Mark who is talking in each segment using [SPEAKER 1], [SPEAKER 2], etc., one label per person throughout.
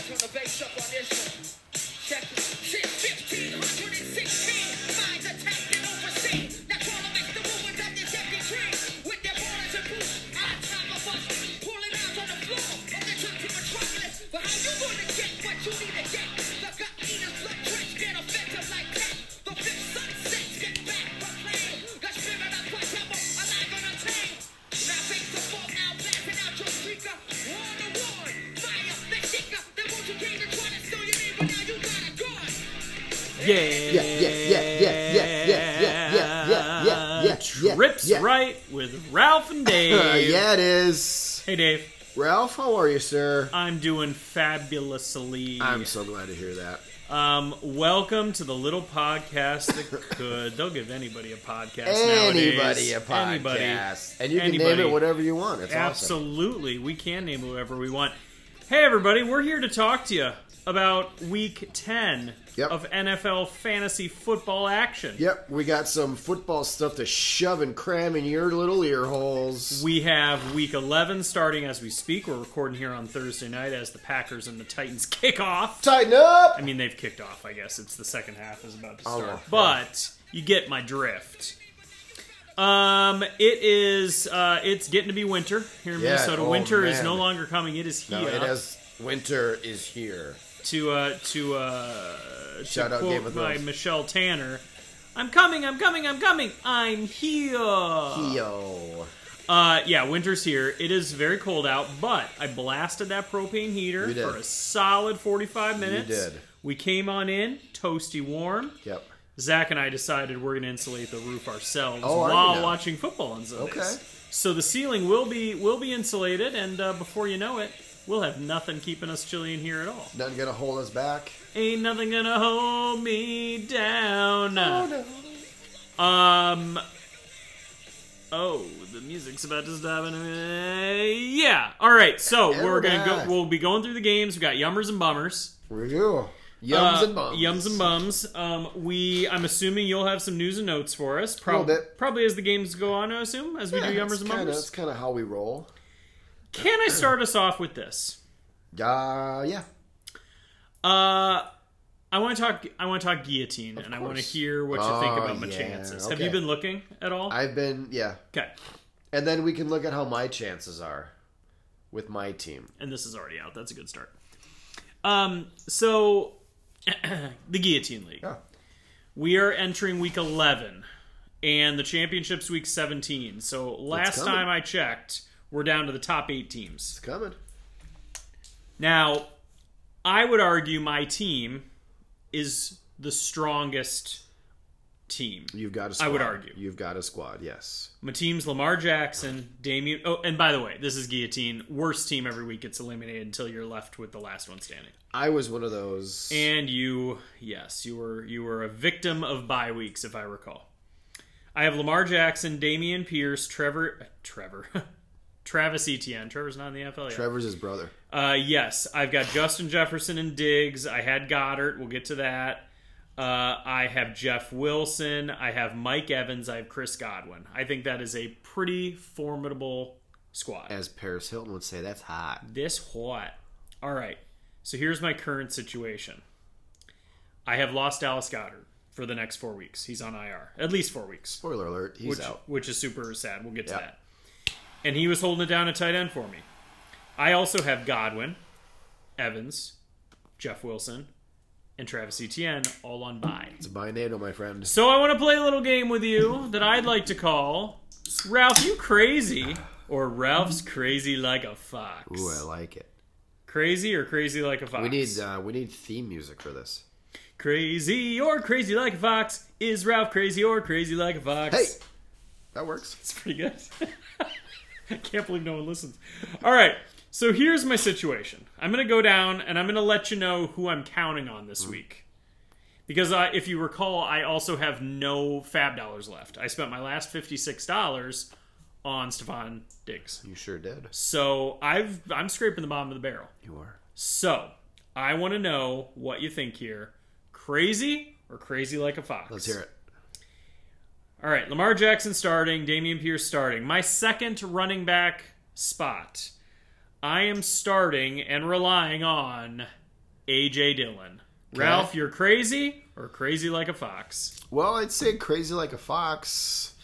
[SPEAKER 1] up on this one. Check this. Since 1516, mines attacked and overseen. That's all that makes the movement of this empty train. With their borders and boots, on top of us. Pulling out on the floor of the church of metropolis. But how you gonna get what you need to get? The gut eaters, blood drenched, get offensive like that. The fifth sunset, get back, proclaim. The spirit of the devil, alive and untamed. Now face the fall, now blasting out your speaker. War to war, fire, that kicker. That won't you came to try to steal your name, but now you got a gun.
[SPEAKER 2] Yeah.
[SPEAKER 3] yeah, yeah, yeah, yeah, yeah, yeah, yeah, yeah, yeah, yeah,
[SPEAKER 2] Trips
[SPEAKER 3] yeah.
[SPEAKER 2] right with Ralph and Dave.
[SPEAKER 3] Uh, yeah, it is.
[SPEAKER 2] Hey, Dave.
[SPEAKER 3] Ralph, how are you, sir?
[SPEAKER 2] I'm doing fabulously.
[SPEAKER 3] I'm so glad to hear that.
[SPEAKER 2] Um, welcome to the little podcast that could. They'll give anybody a podcast nowadays.
[SPEAKER 3] Anybody a podcast,
[SPEAKER 2] Anybody.
[SPEAKER 3] and you can name
[SPEAKER 2] Anybody.
[SPEAKER 3] it whatever you want. It's awesome.
[SPEAKER 2] Absolutely, we can name whoever we want. Hey, everybody, we're here to talk to you about Week Ten
[SPEAKER 3] Yep.
[SPEAKER 2] of NFL fantasy football action.
[SPEAKER 3] Yep, we got some football stuff to shove and cram in your little ear holes.
[SPEAKER 2] We have week 11 starting as we speak. We're recording here on Thursday night as the Packers and the Titans kick off.
[SPEAKER 3] Tighten up.
[SPEAKER 2] I mean, they've kicked off, I guess. It's the second half is about to
[SPEAKER 3] Oh,
[SPEAKER 2] start.
[SPEAKER 3] yeah.
[SPEAKER 2] But you get my drift. Um, it is, uh, it's getting to be winter here in
[SPEAKER 3] Yeah,
[SPEAKER 2] Minnesota.
[SPEAKER 3] oh,
[SPEAKER 2] winter is
[SPEAKER 3] man.
[SPEAKER 2] no longer coming. It is
[SPEAKER 3] No,
[SPEAKER 2] here.
[SPEAKER 3] it is. Winter is here.
[SPEAKER 2] To, uh, to, uh, to
[SPEAKER 3] Shout out
[SPEAKER 2] quote
[SPEAKER 3] Game of
[SPEAKER 2] by
[SPEAKER 3] Thrones.
[SPEAKER 2] Michelle Tanner, I'm coming, I'm coming, I'm coming, I'm here.
[SPEAKER 3] Yo.
[SPEAKER 2] Uh, yeah, winter's here. It is very cold out, but I blasted that propane heater
[SPEAKER 3] You did.
[SPEAKER 2] for a solid 45 minutes.
[SPEAKER 3] did.
[SPEAKER 2] We came on in, toasty warm.
[SPEAKER 3] Yep.
[SPEAKER 2] Zach and I decided we're going to insulate the roof ourselves
[SPEAKER 3] Oh, are you
[SPEAKER 2] while
[SPEAKER 3] now?
[SPEAKER 2] watching football on Sundays.
[SPEAKER 3] Okay.
[SPEAKER 2] So the ceiling will be will be insulated, and uh, before you know it, we'll have nothing keeping us chilly in here at all.
[SPEAKER 3] Nothing gonna hold us back.
[SPEAKER 2] Ain't nothing gonna hold me down.
[SPEAKER 3] Oh no.
[SPEAKER 2] Um. Oh, the music's about to stop. In a minute. yeah. All right. So
[SPEAKER 3] Yeah,
[SPEAKER 2] we're
[SPEAKER 3] we're
[SPEAKER 2] gonna go.
[SPEAKER 3] back.
[SPEAKER 2] We'll be going through the games. We got yummers and bummers.
[SPEAKER 3] We do. Yums
[SPEAKER 2] Uh,
[SPEAKER 3] and bums.
[SPEAKER 2] Yums and bums. Um, we. I'm assuming you'll have some news and notes for us. Prob-
[SPEAKER 3] Little bit.
[SPEAKER 2] Probably as the games go on. I assume as we do
[SPEAKER 3] Yeah,
[SPEAKER 2] yummers and
[SPEAKER 3] that's kinda-
[SPEAKER 2] bummers.
[SPEAKER 3] That's kind of how we roll.
[SPEAKER 2] Can I start us off with this?
[SPEAKER 3] Uh, yeah.
[SPEAKER 2] Uh, I want to talk. I want to talk guillotine, and I want to
[SPEAKER 3] course.
[SPEAKER 2] hear what you think
[SPEAKER 3] Oh,
[SPEAKER 2] about my
[SPEAKER 3] yeah,
[SPEAKER 2] chances. Have you
[SPEAKER 3] okay.
[SPEAKER 2] been looking at all?
[SPEAKER 3] I've been, yeah.
[SPEAKER 2] okay.
[SPEAKER 3] And then we can look at how my chances are with my team.
[SPEAKER 2] and this is already out. That's a good start. Um, so the Guillotine League.
[SPEAKER 3] Yeah.
[SPEAKER 2] We are entering week 11, and the championship's week 17. So last
[SPEAKER 3] coming.
[SPEAKER 2] time I checked, we're down to the top eight teams.
[SPEAKER 3] It's coming.
[SPEAKER 2] Now, I would argue my team is the strongest team.
[SPEAKER 3] You've got a
[SPEAKER 2] I
[SPEAKER 3] squad.
[SPEAKER 2] would argue.
[SPEAKER 3] You've got a squad, yes.
[SPEAKER 2] My team's Lamar Jackson, Damian. Oh, and by the way, this is Guillotine. Worst team every week gets eliminated until you're left with the last one standing.
[SPEAKER 3] I was one of those.
[SPEAKER 2] And you, yes, you were you were a victim of bye weeks, if I recall. I have Lamar Jackson, Damian Pierce, Trevor, uh, Trevor, Travis Etienne. Trevor's not in the NFL yet.
[SPEAKER 3] Trevor's his brother.
[SPEAKER 2] Uh, yes, I've got Justin Jefferson and Diggs. I had Goddard. We'll get to that. Uh, I have Jeff Wilson. I have Mike Evans. I have Chris Godwin. I think that is a pretty formidable squad
[SPEAKER 3] As Paris Hilton would say, that's hot.
[SPEAKER 2] this what? All right. So here's my current situation. I have lost Dallas Goddard for the next four weeks. He's on IR, at least four weeks,
[SPEAKER 3] Spoiler alert, he's
[SPEAKER 2] which,
[SPEAKER 3] out.
[SPEAKER 2] which is super sad. We'll get to
[SPEAKER 3] Yeah.
[SPEAKER 2] that. And he was holding it down at tight end for me. I also have Godwin, Evans, Jeff Wilson, and Travis Etienne all on bye.
[SPEAKER 3] It's by NATO, my friend.
[SPEAKER 2] So I want to play a little game with you that I'd like to call Ralph, you crazy, or Ralph's crazy like a fox.
[SPEAKER 3] Ooh, I like it.
[SPEAKER 2] Crazy or crazy like a fox?
[SPEAKER 3] We need uh, we need theme music for this.
[SPEAKER 2] crazy or crazy like a fox. Is Ralph crazy or crazy like a fox?
[SPEAKER 3] Hey, that works.
[SPEAKER 2] it's pretty good. I can't believe no one listens. All right, so here's my situation. I'm gonna go down and I'm gonna let you know who I'm counting on this
[SPEAKER 3] Hmm.
[SPEAKER 2] week, because I, if you recall, I also have no Fab dollars left. I spent my last fifty six dollars on Stefan Diggs,
[SPEAKER 3] You sure did.
[SPEAKER 2] so I've I'm scraping the bottom of the barrel.
[SPEAKER 3] You are.
[SPEAKER 2] So, I want to know what you think here. Crazy or crazy like a fox?
[SPEAKER 3] Let's hear it.
[SPEAKER 2] All right, Lamar Jackson starting, Damian Pierce starting. My second running back spot. I am starting and relying on AJ Dillon. Ralph, you're crazy or crazy like a fox?
[SPEAKER 3] Well, I'd say crazy like a fox.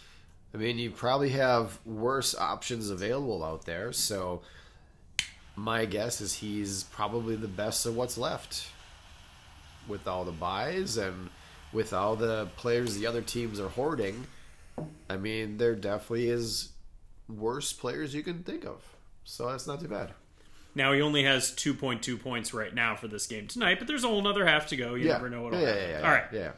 [SPEAKER 3] I mean, you probably have worse options available out there. So, my guess is he's probably the best of what's left with all the buys and with all the players the other teams are hoarding. I mean, there definitely is worse players you can think of. So, that's not too bad.
[SPEAKER 2] Now he only has 2.2 points right now for this game tonight, but there's a whole another half to go. You
[SPEAKER 3] yeah.
[SPEAKER 2] never know what'll
[SPEAKER 3] yeah, yeah,
[SPEAKER 2] happen.
[SPEAKER 3] yeah, yeah,
[SPEAKER 2] All right.
[SPEAKER 3] Yeah.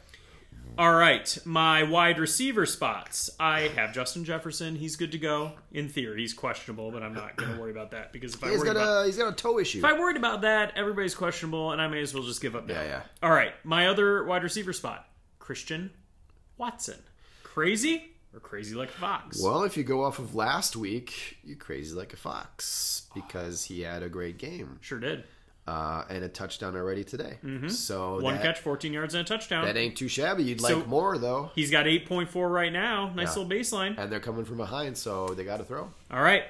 [SPEAKER 2] All right, my wide receiver spots. I have Justin Jefferson. He's good to go. In theory, he's questionable, but I'm not going to worry about that because if I
[SPEAKER 3] He's
[SPEAKER 2] worry
[SPEAKER 3] got
[SPEAKER 2] about
[SPEAKER 3] a he's got a toe issue.
[SPEAKER 2] if I worried about that, everybody's questionable, and I may as well just give up now.
[SPEAKER 3] Yeah, yeah.
[SPEAKER 2] All right, my other wide receiver spot, Christian Watson. Crazy or crazy like Fox?
[SPEAKER 3] Well, if you go off of last week, you're crazy like a fox because he had a great game
[SPEAKER 2] Sure did.
[SPEAKER 3] uh, and a touchdown already today. So
[SPEAKER 2] Mm-hmm. One
[SPEAKER 3] that,
[SPEAKER 2] catch, 14 yards, and a touchdown.
[SPEAKER 3] that ain't too shabby. You'd
[SPEAKER 2] So-
[SPEAKER 3] like more though,
[SPEAKER 2] He's got 8.4 right now. Nice
[SPEAKER 3] Yeah.
[SPEAKER 2] little baseline.
[SPEAKER 3] and they're coming from behind, so they got to throw.
[SPEAKER 2] All right.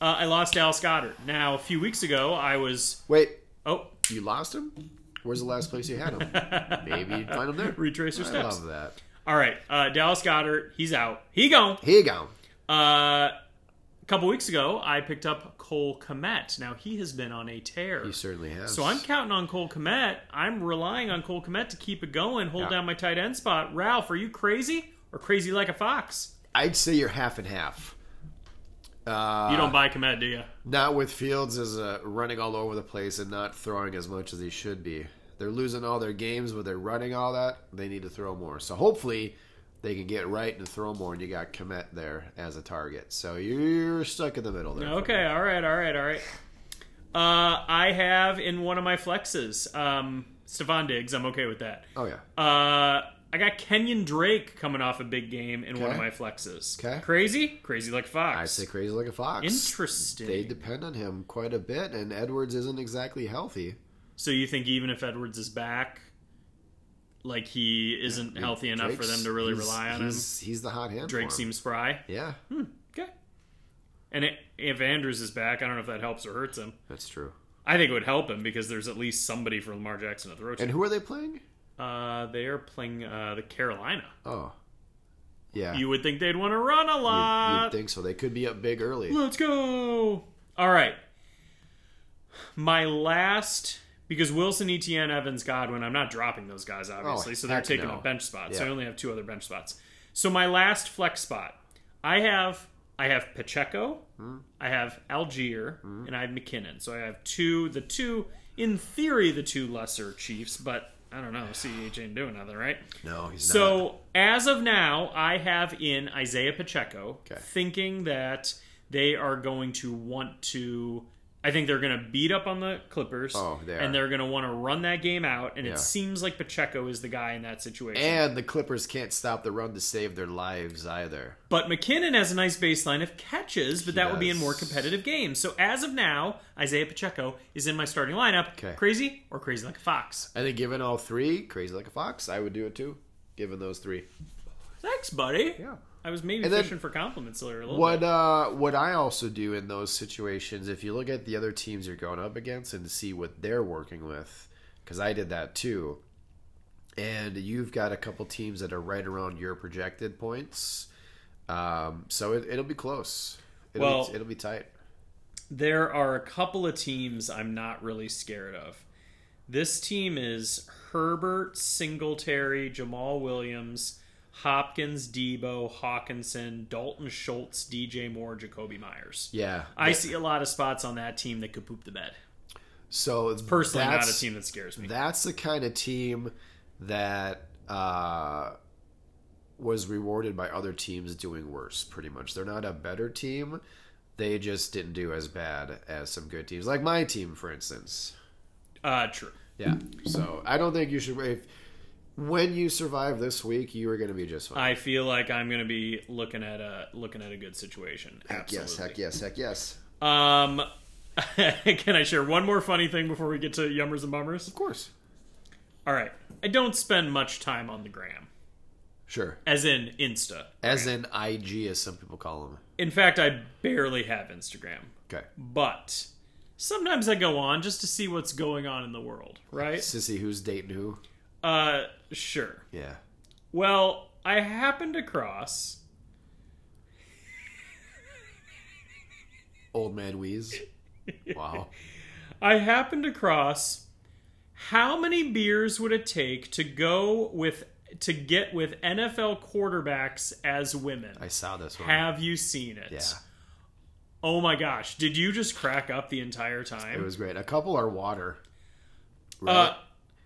[SPEAKER 2] Uh, I lost Dallas Goddard. Now, a few weeks ago, I was.
[SPEAKER 3] Wait,
[SPEAKER 2] Oh,
[SPEAKER 3] you lost him? Where's the last place you had him? Maybe you'd find him there.
[SPEAKER 2] retrace your
[SPEAKER 3] I
[SPEAKER 2] steps.
[SPEAKER 3] love that.
[SPEAKER 2] All right. Uh, Dallas Goddard, he's out. He gone.
[SPEAKER 3] Here you go.
[SPEAKER 2] Uh, a couple weeks ago, I picked up Cole Komet. Now, he has been on a tear.
[SPEAKER 3] He certainly has.
[SPEAKER 2] so I'm counting on Cole Komet. I'm relying on Cole Komet to keep it going, hold
[SPEAKER 3] Yeah.
[SPEAKER 2] down my tight end spot. Ralph, are you crazy or crazy like a fox?
[SPEAKER 3] I'd say you're half and half. Uh,
[SPEAKER 2] You don't buy Komet, do you?
[SPEAKER 3] Not with Fields as uh, running all over the place and not throwing as much as he should be. They're losing all their games, but they're running all that. They need to throw more. So hopefully they can get right and throw more. And you got Komet there as a target. So you're stuck in the middle there.
[SPEAKER 2] Okay, all right, all right, all right. Uh, I have in one of my flexes, um, Stephon Diggs. I'm okay with that.
[SPEAKER 3] Oh yeah.
[SPEAKER 2] Uh, I got Kenyon Drake coming off a big game in one of
[SPEAKER 3] Okay.
[SPEAKER 2] my flexes.
[SPEAKER 3] Okay.
[SPEAKER 2] Crazy? Crazy like Fox.
[SPEAKER 3] I say crazy like a fox.
[SPEAKER 2] Interesting.
[SPEAKER 3] They depend on him quite a bit, and Edwards isn't exactly healthy.
[SPEAKER 2] so you think even if Edwards is back, like he isn't healthy enough for
[SPEAKER 3] Drake's-
[SPEAKER 2] them to really
[SPEAKER 3] he's-
[SPEAKER 2] rely on him?
[SPEAKER 3] he's, He's the hot hand.
[SPEAKER 2] Drake
[SPEAKER 3] for him.
[SPEAKER 2] seems Hmm. spry.
[SPEAKER 3] Yeah,
[SPEAKER 2] Okay. And it, if Andrews is back, I don't know if that helps or hurts him.
[SPEAKER 3] that's true.
[SPEAKER 2] I think it would help him because there's at least somebody for Lamar Jackson to throw to.
[SPEAKER 3] And who are they playing?
[SPEAKER 2] Uh, they are playing uh, the Carolina.
[SPEAKER 3] Oh, yeah.
[SPEAKER 2] You would think they'd want to run a
[SPEAKER 3] Ah. You'd- You'd
[SPEAKER 2] lot.
[SPEAKER 3] think so. They could be up big early.
[SPEAKER 2] Let's go. All right. My last, because Wilson, Etienne, Evans, Godwin, I'm not dropping those guys, obviously.
[SPEAKER 3] Oh,
[SPEAKER 2] so they're
[SPEAKER 3] heck
[SPEAKER 2] taking
[SPEAKER 3] no.
[SPEAKER 2] up bench spots. So I
[SPEAKER 3] Yeah.
[SPEAKER 2] only have two other bench spots. So my last flex spot, I have I have Pacheco,
[SPEAKER 3] Hmm.
[SPEAKER 2] I have Algier, and I have McKinnon. So I have two, the two, in theory, the two lesser Chiefs, but I don't know. CEH ain't doing nothing, right?
[SPEAKER 3] No, he's not.
[SPEAKER 2] So as of now, I have in Isaiah Pacheco,
[SPEAKER 3] Okay.
[SPEAKER 2] thinking that they are going to want to. I think they're going to beat up on the Clippers,
[SPEAKER 3] Oh, they are.
[SPEAKER 2] and they're going to want to run that game out. And
[SPEAKER 3] Yeah.
[SPEAKER 2] it seems like Pacheco is the guy in that situation.
[SPEAKER 3] And the Clippers can't stop the run to save their lives either.
[SPEAKER 2] but McKinnon has a nice baseline of catches, but that would be in
[SPEAKER 3] does.
[SPEAKER 2] more competitive games. So as of now, Isaiah Pacheco is in my starting lineup.
[SPEAKER 3] Okay.
[SPEAKER 2] Crazy or crazy like a fox?
[SPEAKER 3] I think given all three, crazy like a fox, I would do it too. Given those three,
[SPEAKER 2] Thanks, buddy.
[SPEAKER 3] yeah.
[SPEAKER 2] I was maybe
[SPEAKER 3] And then-
[SPEAKER 2] fishing for compliments there a little. bit.
[SPEAKER 3] What uh, what I also do in those situations, if you look at the other teams you're going up against and see what they're working with, because I did that too, and you've got a couple teams that are right around your projected points, um, so it, it'll be close. It'll,
[SPEAKER 2] Well-
[SPEAKER 3] be, it'll be tight.
[SPEAKER 2] there are a couple of teams I'm not really scared of. This team is Herbert, Singletary, Jamal Williams, Hopkins, Debo, Hawkinson, Dalton Schultz, DJ Moore, Jacoby Myers.
[SPEAKER 3] Yeah,
[SPEAKER 2] I see a lot of spots on that team that could poop the bed.
[SPEAKER 3] So it's
[SPEAKER 2] Personally, not a team that scares me.
[SPEAKER 3] That's the kind of team that uh, was rewarded by other teams doing worse. Pretty much, they're not a better team. They just didn't do as bad as some good teams, like my team, for instance.
[SPEAKER 2] Uh, true.
[SPEAKER 3] Yeah. So I don't think you should. If, when you survive this week, you are going to be just fine.
[SPEAKER 2] I feel like I'm going to be looking at a looking at a good situation.
[SPEAKER 3] Heck
[SPEAKER 2] Absolutely.
[SPEAKER 3] yes, heck yes, heck yes.
[SPEAKER 2] Um, can I share one more funny thing before we get to yummers and bummers?
[SPEAKER 3] Of course.
[SPEAKER 2] All right. I don't spend much time on the gram,
[SPEAKER 3] Sure.
[SPEAKER 2] as in Insta.
[SPEAKER 3] As in IG, as some people call them.
[SPEAKER 2] In fact, I barely have Instagram,
[SPEAKER 3] Okay.
[SPEAKER 2] but sometimes I go on just to see what's going on in the world, right?
[SPEAKER 3] Sissy, who's dating who?
[SPEAKER 2] Uh, sure.
[SPEAKER 3] Yeah.
[SPEAKER 2] Well, I happened across.
[SPEAKER 3] Old man Wheeze. Wow.
[SPEAKER 2] I happened across. How many beers would it take to go with to get with NFL quarterbacks as women?
[SPEAKER 3] I saw this one.
[SPEAKER 2] Have you seen it?
[SPEAKER 3] yeah.
[SPEAKER 2] Oh my gosh! Did you just crack up the entire time?
[SPEAKER 3] It was great. A couple are water. Right?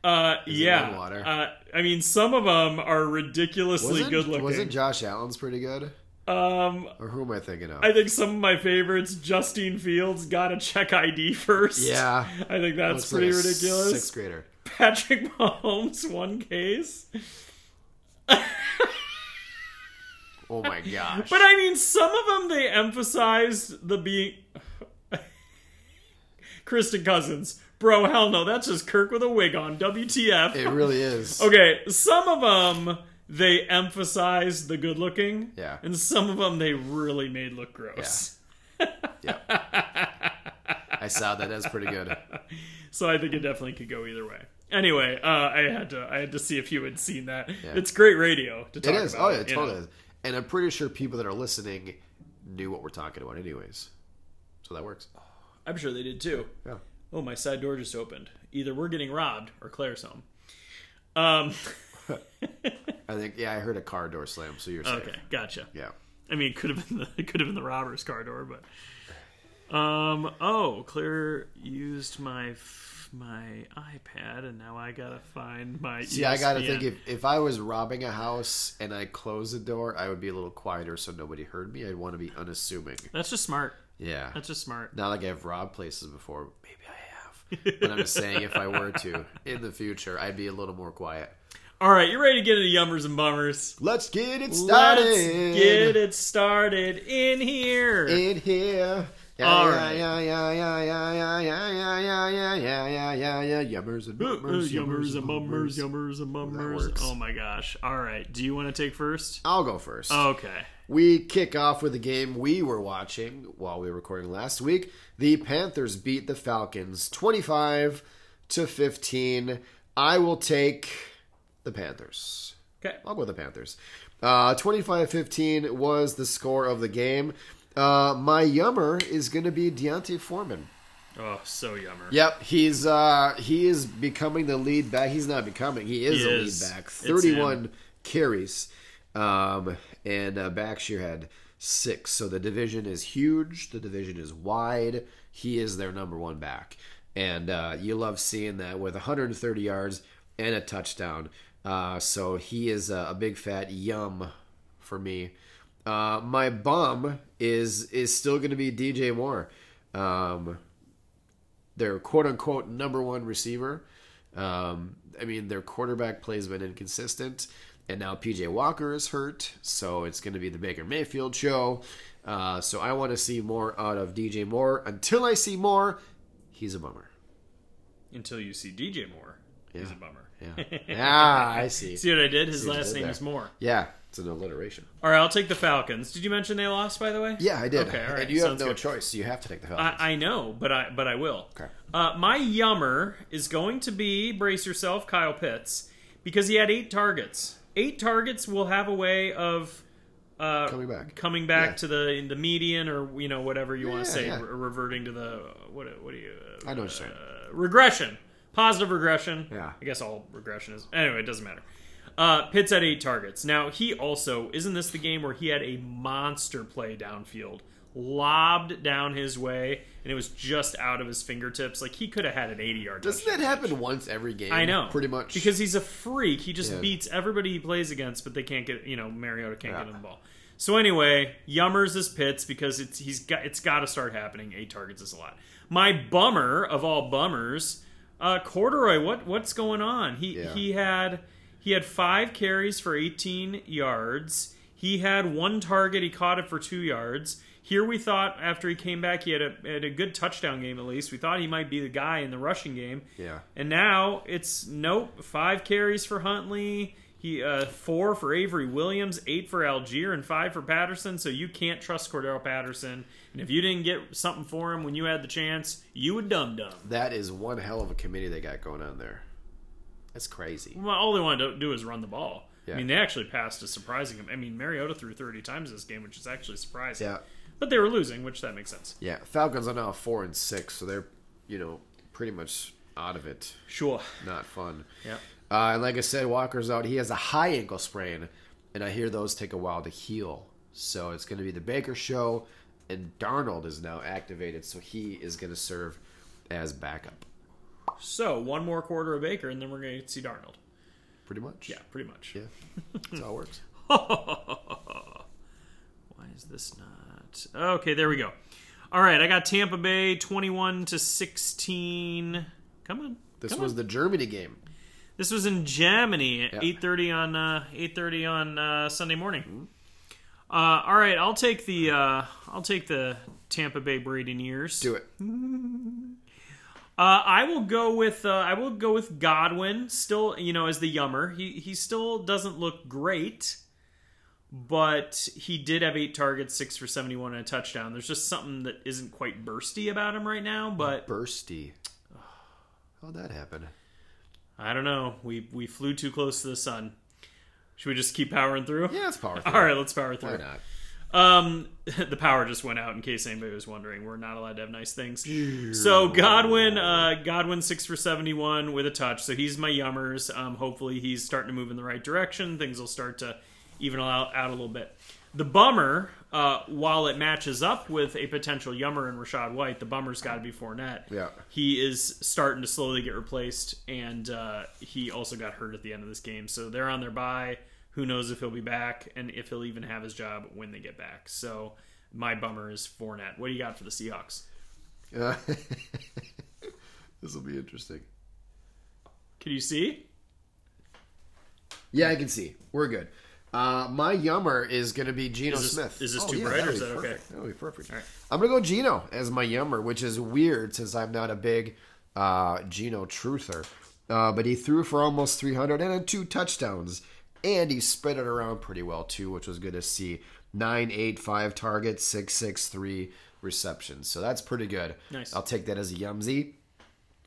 [SPEAKER 2] Uh, uh,
[SPEAKER 3] it
[SPEAKER 2] yeah.
[SPEAKER 3] in water?
[SPEAKER 2] Uh, I mean, some of them are ridiculously
[SPEAKER 3] wasn't,
[SPEAKER 2] good looking.
[SPEAKER 3] wasn't Josh Allen's pretty good?
[SPEAKER 2] um,
[SPEAKER 3] Or who am I thinking of?
[SPEAKER 2] I think some of my favorites, Justine Fields, got to check ID first.
[SPEAKER 3] yeah.
[SPEAKER 2] I think that's
[SPEAKER 3] Looks like
[SPEAKER 2] pretty
[SPEAKER 3] a
[SPEAKER 2] ridiculous.
[SPEAKER 3] Sixth grader.
[SPEAKER 2] Patrick Mahomes, one case.
[SPEAKER 3] Oh my gosh.
[SPEAKER 2] But I mean, some of them they emphasized the being. Kristen Cousins, bro, hell no, that's just Kirk with a wig on. WTF?
[SPEAKER 3] it really is.
[SPEAKER 2] Okay, some of them they emphasized the good looking.
[SPEAKER 3] Yeah.
[SPEAKER 2] And some of them they really made look gross.
[SPEAKER 3] I saw that. That's pretty good.
[SPEAKER 2] So I think it definitely could go either way. Anyway, uh, I had to I had to see if you had seen that.
[SPEAKER 3] Yeah.
[SPEAKER 2] It's great radio to talk
[SPEAKER 3] It is.
[SPEAKER 2] about.
[SPEAKER 3] Oh, yeah, it
[SPEAKER 2] you
[SPEAKER 3] totally
[SPEAKER 2] know.
[SPEAKER 3] is. And I'm pretty sure people that are listening knew what we're talking about, anyways. So that works.
[SPEAKER 2] I'm sure they did too.
[SPEAKER 3] Yeah.
[SPEAKER 2] Oh, my side door just opened. Either we're getting robbed or Claire's home. Um,
[SPEAKER 3] I think. Yeah, I heard a car door slam. So you're safe.
[SPEAKER 2] okay, gotcha.
[SPEAKER 3] Yeah.
[SPEAKER 2] I mean, it could have been the it could have been the robber's car door, but um. Oh, Claire used my f- my iPad, and now I gotta find my. E
[SPEAKER 3] See, I gotta
[SPEAKER 2] ESPN.
[SPEAKER 3] think if, if I was robbing a house and I closed the door, I would be a little quieter so nobody heard me. I'd want to be unassuming.
[SPEAKER 2] that's just smart.
[SPEAKER 3] Yeah.
[SPEAKER 2] That's just smart.
[SPEAKER 3] Not like I've robbed places before. Maybe I have. But I'm just saying if I were to in the future, I'd be a little more quiet.
[SPEAKER 2] All right, you ready to get into yummers and bummers?
[SPEAKER 3] Let's get it started.
[SPEAKER 2] Let's get it started in here.
[SPEAKER 3] in here. Yeah,
[SPEAKER 2] All
[SPEAKER 3] yeah,
[SPEAKER 2] right.
[SPEAKER 3] yeah, yeah, yeah, yeah, yeah, yeah, yeah, yeah, yeah, yeah, yeah, yeah, yeah. Yummers and
[SPEAKER 2] Uh, uh,
[SPEAKER 3] bummers,
[SPEAKER 2] yummers and bummers, yummers and bummers.
[SPEAKER 3] works.
[SPEAKER 2] Oh my gosh! All right, do you want to take first?
[SPEAKER 3] I'll go first.
[SPEAKER 2] Okay.
[SPEAKER 3] We kick off with a game we were watching while we were recording last week. The Panthers beat the Falcons 25 to 15. I will take the Panthers.
[SPEAKER 2] Okay.
[SPEAKER 3] I'll go with the Panthers. Uh, 25-15 was the score of the game. Uh, my yummer is going to be Deontay Foreman.
[SPEAKER 2] Oh, so yummer.
[SPEAKER 3] Yep, he's uh he is becoming the lead back. He's not becoming. He is
[SPEAKER 2] He
[SPEAKER 3] a
[SPEAKER 2] is.
[SPEAKER 3] lead back.
[SPEAKER 2] It's him.
[SPEAKER 3] Thirty-one carries, um, and uh, Backshear had six. So the division is huge. The division is wide. He is their number one back, and uh, you love seeing that with 130 yards and a touchdown. Uh, so he is a, a big fat yum for me. Uh, my bum is is still going to be DJ Moore. Um, their quote unquote number one receiver. Um, I mean, their quarterback play's been inconsistent, and now PJ Walker is hurt, so it's going to be the Baker Mayfield show. Uh, so I want to see more out of DJ Moore. Until I see more, he's a bummer.
[SPEAKER 2] Until you see DJ Moore, he's a bummer.
[SPEAKER 3] Yeah, ah, I see.
[SPEAKER 2] See what I did? His
[SPEAKER 3] what you
[SPEAKER 2] last
[SPEAKER 3] did
[SPEAKER 2] name
[SPEAKER 3] there.
[SPEAKER 2] is Moore.
[SPEAKER 3] Yeah, it's an alliteration.
[SPEAKER 2] All right, I'll take the Falcons. Did you mention they lost, by the way?
[SPEAKER 3] Yeah, I did.
[SPEAKER 2] Okay, all right.
[SPEAKER 3] And you have
[SPEAKER 2] Sounds
[SPEAKER 3] no
[SPEAKER 2] good.
[SPEAKER 3] choice. You have to take the Falcons.
[SPEAKER 2] I, I know, but I but I will.
[SPEAKER 3] Okay.
[SPEAKER 2] Uh, my yummer is going to be brace yourself, Kyle Pitts, because he had eight targets. Eight targets will have a way of uh,
[SPEAKER 3] Coming back.
[SPEAKER 2] coming back
[SPEAKER 3] Yeah.
[SPEAKER 2] to the in the median or you know whatever you want
[SPEAKER 3] Yeah,
[SPEAKER 2] to say,
[SPEAKER 3] yeah.
[SPEAKER 2] re- reverting to the what what do you uh,
[SPEAKER 3] I know what you're saying.
[SPEAKER 2] regression, positive regression.
[SPEAKER 3] Yeah.
[SPEAKER 2] I guess all regression is. Anyway, it doesn't matter. Uh, Pitts had eight targets. Now he also isn't this the game where he had a monster play downfield, lobbed down his way, and it was just out of his fingertips. Like he could have had an eighty-yard.
[SPEAKER 3] Doesn't that happen once every game?
[SPEAKER 2] I know,
[SPEAKER 3] Pretty much.
[SPEAKER 2] because he's a freak. He just
[SPEAKER 3] Yeah.
[SPEAKER 2] beats everybody he plays against, but they can't get you know Mariota can't
[SPEAKER 3] Yeah.
[SPEAKER 2] get him the ball. So anyway, Yummers is Pitts because it's he's got it's got to start happening. Eight targets is a lot. My bummer of all bummers, uh, Corduroy. What what's going on? He
[SPEAKER 3] Yeah.
[SPEAKER 2] he had he had five carries for 18 yards. He had one target. He caught it for two yards. Here we thought after he came back, he had a had a good touchdown game at least. We thought he might be the guy in the rushing game.
[SPEAKER 3] Yeah.
[SPEAKER 2] And now it's nope, five carries for Huntley. He uh, four for Avery Williams, eight for Algier, and five for Patterson. So you can't trust Cordell Patterson. And if you didn't get something for him when you had the chance, you a dum dum.
[SPEAKER 3] That is one hell of a committee they got going on there. That's crazy.
[SPEAKER 2] Well, all they wanted to do is run the ball. I
[SPEAKER 3] Yeah.
[SPEAKER 2] mean, they actually passed a surprising. I mean, Mariota threw 30 times this game, which is actually surprising.
[SPEAKER 3] Yeah.
[SPEAKER 2] But they were losing, which that makes sense.
[SPEAKER 3] Yeah, Falcons are now four and six, so they're you know pretty much out of it.
[SPEAKER 2] Sure.
[SPEAKER 3] Not fun.
[SPEAKER 2] Yeah.
[SPEAKER 3] Uh, and like I said, Walker's out. He has a high ankle sprain, and I hear those take a while to heal. So it's going to be the Baker show, and Darnold is now activated, so he is going to serve as backup,
[SPEAKER 2] So one more quarter of Baker, and then we're going to see Darnold.
[SPEAKER 3] pretty much.
[SPEAKER 2] Yeah, pretty much.
[SPEAKER 3] yeah, that's how it works.
[SPEAKER 2] Why is this not? Okay, there we go. All right, I got Tampa Bay 21 to 16. Come on.
[SPEAKER 3] This
[SPEAKER 2] come
[SPEAKER 3] was
[SPEAKER 2] on.
[SPEAKER 3] the Germany game.
[SPEAKER 2] This was in Germany at
[SPEAKER 3] Yeah.
[SPEAKER 2] 8:30 on uh, 8:30 on uh, Sunday morning. Uh, all right, I'll take the uh, I'll take the Tampa Bay Braden years.
[SPEAKER 3] Do it.
[SPEAKER 2] Uh, I will go with uh, I will go with Godwin still you know as the yummer he he still doesn't look great, but he did have eight targets six for seventy one and a touchdown. There's just something that isn't quite bursty about him right now, but
[SPEAKER 3] Bursty. How'd that happen?
[SPEAKER 2] I don't know we we flew too close to the sun. Should we just keep powering through?
[SPEAKER 3] Yeah, it's powerful.
[SPEAKER 2] All right, let's power
[SPEAKER 3] Why
[SPEAKER 2] through.
[SPEAKER 3] not?
[SPEAKER 2] Um, the power just went out. In case anybody was wondering, we're not allowed to have nice things. So Godwin, uh, Godwin six for seventy one with a touch. So he's my yummers. Um, hopefully he's starting to move in the right direction. Things will start to even out, out a little bit. The bummer, uh, while it matches up with a potential yummer in Rashad White, the bummer's got to be Fournette.
[SPEAKER 3] Yeah.
[SPEAKER 2] he is starting to slowly get replaced, and uh, he also got hurt at the end of this game. So they're on their bye. Who knows if he'll be back and if he'll even have his job when they get back. So my bummer is Fournette. What do you got for the Seahawks?
[SPEAKER 3] Uh, this will be interesting.
[SPEAKER 2] Can you see?
[SPEAKER 3] Yeah, I can see. We're good. Uh, my yummer is going to be Geno
[SPEAKER 2] Is this-
[SPEAKER 3] Smith.
[SPEAKER 2] is this
[SPEAKER 3] Oh,
[SPEAKER 2] too
[SPEAKER 3] yeah,
[SPEAKER 2] bright,
[SPEAKER 3] that'll
[SPEAKER 2] or is
[SPEAKER 3] be
[SPEAKER 2] that okay?
[SPEAKER 3] perfect. That'll be perfect.
[SPEAKER 2] All right.
[SPEAKER 3] I'm going to go Geno as my yummer, which is weird since I'm not a big uh, Geno truther. Uh, but he threw for almost 300 and had two touchdowns. And he spread it around pretty well, too, which was good to see. Nine, eight, five targets, six, six, three receptions. So that's pretty good.
[SPEAKER 2] Nice.
[SPEAKER 3] I'll take that as a yumzy.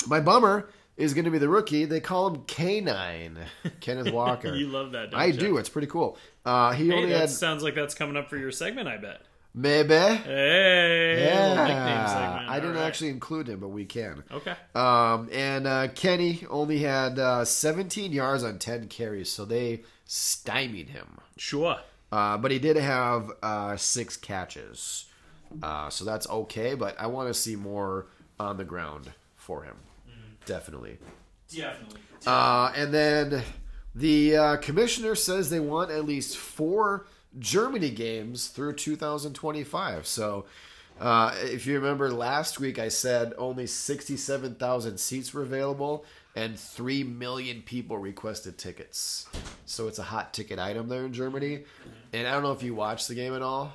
[SPEAKER 3] My bummer is going to be the rookie. They call him K9, Kenneth Walker.
[SPEAKER 2] You love that, don't
[SPEAKER 3] I
[SPEAKER 2] you?
[SPEAKER 3] do. It's pretty cool. Uh, he
[SPEAKER 2] Hey,
[SPEAKER 3] only
[SPEAKER 2] that
[SPEAKER 3] had
[SPEAKER 2] sounds like that's coming up for your segment, I bet.
[SPEAKER 3] maybe.
[SPEAKER 2] Hey,
[SPEAKER 3] Yeah.
[SPEAKER 2] little nickname segment.
[SPEAKER 3] I
[SPEAKER 2] All
[SPEAKER 3] didn't
[SPEAKER 2] right. Oh.
[SPEAKER 3] actually include him, but we can.
[SPEAKER 2] Okay.
[SPEAKER 3] Um, and uh, Kenny only had uh, 17 yards on 10 carries, so they stymied him.
[SPEAKER 2] Sure.
[SPEAKER 3] Uh, but he did have uh, six catches, uh, so that's okay. But I want to see more on the ground for him,
[SPEAKER 2] Mm-hmm.
[SPEAKER 3] definitely.
[SPEAKER 2] Definitely.
[SPEAKER 3] Uh, and then the uh, commissioner says they want at least four Germany games through 2025. So uh, if you remember last week, I said only 67,000 seats were available and 3 million people requested tickets. So it's a hot ticket item there in Germany. And I don't know if you watched the game at all.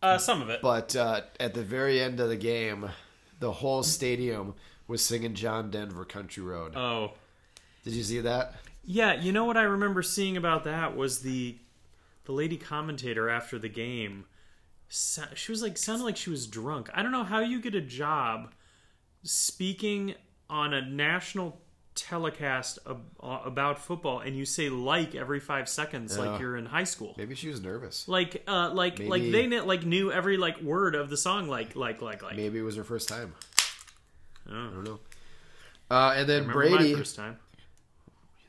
[SPEAKER 2] Uh, some of it.
[SPEAKER 3] But uh, at the very end of the game, the whole stadium was singing John Denver Country Road.
[SPEAKER 2] oh.
[SPEAKER 3] Did you see that?
[SPEAKER 2] Yeah, you know what I remember seeing about that was the the lady commentator after the game. So, she was like sounded like she was drunk. I don't know how you get a job speaking on a national telecast ab- uh, about football and you say like every 5 seconds
[SPEAKER 3] Yeah.
[SPEAKER 2] like you're in high school.
[SPEAKER 3] Maybe she was nervous.
[SPEAKER 2] Like uh like like
[SPEAKER 3] Maybe-
[SPEAKER 2] they kn- like knew every like word of the song like like like like.
[SPEAKER 3] Maybe it was her first time.
[SPEAKER 2] Oh.
[SPEAKER 3] I don't know. Uh, and then
[SPEAKER 2] Remember my
[SPEAKER 3] Brady,
[SPEAKER 2] first time.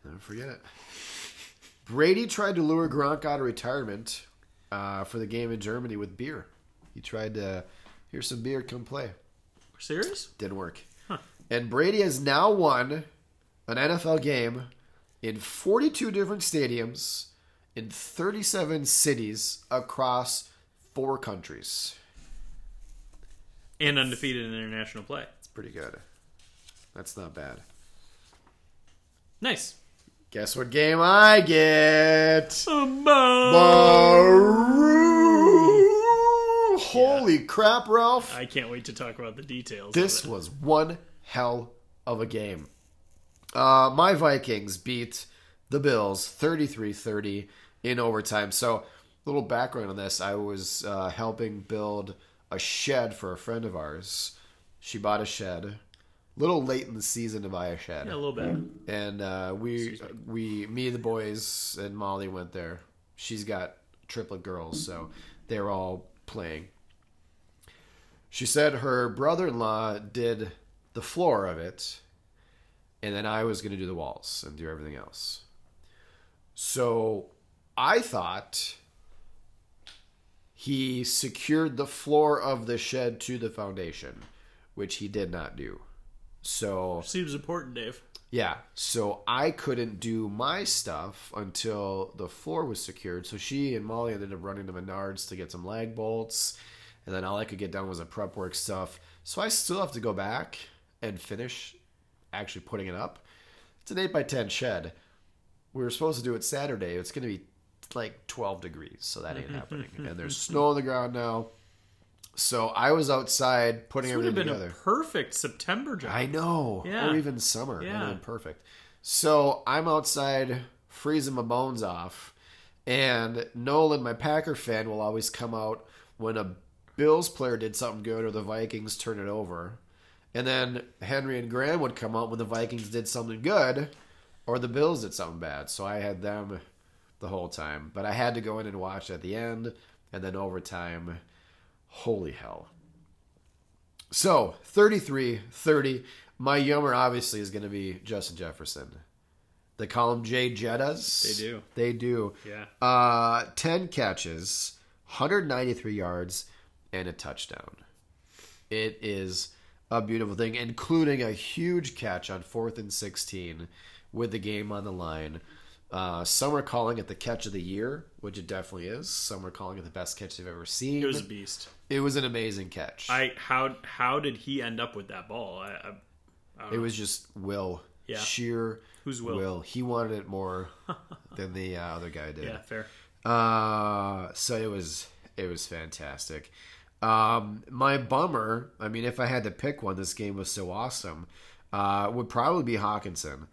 [SPEAKER 3] never forget it. Brady tried to lure Gronk out of retirement uh, for the game in Germany with beer. He tried to, here's some beer, come play.
[SPEAKER 2] Serious?
[SPEAKER 3] Didn't work. And Brady has now won an NFL game in 42 different stadiums in 37 cities across four countries.
[SPEAKER 2] And undefeated in international play.
[SPEAKER 3] It's pretty good. That's not bad.
[SPEAKER 2] Nice.
[SPEAKER 3] Guess what game I get?
[SPEAKER 2] Oh.
[SPEAKER 3] Baru! Holy crap, Ralph.
[SPEAKER 2] I can't wait to talk about the details.
[SPEAKER 3] This
[SPEAKER 2] of it.
[SPEAKER 3] was one hell of a game. Uh, my Vikings beat the the Bills 33 30 in overtime. So, little background on this I was uh, helping build a shed for a friend of ours. She bought a shed. Little late in the season to buy a shed,
[SPEAKER 2] Yeah, a little bit.
[SPEAKER 3] and uh, we we me the boys and Molly went there. She's got triplet girls, so they're all playing. She said her brother-in-law did the floor of it, and then I was going to do the walls and do everything else. So I thought he secured the floor of the shed to the foundation, which he did not do. So
[SPEAKER 2] Seems important, Dave.
[SPEAKER 3] yeah. So I couldn't do my stuff until the floor was secured. So she and Molly ended up running to Menards to get some lag bolts. And then all I could get done was the prep work stuff. So I still have to go back and finish actually putting it up. It's an 8 by 10 shed. We were supposed to do it Saturday. It's going to be like 12 degrees. So that ain't happening. And there's snow on the ground now. So I was outside putting
[SPEAKER 2] This would have
[SPEAKER 3] everything
[SPEAKER 2] been
[SPEAKER 3] together.
[SPEAKER 2] a perfect September job.
[SPEAKER 3] I know.
[SPEAKER 2] Yeah.
[SPEAKER 3] Or even summer.
[SPEAKER 2] Yeah.
[SPEAKER 3] And then perfect. So I'm outside freezing my bones off, and Nolan, my Packer fan, will always come out when a Bills player did something good or the Vikings turn it over. And then Henry and Graham would come out when the Vikings did something good or the Bills did something bad. So I had them the whole time. But I had to go in and watch at the end and then overtime. Holy hell. So 33 30. My yummer obviously is going to be Justin Jefferson. They call him Jay Jettas.
[SPEAKER 2] They do.
[SPEAKER 3] They do.
[SPEAKER 2] Yeah.
[SPEAKER 3] Uh, 10 catches, 193 yards, and a touchdown. It is a beautiful thing, including a huge catch on fourth and 16 with the game on the line. Uh, some are calling it the catch of the year, which it definitely is. Some are calling it the best catch they've ever seen.
[SPEAKER 2] It was a beast.
[SPEAKER 3] an amazing catch.
[SPEAKER 2] I how how did he end up with that ball? I, I,
[SPEAKER 3] it was just will.
[SPEAKER 2] Yeah.
[SPEAKER 3] Sheer
[SPEAKER 2] Who's will?
[SPEAKER 3] He wanted it more than the uh, other guy did.
[SPEAKER 2] yeah, fair.
[SPEAKER 3] Uh, so it was it was fantastic. Um, my bummer, I mean, if I had to pick one, this game was so awesome. Uh, would probably be Hawkinson.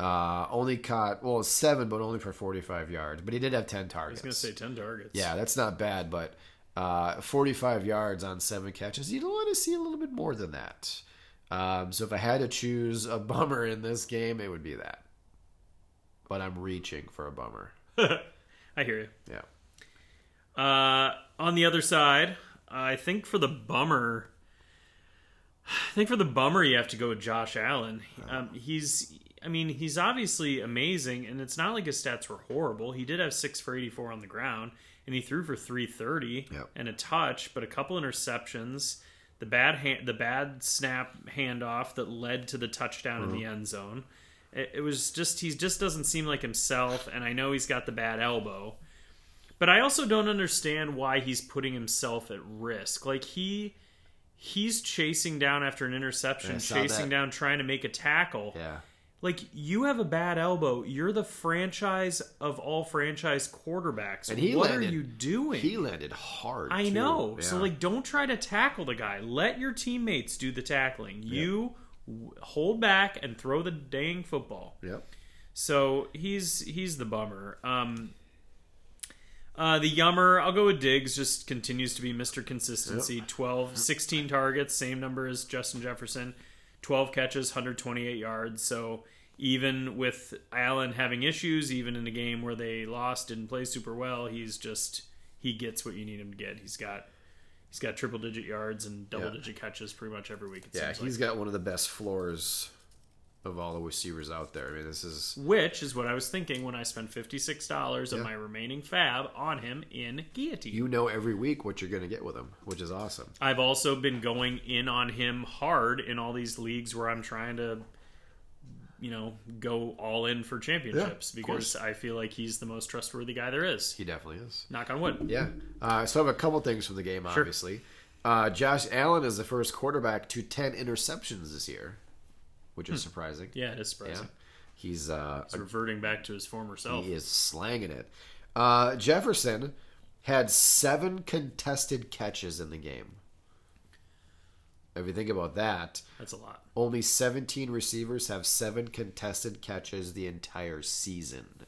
[SPEAKER 3] Uh, only caught well seven, but only for forty five yards. But he did have ten targets.
[SPEAKER 2] I was gonna say ten targets.
[SPEAKER 3] yeah, that's not bad, but uh, forty five yards on seven catches. You'd want to see a little bit more than that. Um, so if I had to choose a bummer in this game, it would be that. But I'm reaching for a bummer.
[SPEAKER 2] I hear you.
[SPEAKER 3] Yeah.
[SPEAKER 2] Uh, on the other side, I think for the bummer, I think for the bummer you have to go with Josh Allen. Um, he's, I mean, he's obviously amazing, and it's not like his stats were horrible. He did have six for eighty-four on the ground, and he threw for three thirty
[SPEAKER 3] Yep.
[SPEAKER 2] and a touch, but a couple interceptions. The bad hand, the bad snap handoff that led to the touchdown in the end zone. It, it was just he just doesn't seem like himself, and I know he's got the bad elbow. But I also don't understand why he's putting himself at risk. Like he he's chasing down after an interception,
[SPEAKER 3] Yeah, I saw
[SPEAKER 2] chasing
[SPEAKER 3] that.
[SPEAKER 2] down trying to make a tackle.
[SPEAKER 3] Yeah.
[SPEAKER 2] Like you have a bad elbow. You're the franchise of all franchise quarterbacks.
[SPEAKER 3] And he
[SPEAKER 2] what
[SPEAKER 3] landed-
[SPEAKER 2] are you doing?
[SPEAKER 3] He landed hard.
[SPEAKER 2] I
[SPEAKER 3] too.
[SPEAKER 2] know. So
[SPEAKER 3] Yeah.
[SPEAKER 2] like don't try to tackle the guy. Let your teammates do the tackling. You w- hold back and throw the dang football.
[SPEAKER 3] Yep.
[SPEAKER 2] So he's he's the bummer. Um, uh, the yummer, I'll go with Diggs, just continues to be Mr. Consistency. Twelve, sixteen 12, 16 targets, same number as Justin Jefferson, 12 catches, 128 yards. So even with Allen having issues, even in a game where they lost, didn't play super well, he's just, he gets what you need him to get. He's got. He's got triple digit yards and double digit catches pretty much every week. It
[SPEAKER 3] Yeah,
[SPEAKER 2] seems like.
[SPEAKER 3] he's got one of the best floors of all the receivers out there. I mean, this is
[SPEAKER 2] which is what I was thinking when I spent fifty six dollars of my remaining fab on him in Guillotine.
[SPEAKER 3] you know every week what you're going to get with him, which is awesome.
[SPEAKER 2] I've also been going in on him hard in all these leagues where I'm trying to, you know, go all in for championships
[SPEAKER 3] of
[SPEAKER 2] because
[SPEAKER 3] course.
[SPEAKER 2] I feel like he's the most trustworthy guy there is.
[SPEAKER 3] He definitely is.
[SPEAKER 2] Knock on wood.
[SPEAKER 3] Yeah. Uh, so I have a couple things from the game, obviously. Uh, Josh Allen is the first quarterback to ten interceptions this year, which is surprising.
[SPEAKER 2] Hmm. Yeah, it is
[SPEAKER 3] Yeah.
[SPEAKER 2] surprising.
[SPEAKER 3] He's uh,
[SPEAKER 2] He's reverting back to his former self.
[SPEAKER 3] He is slanging it. Uh, Jefferson had seven contested catches in the game. If you think about that,
[SPEAKER 2] That's a lot.
[SPEAKER 3] only 17 receivers have seven contested catches the entire season.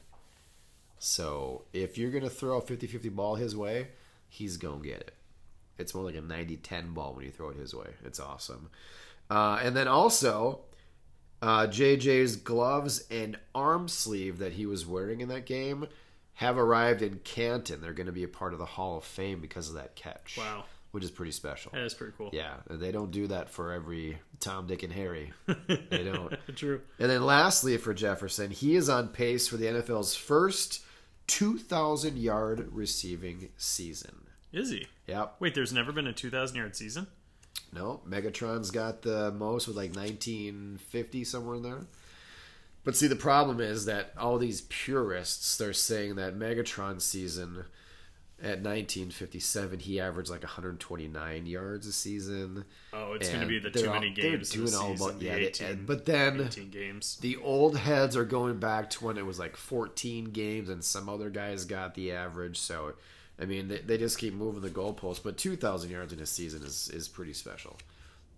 [SPEAKER 3] So if you're going to throw a 50 50 ball his way, he's going to get it. It's more like a 90 10 ball when you throw it his way. It's awesome. Uh, and then also, uh, JJ's gloves and arm sleeve that he was wearing in that game have arrived in Canton. They're going to be a part of the Hall of Fame because of that catch.
[SPEAKER 2] Wow.
[SPEAKER 3] Which is pretty special.
[SPEAKER 2] That is pretty cool.
[SPEAKER 3] Yeah, they don't do that for every Tom, Dick, and Harry. They don't.
[SPEAKER 2] True.
[SPEAKER 3] And then lastly, for Jefferson, he is on pace for the NFL's first 2,000 yard receiving season.
[SPEAKER 2] Is he?
[SPEAKER 3] Yep.
[SPEAKER 2] Wait, there's never been a 2,000 yard season?
[SPEAKER 3] No, Megatron's got the most with like 1950 somewhere in there. But see, the problem is that all these purists, they're saying that Megatron season at 1957, he averaged like 129 yards a season.
[SPEAKER 2] Oh, it's going to
[SPEAKER 3] And
[SPEAKER 2] be the
[SPEAKER 3] they're
[SPEAKER 2] too
[SPEAKER 3] all-
[SPEAKER 2] many
[SPEAKER 3] they're
[SPEAKER 2] games. in the
[SPEAKER 3] doing all
[SPEAKER 2] season,
[SPEAKER 3] about-
[SPEAKER 2] the
[SPEAKER 3] yeah, they-
[SPEAKER 2] 18,
[SPEAKER 3] and- but then-
[SPEAKER 2] 18 games.
[SPEAKER 3] The old heads are going back to when it was like 14 games and some other guys got the average. So, I mean, they, they just keep moving the goalposts. But 2,000 yards in a season is, is pretty special.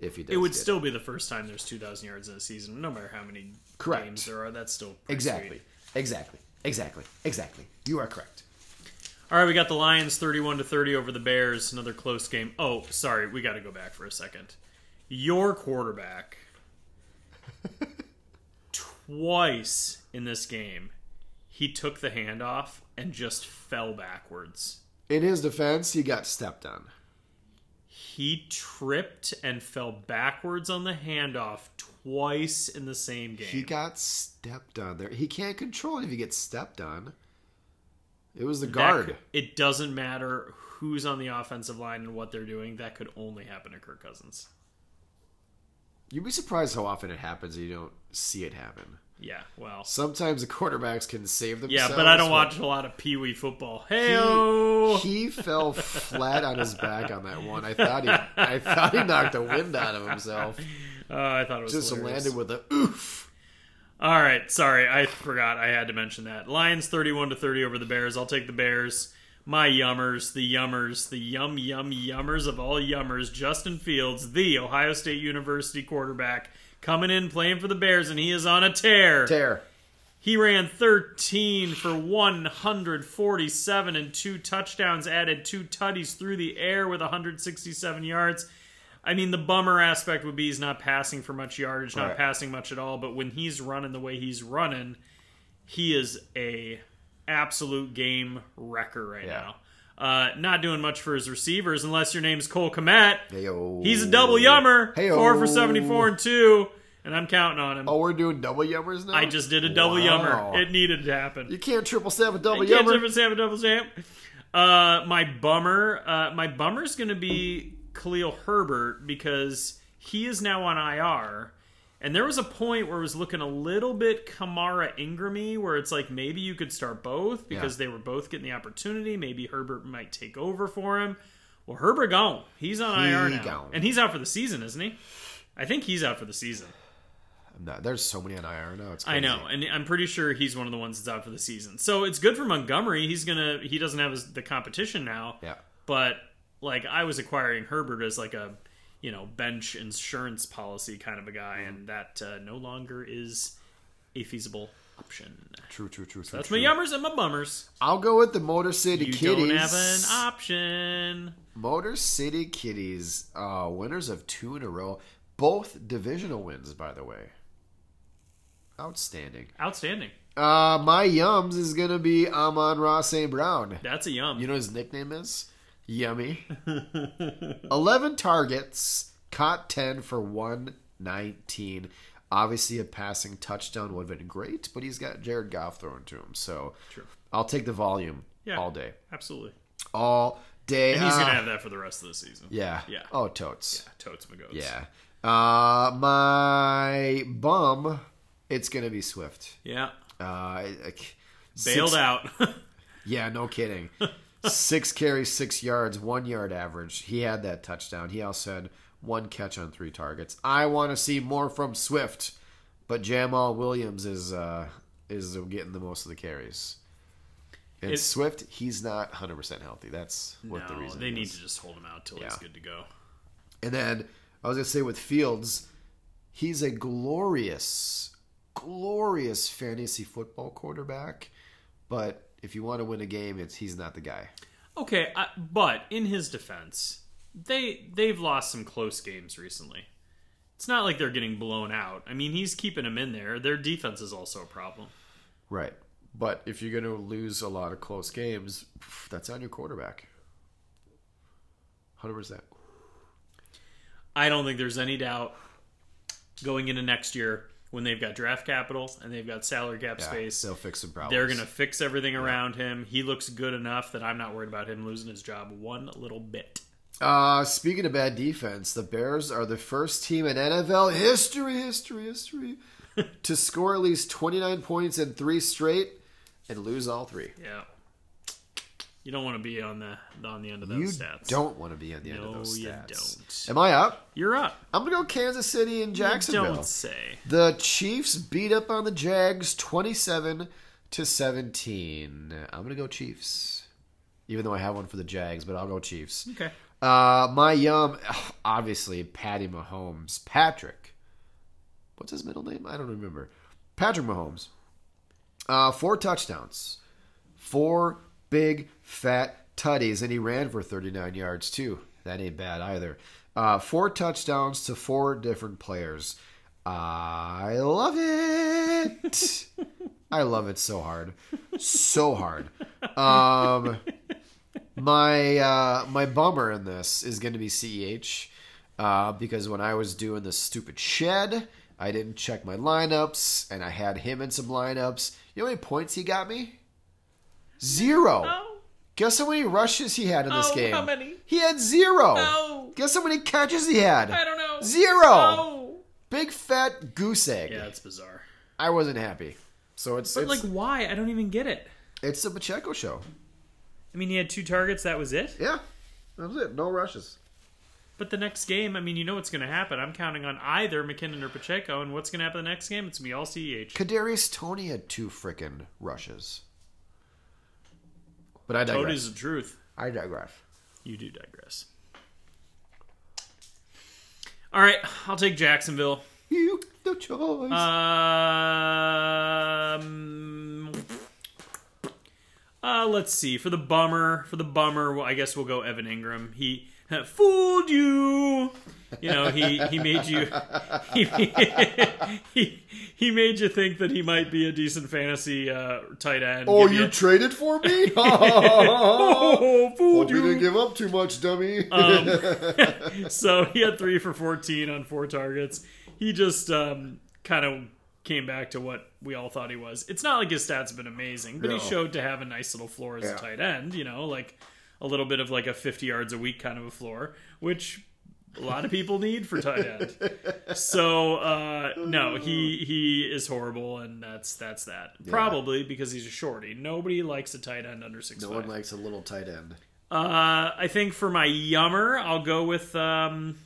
[SPEAKER 3] If he does
[SPEAKER 2] It would
[SPEAKER 3] get
[SPEAKER 2] still be the first time there's 2,000 yards in a season, no matter how many
[SPEAKER 3] Correct.
[SPEAKER 2] games there are. That's still pretty
[SPEAKER 3] Exactly.
[SPEAKER 2] sweet.
[SPEAKER 3] Exactly. Exactly. Exactly. You are correct.
[SPEAKER 2] All right, we got the Lions 31 to 30 over the Bears. Another close game. Oh, sorry, we got to go back for a second. Your quarterback twice in this game, he took the handoff and just fell backwards.
[SPEAKER 3] In his defense, he got stepped on.
[SPEAKER 2] He tripped and fell backwards on the handoff twice in the same game.
[SPEAKER 3] He got stepped on there. He can't control it if he gets stepped on. It was the
[SPEAKER 2] That
[SPEAKER 3] guard.
[SPEAKER 2] could- it doesn't matter who's on the offensive line and what they're doing. That could only happen to Kirk Cousins.
[SPEAKER 3] You'd be surprised how often it happens and you don't see it happen.
[SPEAKER 2] Yeah, well.
[SPEAKER 3] Sometimes the quarterbacks can save
[SPEAKER 2] Yeah,
[SPEAKER 3] themselves.
[SPEAKER 2] but I don't watch a lot of Pee Wee football. Hey,
[SPEAKER 3] He fell flat on his back on that one. I thought he, I thought he knocked the wind out of himself.
[SPEAKER 2] Uh, I thought it was
[SPEAKER 3] Just
[SPEAKER 2] hilarious.
[SPEAKER 3] landed with a oof.
[SPEAKER 2] All right, sorry, I forgot. I had to mention that. Lions thirty-one to thirty over the Bears. I'll take the Bears. My yummers, the yummers, the yum yum yummers of all yummers. Justin Fields, the Ohio State University quarterback, coming in playing for the Bears, and he is on a tear.
[SPEAKER 3] Tear.
[SPEAKER 2] He ran 13 for 147 and two touchdowns, added two tutties through the air with 167 yards. I mean, the bummer aspect would be he's not passing for much yardage, not
[SPEAKER 3] Right.
[SPEAKER 2] passing much at all. But when he's running the way he's running, he is a absolute game wrecker right
[SPEAKER 3] Yeah.
[SPEAKER 2] now. Uh, not doing much for his receivers unless your name's Cole Komet.
[SPEAKER 3] Heyo.
[SPEAKER 2] He's a double yummer,
[SPEAKER 3] Heyo.
[SPEAKER 2] four for 74 and two, and I'm counting on him.
[SPEAKER 3] Oh, we're doing double yummers now.
[SPEAKER 2] I just did a double
[SPEAKER 3] Wow.
[SPEAKER 2] yummer. It needed to happen.
[SPEAKER 3] you can't triple stab a double
[SPEAKER 2] I can't
[SPEAKER 3] yummer.
[SPEAKER 2] difference have a double stamp. Uh, my bummer, uh, my bummer's going to be Khalil Herbert because he is now on IR. And there was a point where it was looking a little bit Kamara Ingramy, where it's like maybe you could start both because they were both getting the opportunity. Maybe Herbert might take over for him. Well, Herbert gone. He's on
[SPEAKER 3] He
[SPEAKER 2] IR now,
[SPEAKER 3] gone.
[SPEAKER 2] and he's out for the season, isn't he? I think he's out for the season.
[SPEAKER 3] No, there's so many on IR now. It's
[SPEAKER 2] I
[SPEAKER 3] crazy.
[SPEAKER 2] know, and I'm pretty sure he's one of the ones that's out for the season. So it's good for Montgomery. He's gonna he doesn't have his, the competition now.
[SPEAKER 3] Yeah.
[SPEAKER 2] But like I was acquiring Herbert as like a you know bench insurance policy kind of a guy,
[SPEAKER 3] Mm-hmm.
[SPEAKER 2] and that uh, no longer is a feasible option.
[SPEAKER 3] True, true, true. true
[SPEAKER 2] That's
[SPEAKER 3] true.
[SPEAKER 2] my yummers and my bummers.
[SPEAKER 3] I'll go with the Motor City
[SPEAKER 2] You
[SPEAKER 3] Kitties.
[SPEAKER 2] don't have an option.
[SPEAKER 3] Motor City Kitties, uh, winners of two in a row, both divisional wins, by the way. Outstanding.
[SPEAKER 2] Outstanding.
[SPEAKER 3] Uh, my yums is gonna be Amon Ross St. Brown.
[SPEAKER 2] That's a yum.
[SPEAKER 3] You know what his nickname is? Yummy. 11 targets, caught 10 for 119. Obviously, a passing touchdown would have been great, but he's got Jared Goff thrown to him. So
[SPEAKER 2] True.
[SPEAKER 3] I'll take the volume
[SPEAKER 2] Yeah.
[SPEAKER 3] all day.
[SPEAKER 2] Absolutely.
[SPEAKER 3] All day.
[SPEAKER 2] And he's
[SPEAKER 3] Ah,
[SPEAKER 2] gonna have that for the rest of the season.
[SPEAKER 3] yeah.
[SPEAKER 2] Yeah.
[SPEAKER 3] Oh, totes.
[SPEAKER 2] Totes my goats.
[SPEAKER 3] Yeah. Uh, my bum, it's going to be Swift.
[SPEAKER 2] Yeah.
[SPEAKER 3] Uh, I- I-
[SPEAKER 2] Bailed
[SPEAKER 3] six-
[SPEAKER 2] out.
[SPEAKER 3] Yeah, no kidding. six carries, six yards, one yard average. He had that touchdown. He also had one catch on three targets. I want to see more from Swift, but Jamal Williams is uh, is getting the most of the carries. And
[SPEAKER 2] It's-
[SPEAKER 3] Swift, he's not 100% healthy. That's
[SPEAKER 2] no,
[SPEAKER 3] what the reason
[SPEAKER 2] they
[SPEAKER 3] is.
[SPEAKER 2] need to just hold him out till he's
[SPEAKER 3] Yeah.
[SPEAKER 2] good to go.
[SPEAKER 3] And then I was going to say with Fields, he's a glorious, glorious fantasy football quarterback, but If you want to win a game, it's he's not the guy.
[SPEAKER 2] Okay, I, but in his defense, they they've lost some close games recently. It's not like they're getting blown out. I mean, he's keeping them in there. Their defense is also a problem.
[SPEAKER 3] Right. But if you're going to lose a lot of close games, that's on your quarterback. 100%.
[SPEAKER 2] I don't think there's any doubt going into next year when they've got draft capital and they've got salary cap space.
[SPEAKER 3] They'll fix some problems.
[SPEAKER 2] They're going to fix everything around him. He looks good enough that I'm not worried about him losing his job one little bit.
[SPEAKER 3] Uh, speaking of bad defense, the Bears are the first team in NFL history, history, history to score at least 29 points in three straight and lose all three.
[SPEAKER 2] Yeah. You don't want to be on the on the end of
[SPEAKER 3] You
[SPEAKER 2] those stats.
[SPEAKER 3] don't want to be on the end of
[SPEAKER 2] No,
[SPEAKER 3] those
[SPEAKER 2] you
[SPEAKER 3] stats.
[SPEAKER 2] don't.
[SPEAKER 3] Am I up?
[SPEAKER 2] You're up.
[SPEAKER 3] I'm going to go Kansas City and Jacksonville.
[SPEAKER 2] Don't say.
[SPEAKER 3] The Chiefs beat up on the Jags 27 to 17. I'm going to go Chiefs. Even though I have one for the Jags, but I'll go Chiefs.
[SPEAKER 2] Okay.
[SPEAKER 3] Uh, my yum, obviously, Patty Mahomes. Patrick. What's his middle name? I don't remember. Patrick Mahomes. Uh, four touchdowns. Four big, fat tutties. And he ran for 39 yards, too. That ain't bad either. Uh, four touchdowns to four different players. I love it. I love it so hard. So hard. Um. My uh, my bummer in this is going to be Ceh, uh, because when I was doing this stupid shed, I didn't check my lineups, and I had him in some lineups. You know how many points he got me? Zero.
[SPEAKER 2] Oh,
[SPEAKER 3] Guess how many rushes he had in this
[SPEAKER 2] Oh,
[SPEAKER 3] game?
[SPEAKER 2] how many?
[SPEAKER 3] He had zero.
[SPEAKER 2] No.
[SPEAKER 3] Guess how many catches he had?
[SPEAKER 2] oh, I don't know.
[SPEAKER 3] Zero.
[SPEAKER 2] Oh.
[SPEAKER 3] Big fat goose egg.
[SPEAKER 2] Yeah, it's bizarre.
[SPEAKER 3] I wasn't happy. So it's
[SPEAKER 2] But
[SPEAKER 3] it's,
[SPEAKER 2] like, why? I don't even get it.
[SPEAKER 3] it's the Pacheco show.
[SPEAKER 2] I mean, he had two targets. That was it.
[SPEAKER 3] Yeah, that was it. No rushes.
[SPEAKER 2] But the next game, I mean, you know what's going to happen. I'm counting on either McKinnon or Pacheco, and what's going to happen the next game? It's going to be all E Ceh.
[SPEAKER 3] Kadarius Tony had two frickin' rushes. But I
[SPEAKER 2] Code
[SPEAKER 3] digress.
[SPEAKER 2] is the truth.
[SPEAKER 3] I digress.
[SPEAKER 2] You do digress. All right, I'll take Jacksonville.
[SPEAKER 3] You the choice.
[SPEAKER 2] Uh, Um, uh, let's see. For the bummer, for the bummer, well, I guess we'll go Evan Ingram. He fooled you. You know, he he made you he, he he made you think that he might be a decent fantasy uh, tight end.
[SPEAKER 3] oh,
[SPEAKER 2] Give
[SPEAKER 3] you traded for me?
[SPEAKER 2] oh,
[SPEAKER 3] Well,
[SPEAKER 2] fooled
[SPEAKER 3] you didn't
[SPEAKER 2] you.
[SPEAKER 3] give up too much, dummy.
[SPEAKER 2] Uh, So he had three for fourteen on four targets. He just um, kind of came back to what we all thought he was. It's not like his stats have been amazing, but he
[SPEAKER 3] No.
[SPEAKER 2] showed to have a nice little floor as
[SPEAKER 3] Yeah.
[SPEAKER 2] a tight end. You know, like a little bit of like a fifty yards a week kind of a floor, which a lot of people need for tight end. So uh, no, he he is horrible, and that's that's that. Probably because he's a shorty. Nobody likes a tight end under six.
[SPEAKER 3] no one likes a little tight end.
[SPEAKER 2] Uh, I think for my yummer, I'll go with um,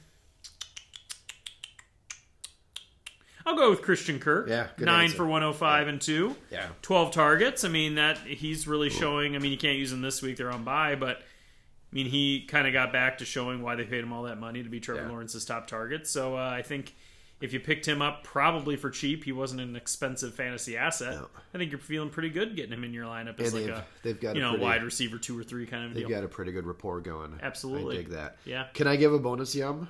[SPEAKER 2] I'll go with Christian Kirk.
[SPEAKER 3] Yeah, good
[SPEAKER 2] nine
[SPEAKER 3] answer.
[SPEAKER 2] for one hundred five and two.
[SPEAKER 3] Yeah.
[SPEAKER 2] 12 targets. I mean, that he's really showing. I mean, you can't use him this week; they're on bye. But I mean, he kind of got back to showing why they paid him all that money to be Trevor
[SPEAKER 3] Yeah.
[SPEAKER 2] Lawrence's top target. So uh, I think if you picked him up, probably for cheap, he wasn't an expensive fantasy asset.
[SPEAKER 3] No.
[SPEAKER 2] I think you're feeling pretty good getting him in your lineup as
[SPEAKER 3] Yeah,
[SPEAKER 2] like
[SPEAKER 3] they've-
[SPEAKER 2] a
[SPEAKER 3] they've got
[SPEAKER 2] you
[SPEAKER 3] a
[SPEAKER 2] know
[SPEAKER 3] pretty-
[SPEAKER 2] wide receiver two or three kind of
[SPEAKER 3] They've
[SPEAKER 2] deal.
[SPEAKER 3] got a pretty good rapport going.
[SPEAKER 2] Absolutely.
[SPEAKER 3] I dig that.
[SPEAKER 2] Yeah.
[SPEAKER 3] Can I give a bonus yum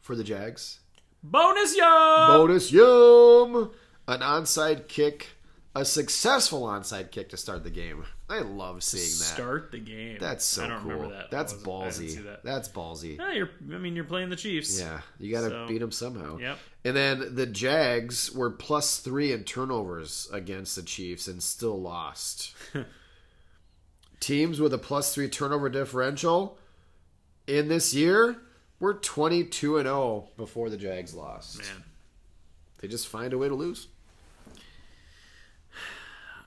[SPEAKER 3] for the Jags?
[SPEAKER 2] Bonus yum.
[SPEAKER 3] Bonus yum! An onside kick, a successful onside kick to start the game. I love seeing that.
[SPEAKER 2] Start the game.
[SPEAKER 3] That's so
[SPEAKER 2] I don't
[SPEAKER 3] cool.
[SPEAKER 2] Remember that.
[SPEAKER 3] That's
[SPEAKER 2] I wasn't- I didn't see
[SPEAKER 3] ballsy.
[SPEAKER 2] that.
[SPEAKER 3] That's ballsy.
[SPEAKER 2] Yeah, you're. I mean, you're playing the Chiefs.
[SPEAKER 3] Yeah, you got to 'em
[SPEAKER 2] So-
[SPEAKER 3] beat them somehow.
[SPEAKER 2] Yep.
[SPEAKER 3] And then the Jags were plus three in turnovers against the Chiefs and still lost. Teams with a plus three turnover differential in this year were twenty two and zero before the Jags lost.
[SPEAKER 2] Man.
[SPEAKER 3] They just find a way to lose.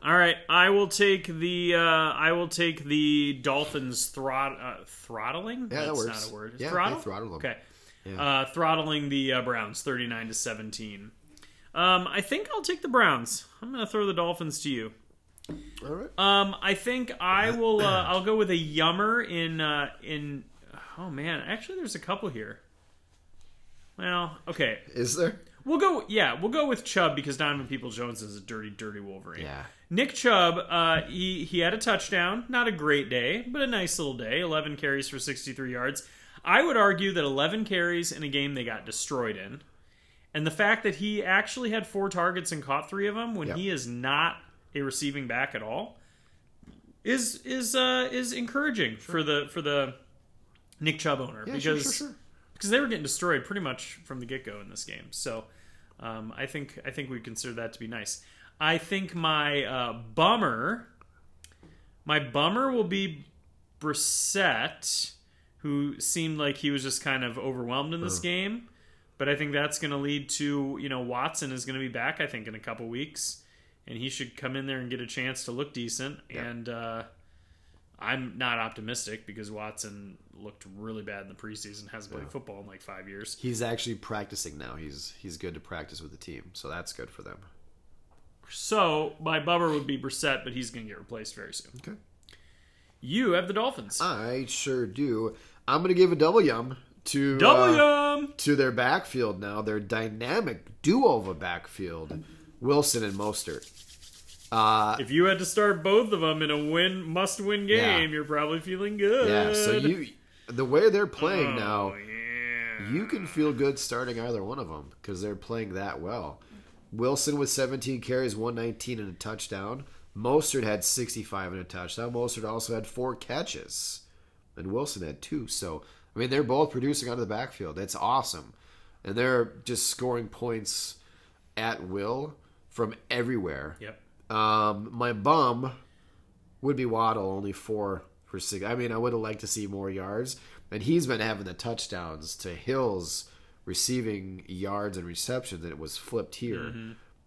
[SPEAKER 2] All right, I will take the uh, I will take the Dolphins throt- uh, throttling.
[SPEAKER 3] Yeah, that
[SPEAKER 2] That's
[SPEAKER 3] works.
[SPEAKER 2] not a word.
[SPEAKER 3] Yeah,
[SPEAKER 2] Throttle?
[SPEAKER 3] they throttled 'em.
[SPEAKER 2] Okay,
[SPEAKER 3] Yeah.
[SPEAKER 2] uh, throttling the uh, Browns, thirty nine to seventeen. Um, I think I'll take the Browns. I'm going to throw the Dolphins to you.
[SPEAKER 3] All right.
[SPEAKER 2] Um, I think I will. Uh, I'll go with a yummer in uh, in. Oh man, actually, there's a couple here. Well, okay.
[SPEAKER 3] Is there?
[SPEAKER 2] We'll go. Yeah, we'll go with Chubb because Donovan People Jones is a dirty, dirty Wolverine.
[SPEAKER 3] Yeah.
[SPEAKER 2] Nick Chubb, uh, he he had a touchdown. Not a great day, but a nice little day. Eleven carries for sixty-three yards. I would argue that eleven carries in a game they got destroyed in, and the fact that he actually had four targets and caught three of them when
[SPEAKER 3] Yep.
[SPEAKER 2] he is not a receiving back at all is is uh, is encouraging for the for the Nick Chubb owner
[SPEAKER 3] Yeah,
[SPEAKER 2] because
[SPEAKER 3] sure, sure, sure.
[SPEAKER 2] because they were getting destroyed pretty much from the get go in this game. So um, I think I think we consider that to be nice. I think my uh, bummer, my bummer will be Brissett, who seemed like he was just kind of overwhelmed in this game. But I think that's going to lead to you know Watson is going to be back I think in a couple weeks, and he should come in there and get a chance to look decent. And uh, I'm not optimistic because Watson looked really bad in the preseason, hasn't played football in like five years.
[SPEAKER 3] He's actually practicing now. He's he's good to practice with the team, so that's good for them.
[SPEAKER 2] So my bummer would be Brissett, but he's going to get replaced very soon.
[SPEAKER 3] Okay.
[SPEAKER 2] You have the Dolphins.
[SPEAKER 3] I sure do. I'm gonna give a double yum to uh,
[SPEAKER 2] Double yum.
[SPEAKER 3] to their backfield now. Their dynamic duo of a backfield, Wilson and Mostert. Uh,
[SPEAKER 2] If you had to start both of them in a win, must-win game,
[SPEAKER 3] Yeah.
[SPEAKER 2] you're probably feeling good.
[SPEAKER 3] yeah. So you the way they're playing
[SPEAKER 2] Oh,
[SPEAKER 3] now.
[SPEAKER 2] yeah.
[SPEAKER 3] You can feel good starting either one of them because they're playing that well. Wilson with 17 carries, 119 and a touchdown. Mostert had 65 and a touchdown. Mostert also had four catches, and Wilson had two. So I mean, they're both producing out of the backfield. That's awesome, and they're just scoring points at will from everywhere.
[SPEAKER 2] Yep.
[SPEAKER 3] Um, my bum would be Waddle, only four for six. I mean, I would have liked to see more yards, and he's been having the touchdowns to Hill's receiving yards and receptions, and it was flipped here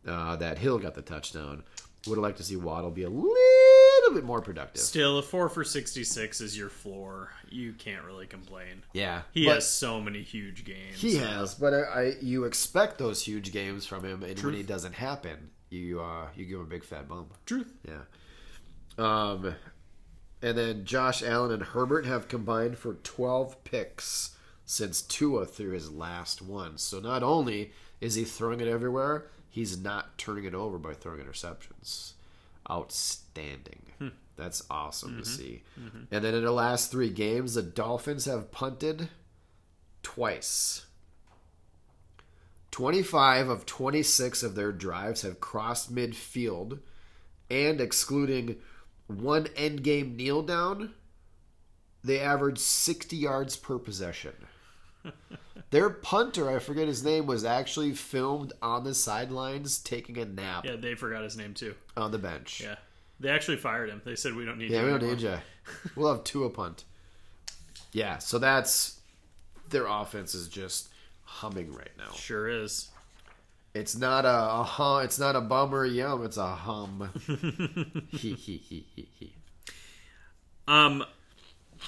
[SPEAKER 3] uh, that Hill got the touchdown. Would have liked to see Waddle be a little bit more productive.
[SPEAKER 2] Still, a four for 66 is your floor. You can't really complain.
[SPEAKER 3] Yeah,
[SPEAKER 2] He
[SPEAKER 3] but
[SPEAKER 2] has so many huge games.
[SPEAKER 3] He has, but I, I, you expect those huge games from him, and when it doesn't happen, you uh, you give him a big fat bump.
[SPEAKER 2] Truth.
[SPEAKER 3] Yeah. Um, and then Josh Allen and Herbert have combined for 12 picks since Tua threw his last one. So not only is he throwing it everywhere, he's not turning it over by throwing interceptions. Outstanding.
[SPEAKER 2] Hmm.
[SPEAKER 3] That's awesome
[SPEAKER 2] Mm-hmm.
[SPEAKER 3] to see. And then in the last three games, the Dolphins have punted twice. 25 of 26 of their drives have crossed midfield and excluding one end game kneel down, they averaged 60 yards per possession. Their punter, I forget his name, was actually filmed on the sidelines taking a nap
[SPEAKER 2] Yeah, they forgot his name too.
[SPEAKER 3] on the bench.
[SPEAKER 2] Yeah. They actually fired him. They said, we don't need
[SPEAKER 3] Yeah,
[SPEAKER 2] you
[SPEAKER 3] we don't
[SPEAKER 2] anymore."
[SPEAKER 3] need you. We'll have two a punt. Yeah, so that's their offense is just humming right now.
[SPEAKER 2] Sure is.
[SPEAKER 3] It's not a, a hum, it's not a bummer yum, it's a hum. he, he, he, he, he.
[SPEAKER 2] Um,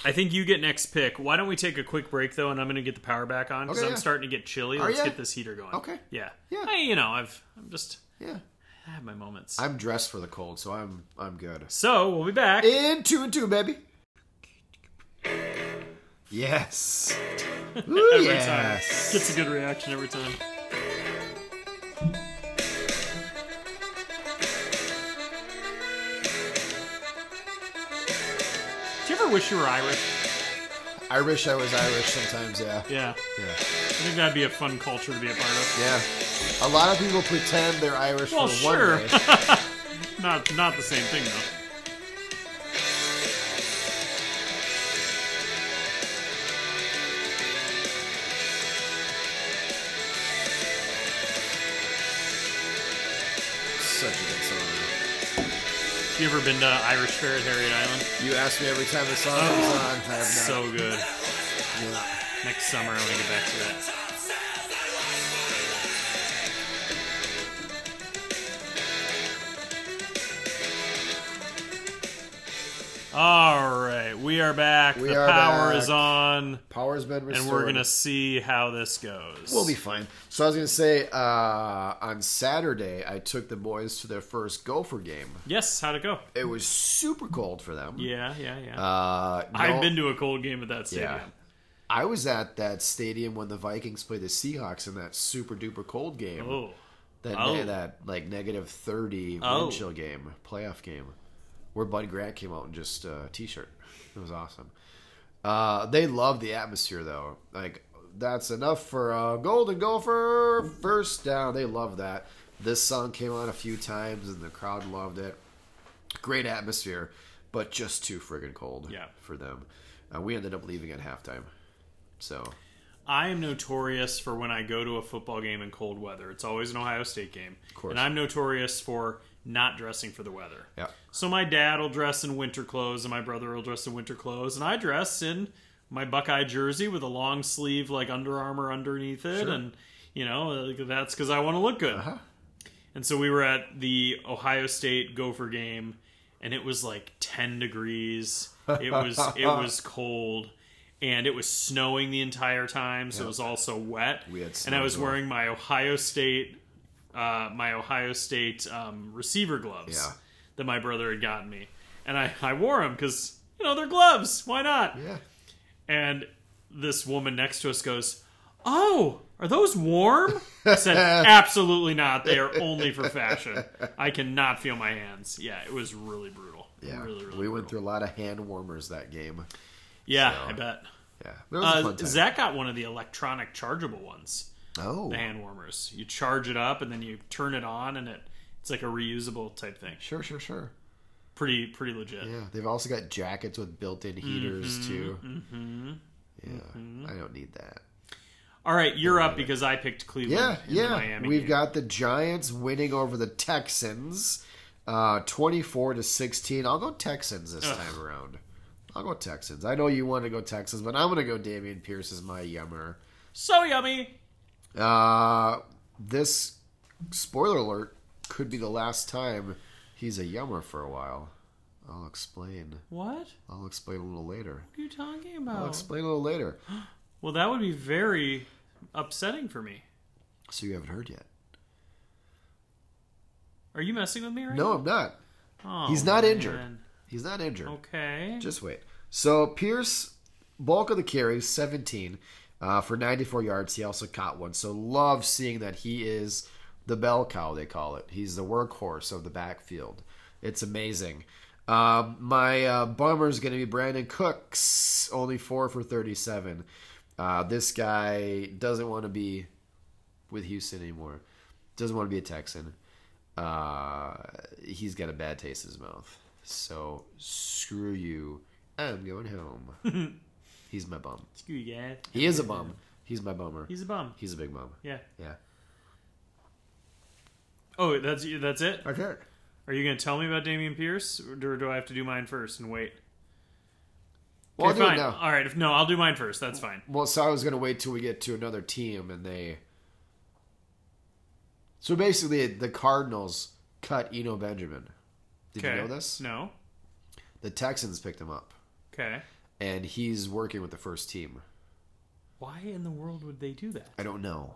[SPEAKER 2] I think you get next pick. Why don't we take a quick break though, and I'm going to get the power back on because
[SPEAKER 3] Okay,
[SPEAKER 2] I'm
[SPEAKER 3] yeah.
[SPEAKER 2] starting to get chilly. Let's
[SPEAKER 3] ya?
[SPEAKER 2] get this heater going.
[SPEAKER 3] Okay.
[SPEAKER 2] Yeah.
[SPEAKER 3] Yeah.
[SPEAKER 2] I, you know, I've I'm just
[SPEAKER 3] Yeah.
[SPEAKER 2] I have my moments.
[SPEAKER 3] I'm dressed for the cold, so I'm I'm good.
[SPEAKER 2] so we'll be back.
[SPEAKER 3] In two and two, baby. Yes. Ooh,
[SPEAKER 2] every
[SPEAKER 3] yes.
[SPEAKER 2] time. Gets a good reaction every time. Do you ever wish you were Irish?
[SPEAKER 3] I wish I was Irish sometimes. Yeah.
[SPEAKER 2] Yeah.
[SPEAKER 3] Yeah.
[SPEAKER 2] I think that'd be a fun culture to be a part of.
[SPEAKER 3] Yeah. A lot of people pretend they're Irish
[SPEAKER 2] Well,
[SPEAKER 3] for
[SPEAKER 2] sure.
[SPEAKER 3] one day.
[SPEAKER 2] Not not the same thing though.
[SPEAKER 3] Such a good song.
[SPEAKER 2] You ever been to Irish Fair at Harriet Island?
[SPEAKER 3] You ask me every time the song comes on. I have not.
[SPEAKER 2] Oh, So good.
[SPEAKER 3] yeah.
[SPEAKER 2] Next summer, I want to get back to that. All right, we are back.
[SPEAKER 3] We
[SPEAKER 2] the
[SPEAKER 3] are
[SPEAKER 2] power
[SPEAKER 3] back.
[SPEAKER 2] is on,
[SPEAKER 3] Power's been restored.
[SPEAKER 2] and we're gonna see how this goes.
[SPEAKER 3] We'll be fine. So I was gonna say, uh, on Saturday I took the boys to their first Gopher game.
[SPEAKER 2] yes. How'd it go?
[SPEAKER 3] It was super cold for them.
[SPEAKER 2] Yeah, yeah, yeah.
[SPEAKER 3] Uh, no-
[SPEAKER 2] I've been to a cold game at that stadium.
[SPEAKER 3] Yeah. I was at that stadium when the Vikings played the Seahawks in that super duper cold game.
[SPEAKER 2] Oh,
[SPEAKER 3] That
[SPEAKER 2] Oh.
[SPEAKER 3] ne- that like negative thirty
[SPEAKER 2] Oh.
[SPEAKER 3] wind chill game, playoff game, where Bud Grant came out in just a t-shirt. It was awesome. Uh, they love the atmosphere though. Like that's enough for a Golden Gopher first down. They love that. This song came on a few times and the crowd loved it. Great atmosphere, but just too friggin' cold.
[SPEAKER 2] Yeah.
[SPEAKER 3] for them. Uh, we ended up leaving at halftime. So
[SPEAKER 2] I am notorious for when I go to a football game in cold weather. It's always an Ohio State game. Of
[SPEAKER 3] course.
[SPEAKER 2] And I'm notorious for not dressing for the weather.
[SPEAKER 3] yeah,
[SPEAKER 2] So my dad will dress in winter clothes, and my brother will dress in winter clothes, and I dress in my Buckeye jersey with a long sleeve, like Under Armour underneath it,
[SPEAKER 3] Sure. Uh-huh.
[SPEAKER 2] and you know like, that's because I want to look good. And so we were at the Ohio State Gopher game, and it was like ten degrees. It was it was cold, and it was snowing the entire time, so it was also wet.
[SPEAKER 3] We had
[SPEAKER 2] and
[SPEAKER 3] snow
[SPEAKER 2] I
[SPEAKER 3] as
[SPEAKER 2] was
[SPEAKER 3] well.
[SPEAKER 2] wearing my Ohio State uh, my Ohio State um, receiver gloves
[SPEAKER 3] Yeah.
[SPEAKER 2] that my brother had gotten me, and I I wore them because you know they're gloves. Why not?
[SPEAKER 3] yeah.
[SPEAKER 2] And this woman next to us goes, "Oh, are those warm?" I said, "Absolutely not. They are only for fashion. I cannot feel my hands." Yeah, it was really brutal.
[SPEAKER 3] Yeah,
[SPEAKER 2] really, really
[SPEAKER 3] we went through a lot of hand warmers that game.
[SPEAKER 2] Yeah,
[SPEAKER 3] so-
[SPEAKER 2] I bet.
[SPEAKER 3] Yeah, that was a
[SPEAKER 2] Uh,
[SPEAKER 3] fun time.
[SPEAKER 2] Zach got one of the electronic chargeable ones,
[SPEAKER 3] oh,
[SPEAKER 2] the hand warmers. You charge it up and then you turn it on, and it it's like a reusable type thing.
[SPEAKER 3] sure, sure, sure.
[SPEAKER 2] Pretty pretty legit.
[SPEAKER 3] Yeah, they've also got jackets with built-in
[SPEAKER 2] Mm-hmm,
[SPEAKER 3] heaters too. Yeah, I don't need that.
[SPEAKER 2] All right, you're up because I picked Cleveland.
[SPEAKER 3] Yeah,
[SPEAKER 2] in
[SPEAKER 3] yeah.
[SPEAKER 2] The Miami
[SPEAKER 3] We've
[SPEAKER 2] game.
[SPEAKER 3] got the Giants winning over the Texans, uh, twenty-four to sixteen. I'll go Texans this time around. I'll go Texans. I know you want to go Texans, but I'm going to go Damian Pierce as my yummer.
[SPEAKER 2] so yummy.
[SPEAKER 3] Uh, this spoiler alert could be the last time he's a yummer for a while. I'll explain.
[SPEAKER 2] What?
[SPEAKER 3] I'll explain a little later.
[SPEAKER 2] What are you talking
[SPEAKER 3] I'll
[SPEAKER 2] about?
[SPEAKER 3] explain a little later.
[SPEAKER 2] Well, that would be very upsetting for me.
[SPEAKER 3] So you haven't heard yet?
[SPEAKER 2] Are you messing with me right
[SPEAKER 3] No,
[SPEAKER 2] now?
[SPEAKER 3] I'm not.
[SPEAKER 2] Oh,
[SPEAKER 3] He's not
[SPEAKER 2] man.
[SPEAKER 3] injured. He's not injured.
[SPEAKER 2] Oh. Okay.
[SPEAKER 3] Just wait. So Pierce, bulk of the carries, 17 uh, for 94 yards. He also caught one. So love seeing that he is the bell cow, they call it. He's the workhorse of the backfield. It's amazing. Um, my uh, bummer is going to be Brandon Cooks, only four for 37. Uh, this guy doesn't want to be with Houston anymore. Doesn't want to be a Texan. Uh, he's got a bad taste in his mouth. So screw you. I'm going home. he's my bum.
[SPEAKER 2] Screw you guys.
[SPEAKER 3] He is a bum. He's my bummer.
[SPEAKER 2] He's a bum.
[SPEAKER 3] He's a big bum.
[SPEAKER 2] Yeah.
[SPEAKER 3] Yeah.
[SPEAKER 2] Oh, that's that's it.
[SPEAKER 3] Okay.
[SPEAKER 2] Are you going to tell me about Damian Pierce, or do do I have to do mine first and wait?
[SPEAKER 3] Well,
[SPEAKER 2] Okay,
[SPEAKER 3] I'll
[SPEAKER 2] fine.
[SPEAKER 3] do it now.
[SPEAKER 2] All right. If no, I'll do mine first. That's fine.
[SPEAKER 3] Well, so I was going to wait till we get to another team and they. So basically, the Cardinals cut Eno Benjamin. Did
[SPEAKER 2] okay.
[SPEAKER 3] you know this?
[SPEAKER 2] No.
[SPEAKER 3] The Texans picked him up,
[SPEAKER 2] Okay.
[SPEAKER 3] and he's working with the first team.
[SPEAKER 2] Why in the world would they do that?
[SPEAKER 3] I don't know.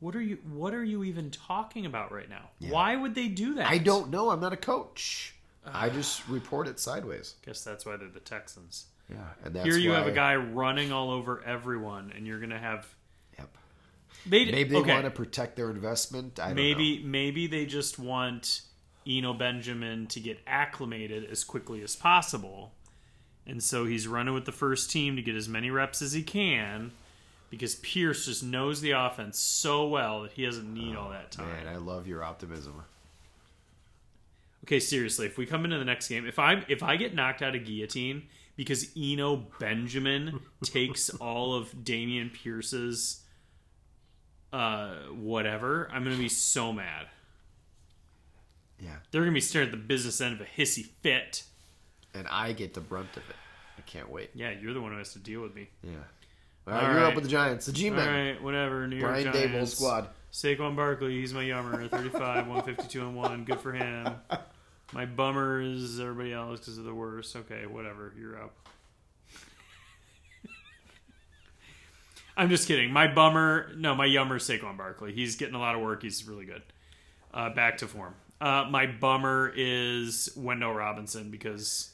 [SPEAKER 2] What are you What are you even talking about right now? Why would they do that?
[SPEAKER 3] I don't know. I'm not a coach. I just report it sideways.
[SPEAKER 2] Guess that's why they're the Texans.
[SPEAKER 3] Yeah, and that's
[SPEAKER 2] Here you have a
[SPEAKER 3] why-
[SPEAKER 2] guy running all over everyone, and you're going to have
[SPEAKER 3] Yep.
[SPEAKER 2] they
[SPEAKER 3] Maybe they
[SPEAKER 2] okay.
[SPEAKER 3] want to protect their investment. I don't
[SPEAKER 2] maybe maybe they just want Eno Benjamin to get acclimated as quickly as possible. And so he's running with the first team to get as many reps as he can because Pierce just knows the offense so well that he doesn't need all that
[SPEAKER 3] know.
[SPEAKER 2] time.
[SPEAKER 3] Oh, man, I love your optimism.
[SPEAKER 2] Okay, seriously, if we come into the next game, if I if I get knocked out of guillotine because Eno Benjamin takes all of Damian Pierce's uh whatever, I'm gonna be so mad.
[SPEAKER 3] Yeah,
[SPEAKER 2] They're gonna be staring at the business end of a hissy fit.
[SPEAKER 3] and I get the brunt of it. I can't wait.
[SPEAKER 2] Yeah, you're the one who has to deal with me.
[SPEAKER 3] Yeah. All right,
[SPEAKER 2] All
[SPEAKER 3] you're
[SPEAKER 2] right.
[SPEAKER 3] up with the Giants, the
[SPEAKER 2] All
[SPEAKER 3] G-men,
[SPEAKER 2] right, whatever. New
[SPEAKER 3] Brian
[SPEAKER 2] York
[SPEAKER 3] Dable
[SPEAKER 2] Giants.
[SPEAKER 3] squad.
[SPEAKER 2] Saquon Barkley, he's my yummer. 35, 152 and 1. Good for him. My bummer is everybody else because they're the worst. Okay, whatever. You're up. I'm just kidding. My bummer, no, my yummer is Saquon Barkley. He's getting a lot of work. He's really good. Uh, back to form. Uh, my bummer is Wendell Robinson because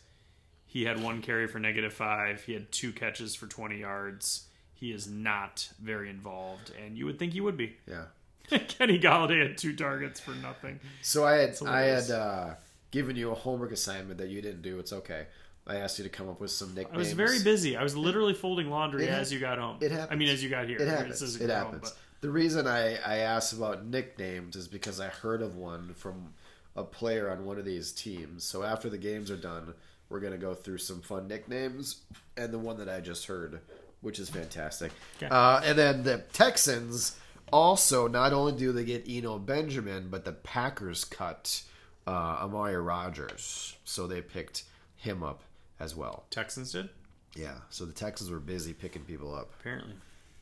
[SPEAKER 2] He had one carry for negative five. He had two catches for 20 yards. He is not very involved, and you would think he would be.
[SPEAKER 3] Yeah.
[SPEAKER 2] Kenny Galladay had two targets for nothing.
[SPEAKER 3] So I had I
[SPEAKER 2] hilarious.
[SPEAKER 3] had uh, given you a homework assignment that you didn't do. It's okay. I asked you to come up with some nicknames.
[SPEAKER 2] I was very busy. I was literally folding laundry
[SPEAKER 3] It hap-
[SPEAKER 2] as you got home.
[SPEAKER 3] it happens.
[SPEAKER 2] I mean, as you got here.
[SPEAKER 3] It happens.
[SPEAKER 2] isn't
[SPEAKER 3] It
[SPEAKER 2] your home,
[SPEAKER 3] happens.
[SPEAKER 2] but-
[SPEAKER 3] The reason I, I asked about nicknames is because I heard of one from a player on one of these teams. So after the games are done, we're gonna go through some fun nicknames and the one that I just heard, which is fantastic.
[SPEAKER 2] Okay.
[SPEAKER 3] Uh, and then the Texans also not only do they get Eno Benjamin, but the Packers cut uh, Amari Rogers, so they picked him up as well.
[SPEAKER 2] Texans did
[SPEAKER 3] Yeah, so the Texans were busy picking people up.
[SPEAKER 2] apparently.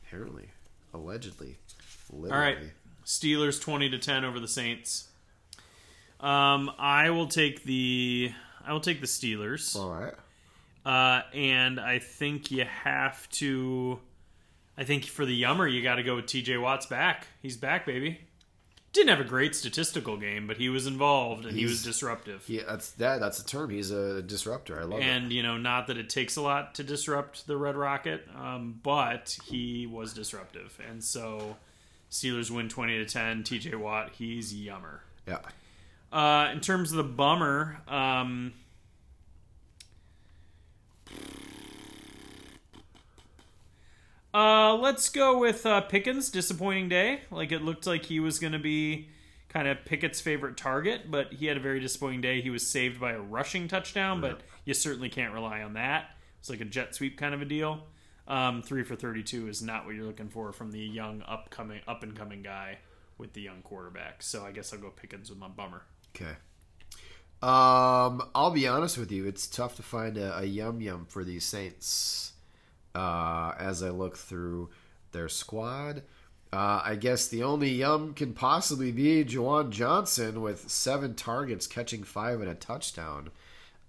[SPEAKER 3] Apparently. Allegedly. Literally.
[SPEAKER 2] All right, Steelers twenty to ten over the Saints. Um, I will take the I will take the Steelers.
[SPEAKER 3] All right.
[SPEAKER 2] Uh, and I think you have to. I think for the Yummer, you got to go with T.J. Watt's back. He's back, baby. Didn't have a great statistical game, but he was involved and he was
[SPEAKER 3] He's-
[SPEAKER 2] disruptive.
[SPEAKER 3] Yeah, that's that. That's the term. He's a disruptor. I love it.
[SPEAKER 2] and you know, not that it takes a lot to disrupt the Red Rocket, um, but he was disruptive, and so Steelers win twenty to ten. T.J. Watt, he's Yummer.
[SPEAKER 3] Yeah.
[SPEAKER 2] Uh, in terms of the bummer, um, uh, let's go with uh, Pickens. Disappointing day. Like it looked like he was going to be kind of Pickett's favorite target, but he had a very disappointing day. He was saved by a rushing touchdown, but you certainly can't rely on that. It's like a jet sweep kind of a deal. Um, three for thirty-two is not what you're looking for from the young upcoming up and coming guy with the young quarterback. So I guess I'll go Pickens with my bummer.
[SPEAKER 3] Okay. Um, I'll be honest with you. It's tough to find a, a yum yum for these Saints. Uh, as I look through their squad, uh, I guess the only yum can possibly be Jawan Johnson with seven targets, catching five and a touchdown.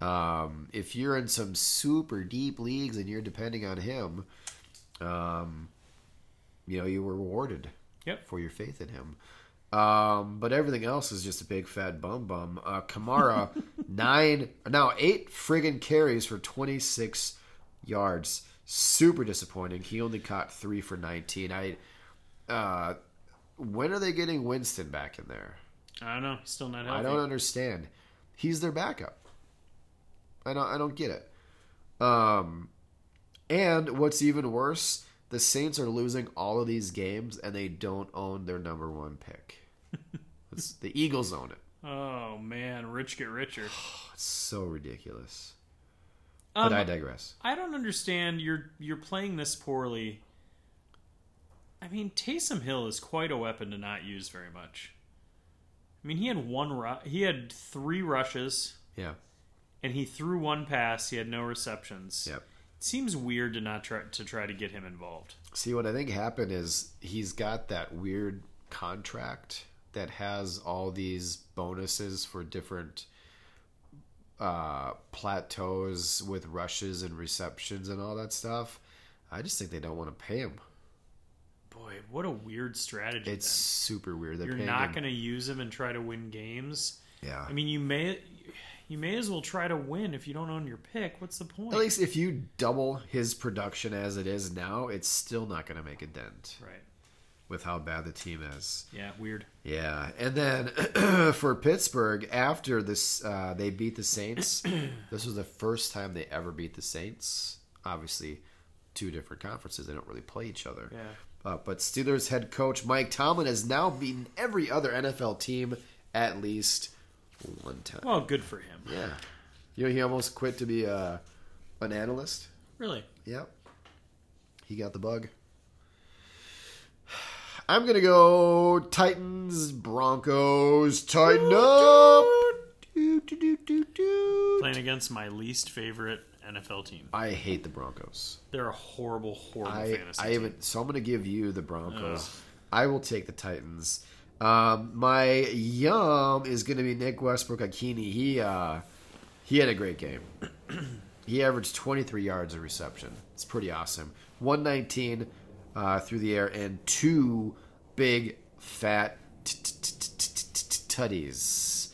[SPEAKER 3] Um, if you're in some super deep leagues and you're depending on him, um, you know you were rewarded
[SPEAKER 2] Yep.
[SPEAKER 3] for your faith in him. Um, but everything else is just a big fat bum bum. Uh, Kamara nine now eight friggin' carries for twenty six yards. Super disappointing. He only caught three for nineteen. I uh, when are they getting Winston back in there?
[SPEAKER 2] I don't know. He's Still not healthy.
[SPEAKER 3] I don't understand. He's their backup. I don't I don't get it. Um and what's even worse, the Saints are losing all of these games and they don't own their number 1 pick. It's, the Eagles own it.
[SPEAKER 2] Oh man, rich get richer.
[SPEAKER 3] It's so ridiculous.
[SPEAKER 2] Um,
[SPEAKER 3] but I digress.
[SPEAKER 2] I don't understand. You're you're playing this poorly. I mean, Taysom Hill is quite a weapon to not use very much. I mean, he had one ru- he had three rushes
[SPEAKER 3] Yeah.
[SPEAKER 2] and he threw one pass. He had no receptions.
[SPEAKER 3] Yep.
[SPEAKER 2] It seems weird to not try to try to get him involved.
[SPEAKER 3] See, what I think happened is he's got that weird contract that has all these bonuses for different uh, plateaus with rushes and receptions and all that stuff. I just think they don't want to pay him.
[SPEAKER 2] Boy, what a weird strategy.
[SPEAKER 3] It's
[SPEAKER 2] then.
[SPEAKER 3] super weird. They're
[SPEAKER 2] you're
[SPEAKER 3] paying
[SPEAKER 2] not
[SPEAKER 3] him.
[SPEAKER 2] going to use him and try to win games.
[SPEAKER 3] Yeah.
[SPEAKER 2] I mean, you may you may as well try to win if you don't own your pick. What's the point?
[SPEAKER 3] At least if you double his production as it is now, it's still not going to make a dent
[SPEAKER 2] right.
[SPEAKER 3] with how bad the team is.
[SPEAKER 2] Yeah, weird.
[SPEAKER 3] Yeah, and then for Pittsburgh, after this, uh, they beat the Saints. this was the first time they ever beat the Saints. Obviously, two different conferences; they don't really play each other.
[SPEAKER 2] Yeah.
[SPEAKER 3] Uh, but Steelers head coach Mike Tomlin has now beaten every other NFL team at least one time.
[SPEAKER 2] Well, good for him.
[SPEAKER 3] yeah, you know he almost quit to be uh, an analyst.
[SPEAKER 2] Really.
[SPEAKER 3] Yep. He got the bug. I'm going to go Titans, Broncos, tighten up. Do, do, do, do, do.
[SPEAKER 2] Playing against my least favorite NFL team.
[SPEAKER 3] I hate the Broncos.
[SPEAKER 2] They're a horrible, horrible
[SPEAKER 3] I,
[SPEAKER 2] fantasy
[SPEAKER 3] I
[SPEAKER 2] team.
[SPEAKER 3] even so I'm going to give you the Broncos. I will take the Titans. Um, my yum is going to be Nick Westbrook Akini. He uh, he had a great game. he averaged 23 yards of reception. It's pretty awesome. 119 uh, through the air and two big fat t- t- t- t- t- t- tutties.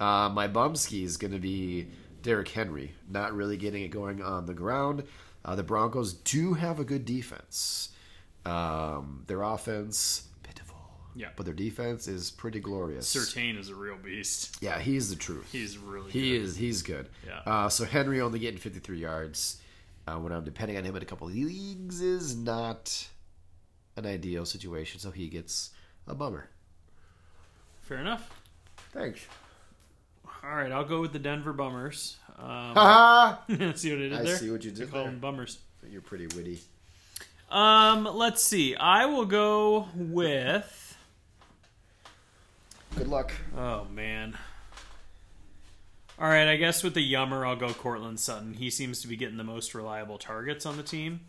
[SPEAKER 3] Uh, my bumski is going to be Derrick Henry not really getting it going on the ground. Uh, the Broncos do have a good defense. Um, their offense pitiful,
[SPEAKER 2] Yeah.
[SPEAKER 3] but their defense is pretty glorious.
[SPEAKER 2] Sertain is a real beast.
[SPEAKER 3] Yeah, he's the truth.
[SPEAKER 2] He's really
[SPEAKER 3] He
[SPEAKER 2] good.
[SPEAKER 3] is. He's good.
[SPEAKER 2] Yeah.
[SPEAKER 3] Uh, so Henry only getting 53 yards uh, when I'm depending on him in a couple of leagues is not an ideal situation. So he gets a bummer.
[SPEAKER 2] Fair enough.
[SPEAKER 3] Thanks.
[SPEAKER 2] All right, I'll go with the Denver Bummers. Um,
[SPEAKER 3] Haha.
[SPEAKER 2] see what I did
[SPEAKER 3] I
[SPEAKER 2] there?
[SPEAKER 3] see what you did
[SPEAKER 2] I call
[SPEAKER 3] there.
[SPEAKER 2] them Bummers.
[SPEAKER 3] You're pretty witty.
[SPEAKER 2] Um, let's see. I will go with.
[SPEAKER 3] Good luck.
[SPEAKER 2] Oh man. All right, I guess with the Yummer, I'll go Cortland Sutton. He seems to be getting the most reliable targets on the team.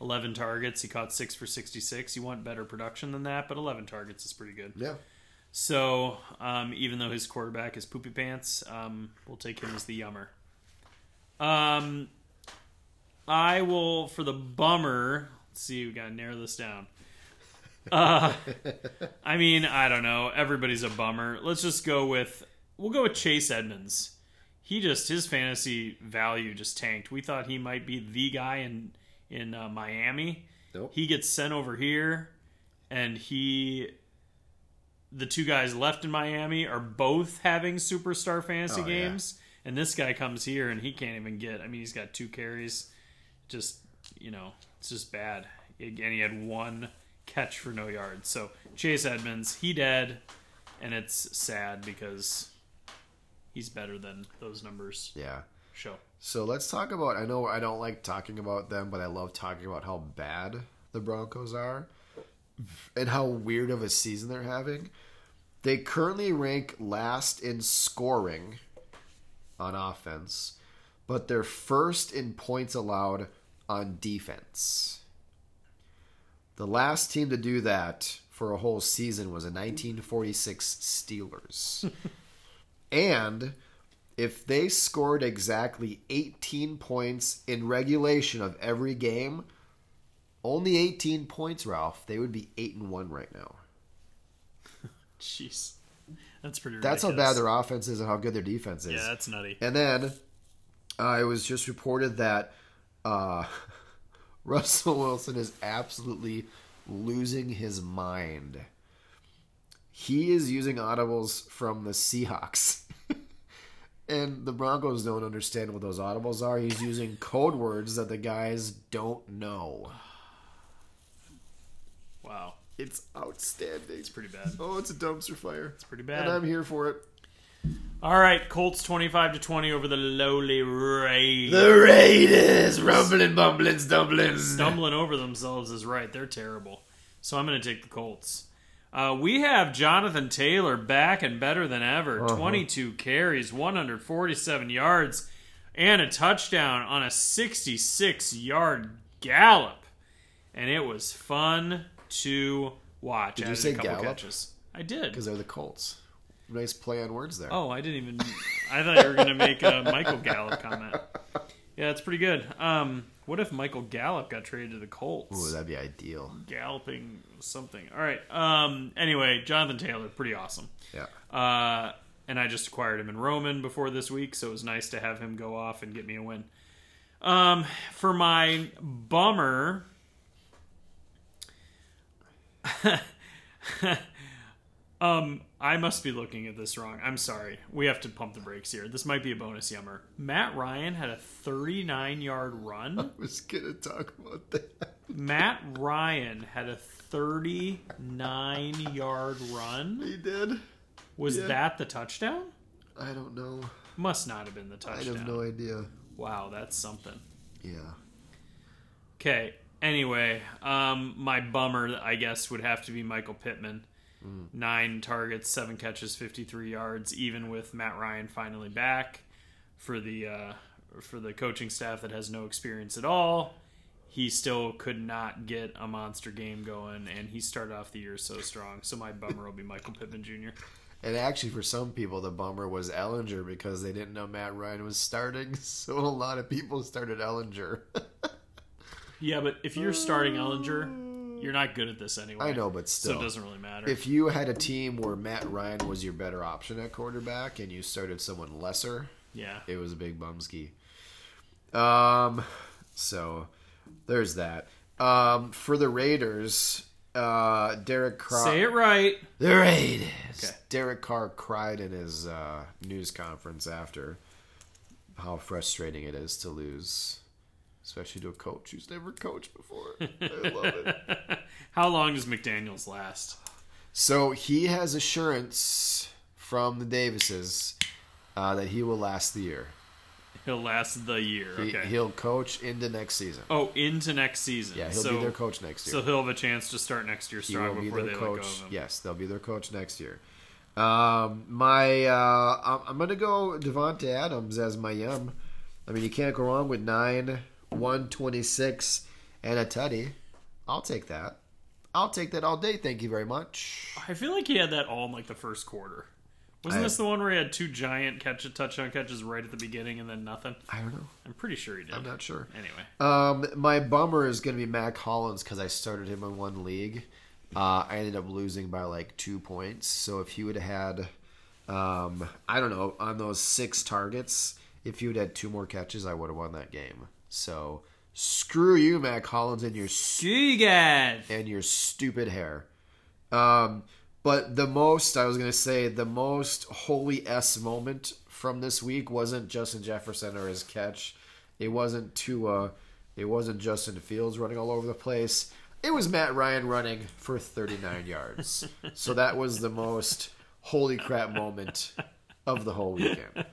[SPEAKER 2] Eleven targets. He caught six for sixty-six. You want better production than that, but eleven targets is pretty good.
[SPEAKER 3] Yeah.
[SPEAKER 2] So, um, even though his quarterback is poopy pants, um, we'll take him as the yummer. Um, I will for the bummer. Let's see, we gotta narrow this down. Uh, I mean, I don't know. Everybody's a bummer. Let's just go with we'll go with Chase Edmonds. He just his fantasy value just tanked. We thought he might be the guy in in uh, Miami.
[SPEAKER 3] Nope.
[SPEAKER 2] He gets sent over here, and he the two guys left in Miami are both having superstar fantasy
[SPEAKER 3] Oh, yeah.
[SPEAKER 2] games, and this guy comes here and he can't even get. I mean, he's got two carries, just you know, it's just bad. And he had one catch for no yards. So Chase Edmonds, he dead, and it's sad because he's better than those numbers
[SPEAKER 3] yeah.
[SPEAKER 2] show.
[SPEAKER 3] So let's talk about. I know I don't like talking about them, but I love talking about how bad the Broncos are and how weird of a season they're having. They currently rank last in scoring on offense, but they're first in points allowed on defense. The last team to do that for a whole season was a 1946 Steelers. and if they scored exactly 18 points in regulation of every game, only 18 points, Ralph, they would be 8 and 1 right now.
[SPEAKER 2] Jeez, that's pretty.
[SPEAKER 3] That's how
[SPEAKER 2] ridiculous.
[SPEAKER 3] bad their offense is and how good their defense is.
[SPEAKER 2] Yeah, that's nutty.
[SPEAKER 3] And then uh, it was just reported that uh, Russell Wilson is absolutely losing his mind. He is using audibles from the Seahawks. and the Broncos don't understand what those audibles are. He's using code words that the guys don't know.
[SPEAKER 2] Wow,
[SPEAKER 3] It's outstanding.
[SPEAKER 2] it's pretty bad.
[SPEAKER 3] Oh, it's a dumpster fire. It's
[SPEAKER 2] pretty bad.
[SPEAKER 3] And I'm here for it.
[SPEAKER 2] All right, Colts twenty-five to twenty over the lowly Raiders.
[SPEAKER 3] The Raiders rumbling, bumbling, stumbling.
[SPEAKER 2] stumbling over themselves is right. They're terrible. So I'm going to take the Colts. Uh, we have Jonathan Taylor back and better than ever.
[SPEAKER 3] Uh-huh.
[SPEAKER 2] 22 carries, 147 yards, and a touchdown on a 66 yard gallop. And it was fun to watch. Did
[SPEAKER 3] you say gallop?
[SPEAKER 2] I did.
[SPEAKER 3] Because they're the Colts. Nice play on words there.
[SPEAKER 2] Oh, I didn't even. I thought you were going to make a Michael Gallup comment. Yeah, that's pretty good. Um, what if Michael Gallup got traded to the Colts?
[SPEAKER 3] Ooh, that'd be ideal.
[SPEAKER 2] galloping something. All right. Um. Anyway, Jonathan Taylor, pretty awesome.
[SPEAKER 3] Yeah.
[SPEAKER 2] Uh, and I just acquired him in Roman before this week, so it was nice to have him go off and get me a win. Um, for my bummer, um, I must be looking at this wrong. I'm sorry. We have to pump the brakes here. This might be a bonus yummer. Matt Ryan had a 39 yard run.
[SPEAKER 3] I was gonna talk about that.
[SPEAKER 2] Matt Ryan had a 39 yard run.
[SPEAKER 3] He did.
[SPEAKER 2] Was
[SPEAKER 3] Yeah.
[SPEAKER 2] that the touchdown?
[SPEAKER 3] I don't know.
[SPEAKER 2] Must not have been the
[SPEAKER 3] I
[SPEAKER 2] touchdown.
[SPEAKER 3] have no idea.
[SPEAKER 2] Wow, that's something.
[SPEAKER 3] Yeah.
[SPEAKER 2] Okay. Anyway, um, my bummer, I guess, would have to be Michael Pittman.
[SPEAKER 3] Hmm.
[SPEAKER 2] Nine targets, seven catches, fifty-three yards. Even with Matt Ryan finally back for the uh, for the coaching staff that has no experience at all, he still could not get a monster game going, and he started off the year so strong. So my bummer will be Michael Pittman Jr.
[SPEAKER 3] And actually, for some people, the bummer was Ellinger because they didn't know Matt Ryan was starting, so a lot of people started Ellinger.
[SPEAKER 2] Yeah, but if you're starting Ellinger, you're not good at this anyway.
[SPEAKER 3] I know, but
[SPEAKER 2] so
[SPEAKER 3] still.
[SPEAKER 2] it doesn't really matter.
[SPEAKER 3] if you had a team where Matt Ryan was your better option at quarterback and you started someone lesser,
[SPEAKER 2] Yeah.
[SPEAKER 3] It was a big bumski. Um, so there's that. Um, for the Raiders, uh, Derek Carr.
[SPEAKER 2] Say it right.
[SPEAKER 3] The Raiders.
[SPEAKER 2] Okay.
[SPEAKER 3] Derek Carr cried in his uh, news conference after how frustrating it is to lose, especially to a coach who's never coached before. I love it.
[SPEAKER 2] How long does McDaniels last?
[SPEAKER 3] So he has assurance from the Davises uh, that he will last the year.
[SPEAKER 2] He'll last the year.
[SPEAKER 3] He,
[SPEAKER 2] Okay.
[SPEAKER 3] He'll coach into next season.
[SPEAKER 2] oh, into next season.
[SPEAKER 3] Yeah, he'll
[SPEAKER 2] so,
[SPEAKER 3] be their coach next year.
[SPEAKER 2] So he'll have a chance to start next year
[SPEAKER 3] he will
[SPEAKER 2] strong
[SPEAKER 3] be
[SPEAKER 2] before
[SPEAKER 3] their
[SPEAKER 2] they let go
[SPEAKER 3] coach.
[SPEAKER 2] of him.
[SPEAKER 3] Yes, they'll be their coach next year. Um, my, uh, I'm, I'm gonna go Devonte Adams as my yum. I mean, you can't go wrong with nine, one twenty six, and a tutty. I'll take that. I'll take that all day. Thank you very much.
[SPEAKER 2] I feel like he had that all in like the first quarter. Wasn't
[SPEAKER 3] I-
[SPEAKER 2] this the one where he had two giant catch touchdown catches right at the beginning and then nothing?
[SPEAKER 3] I don't know.
[SPEAKER 2] I'm pretty sure he did.
[SPEAKER 3] I'm not sure.
[SPEAKER 2] Anyway,
[SPEAKER 3] Um, my bummer is going to be Mac Hollins because I started him in one league. Uh, I ended up losing by like two points. So if he would have had, um, I don't know, on those six targets, if you would had two more catches, I would have won that game. So screw you, Mac Hollins, and your
[SPEAKER 2] Gigas.
[SPEAKER 3] and your stupid hair. Um, but the most I was gonna say the most holy s moment from this week wasn't Justin Jefferson or his catch. It wasn't Tua. It wasn't Justin Fields running all over the place. It was Matt Ryan running for 39 yards. So that was the most holy crap moment of the whole weekend.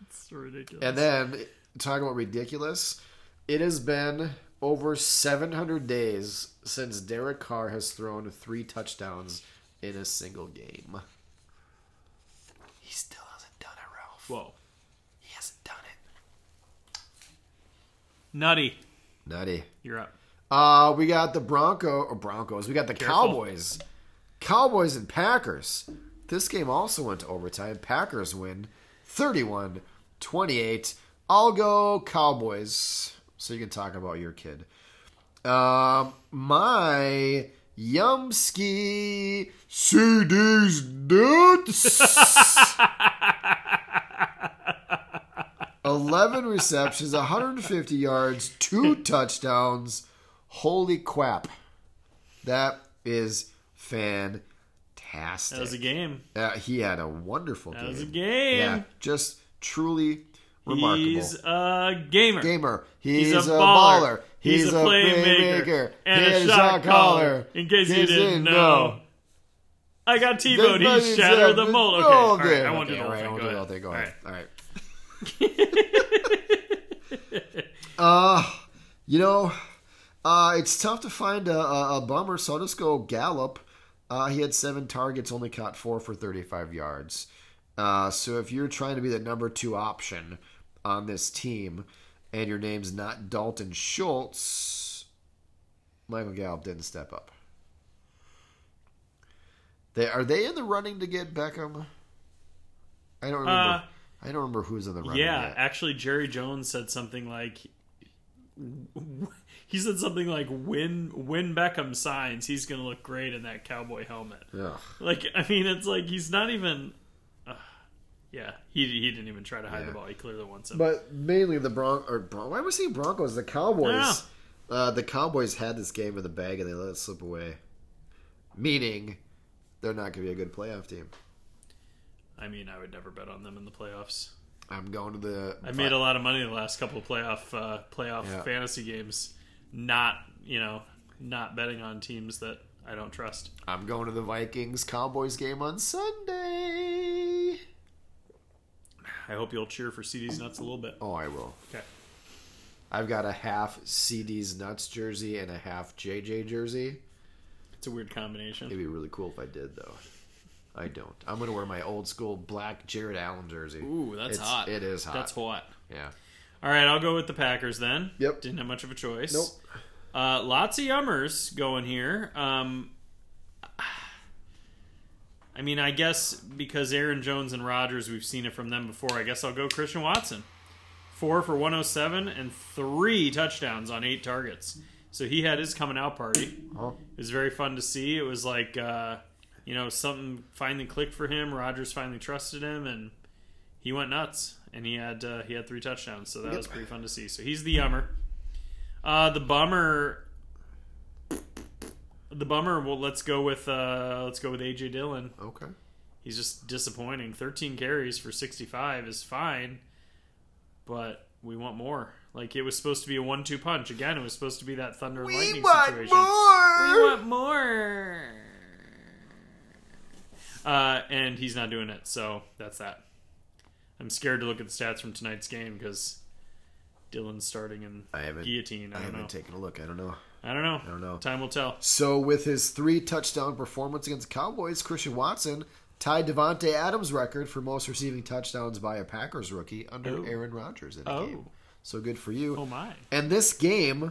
[SPEAKER 2] It's ridiculous.
[SPEAKER 3] And then talking about ridiculous, it has been over 700 days since Derek Carr has thrown three touchdowns in a single game. He still hasn't done it, Ralph.
[SPEAKER 2] Whoa,
[SPEAKER 3] He hasn't done it.
[SPEAKER 2] nutty.
[SPEAKER 3] Nutty.
[SPEAKER 2] You're up.
[SPEAKER 3] Uh, we got the Bronco or Broncos. We got the Cowboys. Cowboys and Packers. This game also went to overtime. Packers win 31 28. I'll go Cowboys. So you can talk about your kid. Um, my Yumski CD's nuts. 11 receptions, 150 yards, two touchdowns. Holy crap. That is fantastic.
[SPEAKER 2] That was a game.
[SPEAKER 3] Uh, he had a wonderful game.
[SPEAKER 2] That was a game.
[SPEAKER 3] Yeah, just truly remarkable.
[SPEAKER 2] He's a gamer.
[SPEAKER 3] gamer.
[SPEAKER 2] He's,
[SPEAKER 3] He's,
[SPEAKER 2] a, baller.
[SPEAKER 3] He's, a, playmaker.
[SPEAKER 2] and
[SPEAKER 3] He
[SPEAKER 2] a
[SPEAKER 3] is
[SPEAKER 2] shot caller. In case you didn't know, I got T-boned. He
[SPEAKER 3] Nobody's
[SPEAKER 2] shattered the
[SPEAKER 3] ever
[SPEAKER 2] mold. Okay, all
[SPEAKER 3] told
[SPEAKER 2] right,
[SPEAKER 3] him.
[SPEAKER 2] I won't do
[SPEAKER 3] Okay,
[SPEAKER 2] the whole
[SPEAKER 3] all right, I
[SPEAKER 2] thing.
[SPEAKER 3] won't
[SPEAKER 2] Go
[SPEAKER 3] do the whole
[SPEAKER 2] ahead.
[SPEAKER 3] thing. Go
[SPEAKER 2] All
[SPEAKER 3] ahead.
[SPEAKER 2] right.
[SPEAKER 3] All right. Uh, you know, uh, it's tough to find a, a, a bummer, so I'll just go Gallup. Uh, he had seven targets, only caught four for 35 yards. Uh, so if you're trying to be the number two option on this team and your name's not Dalton Schultz, Michael Gallup didn't step up. They, are they in the running to get Beckham? I don't remember.
[SPEAKER 2] Uh,
[SPEAKER 3] I don't remember who's in the running.
[SPEAKER 2] Yeah,
[SPEAKER 3] yet.
[SPEAKER 2] actually, Jerry Jones said something like. He said something like, "When when Beckham signs, he's gonna look great in that cowboy helmet."
[SPEAKER 3] Ugh.
[SPEAKER 2] Like, I mean, it's like he's not even. Ugh. yeah, he he didn't even try to hide
[SPEAKER 3] Yeah.
[SPEAKER 2] the ball. He clearly wants it.
[SPEAKER 3] But mainly the Bron or Bron- why was he Broncos? The Cowboys. Uh, the Cowboys had this game in the bag and they let it slip away, meaning they're not going to be a good playoff team.
[SPEAKER 2] I mean, I would never bet on them in the playoffs.
[SPEAKER 3] I'm going to the.
[SPEAKER 2] I made a lot of money the last couple of playoff uh, playoff
[SPEAKER 3] Yeah.
[SPEAKER 2] fantasy games, not you know, not betting on teams that I don't trust.
[SPEAKER 3] I'm going to the Vikings Cowboys game on Sunday.
[SPEAKER 2] I hope you'll cheer for CD's nuts a little bit.
[SPEAKER 3] Oh, I will.
[SPEAKER 2] Okay,
[SPEAKER 3] I've got a half CD's nuts jersey and a half JJ jersey.
[SPEAKER 2] it's a weird combination.
[SPEAKER 3] It'd be really cool if I did though. I don't. I'm going to wear my old school black Jared Allen jersey.
[SPEAKER 2] Ooh, that's
[SPEAKER 3] It's-
[SPEAKER 2] hot.
[SPEAKER 3] It is hot.
[SPEAKER 2] That's hot.
[SPEAKER 3] Yeah.
[SPEAKER 2] All right, I'll go with the Packers then.
[SPEAKER 3] Yep.
[SPEAKER 2] Didn't have much of a choice.
[SPEAKER 3] Nope.
[SPEAKER 2] Uh, lots of yummers going here. Um, I mean, I guess because Aaron Jones and Rodgers, we've seen it from them before. I guess I'll go Christian Watson. Four for 107 and three touchdowns on eight targets. So he had his coming out party.
[SPEAKER 3] Oh.
[SPEAKER 2] It was very fun to see. It was like, uh, you know, something finally clicked for him. Rodgers finally trusted him, and he went nuts and he had uh, he had three touchdowns, so that was pretty fun to see. So he's the yummer. Uh, the bummer. The bummer. Well, let's go with uh, let's go with AJ Dillon.
[SPEAKER 3] Okay.
[SPEAKER 2] He's just disappointing. Thirteen carries for sixty-five is fine, but we want more. Like it was supposed to be a one-two punch. Again, it was supposed to be that thunder and lightning situation. We want more. Uh, and he's not doing it, so that's that. I'm scared to look at the stats from tonight's game because Dylan's starting in
[SPEAKER 3] I haven't.
[SPEAKER 2] guillotine. I,
[SPEAKER 3] I
[SPEAKER 2] don't
[SPEAKER 3] haven't
[SPEAKER 2] know.
[SPEAKER 3] taken a look. I don't know.
[SPEAKER 2] I don't know. I
[SPEAKER 3] don't know.
[SPEAKER 2] Time will tell.
[SPEAKER 3] So with his three touchdown performance against the Cowboys, Christian Watson tied Devonte Adams' record for most receiving touchdowns by a Packers rookie under
[SPEAKER 2] Oh.
[SPEAKER 3] Aaron Rodgers in a
[SPEAKER 2] Oh.
[SPEAKER 3] game. So good for you.
[SPEAKER 2] Oh my!
[SPEAKER 3] And this game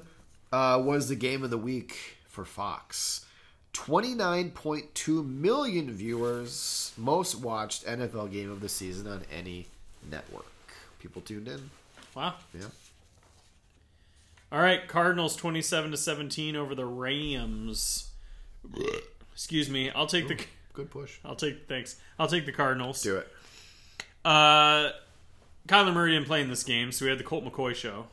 [SPEAKER 3] uh, was the game of the week for Fox. 29.2 million viewers, most watched NFL game of the season on any network. People tuned in.
[SPEAKER 2] Wow.
[SPEAKER 3] Yeah.
[SPEAKER 2] All right, Cardinals 27 to 17 over the Rams. Excuse me. I'll take the
[SPEAKER 3] Good push.
[SPEAKER 2] I'll take thanks. I'll take the Cardinals.
[SPEAKER 3] Do it.
[SPEAKER 2] Uh, Kyler Murray didn't play in this game, so we had the Colt McCoy show,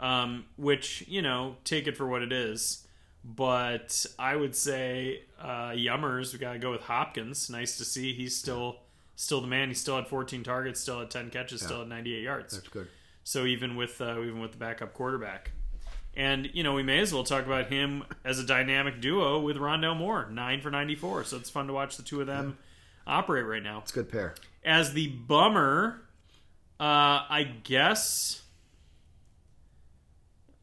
[SPEAKER 2] um, which you know, take it for what it is. But I would say uh, yummers. We got to go with Hopkins. Nice to see he's still still the man. He still had 14 targets, still had 10 catches, still had 98 yards.
[SPEAKER 3] That's good.
[SPEAKER 2] So even with uh, even with the backup quarterback, and you know we may as well talk about him as a dynamic duo with Rondell Moore, nine for ninety four. So it's fun to watch the two of them operate right now.
[SPEAKER 3] It's a good pair.
[SPEAKER 2] As the bummer, uh, I guess.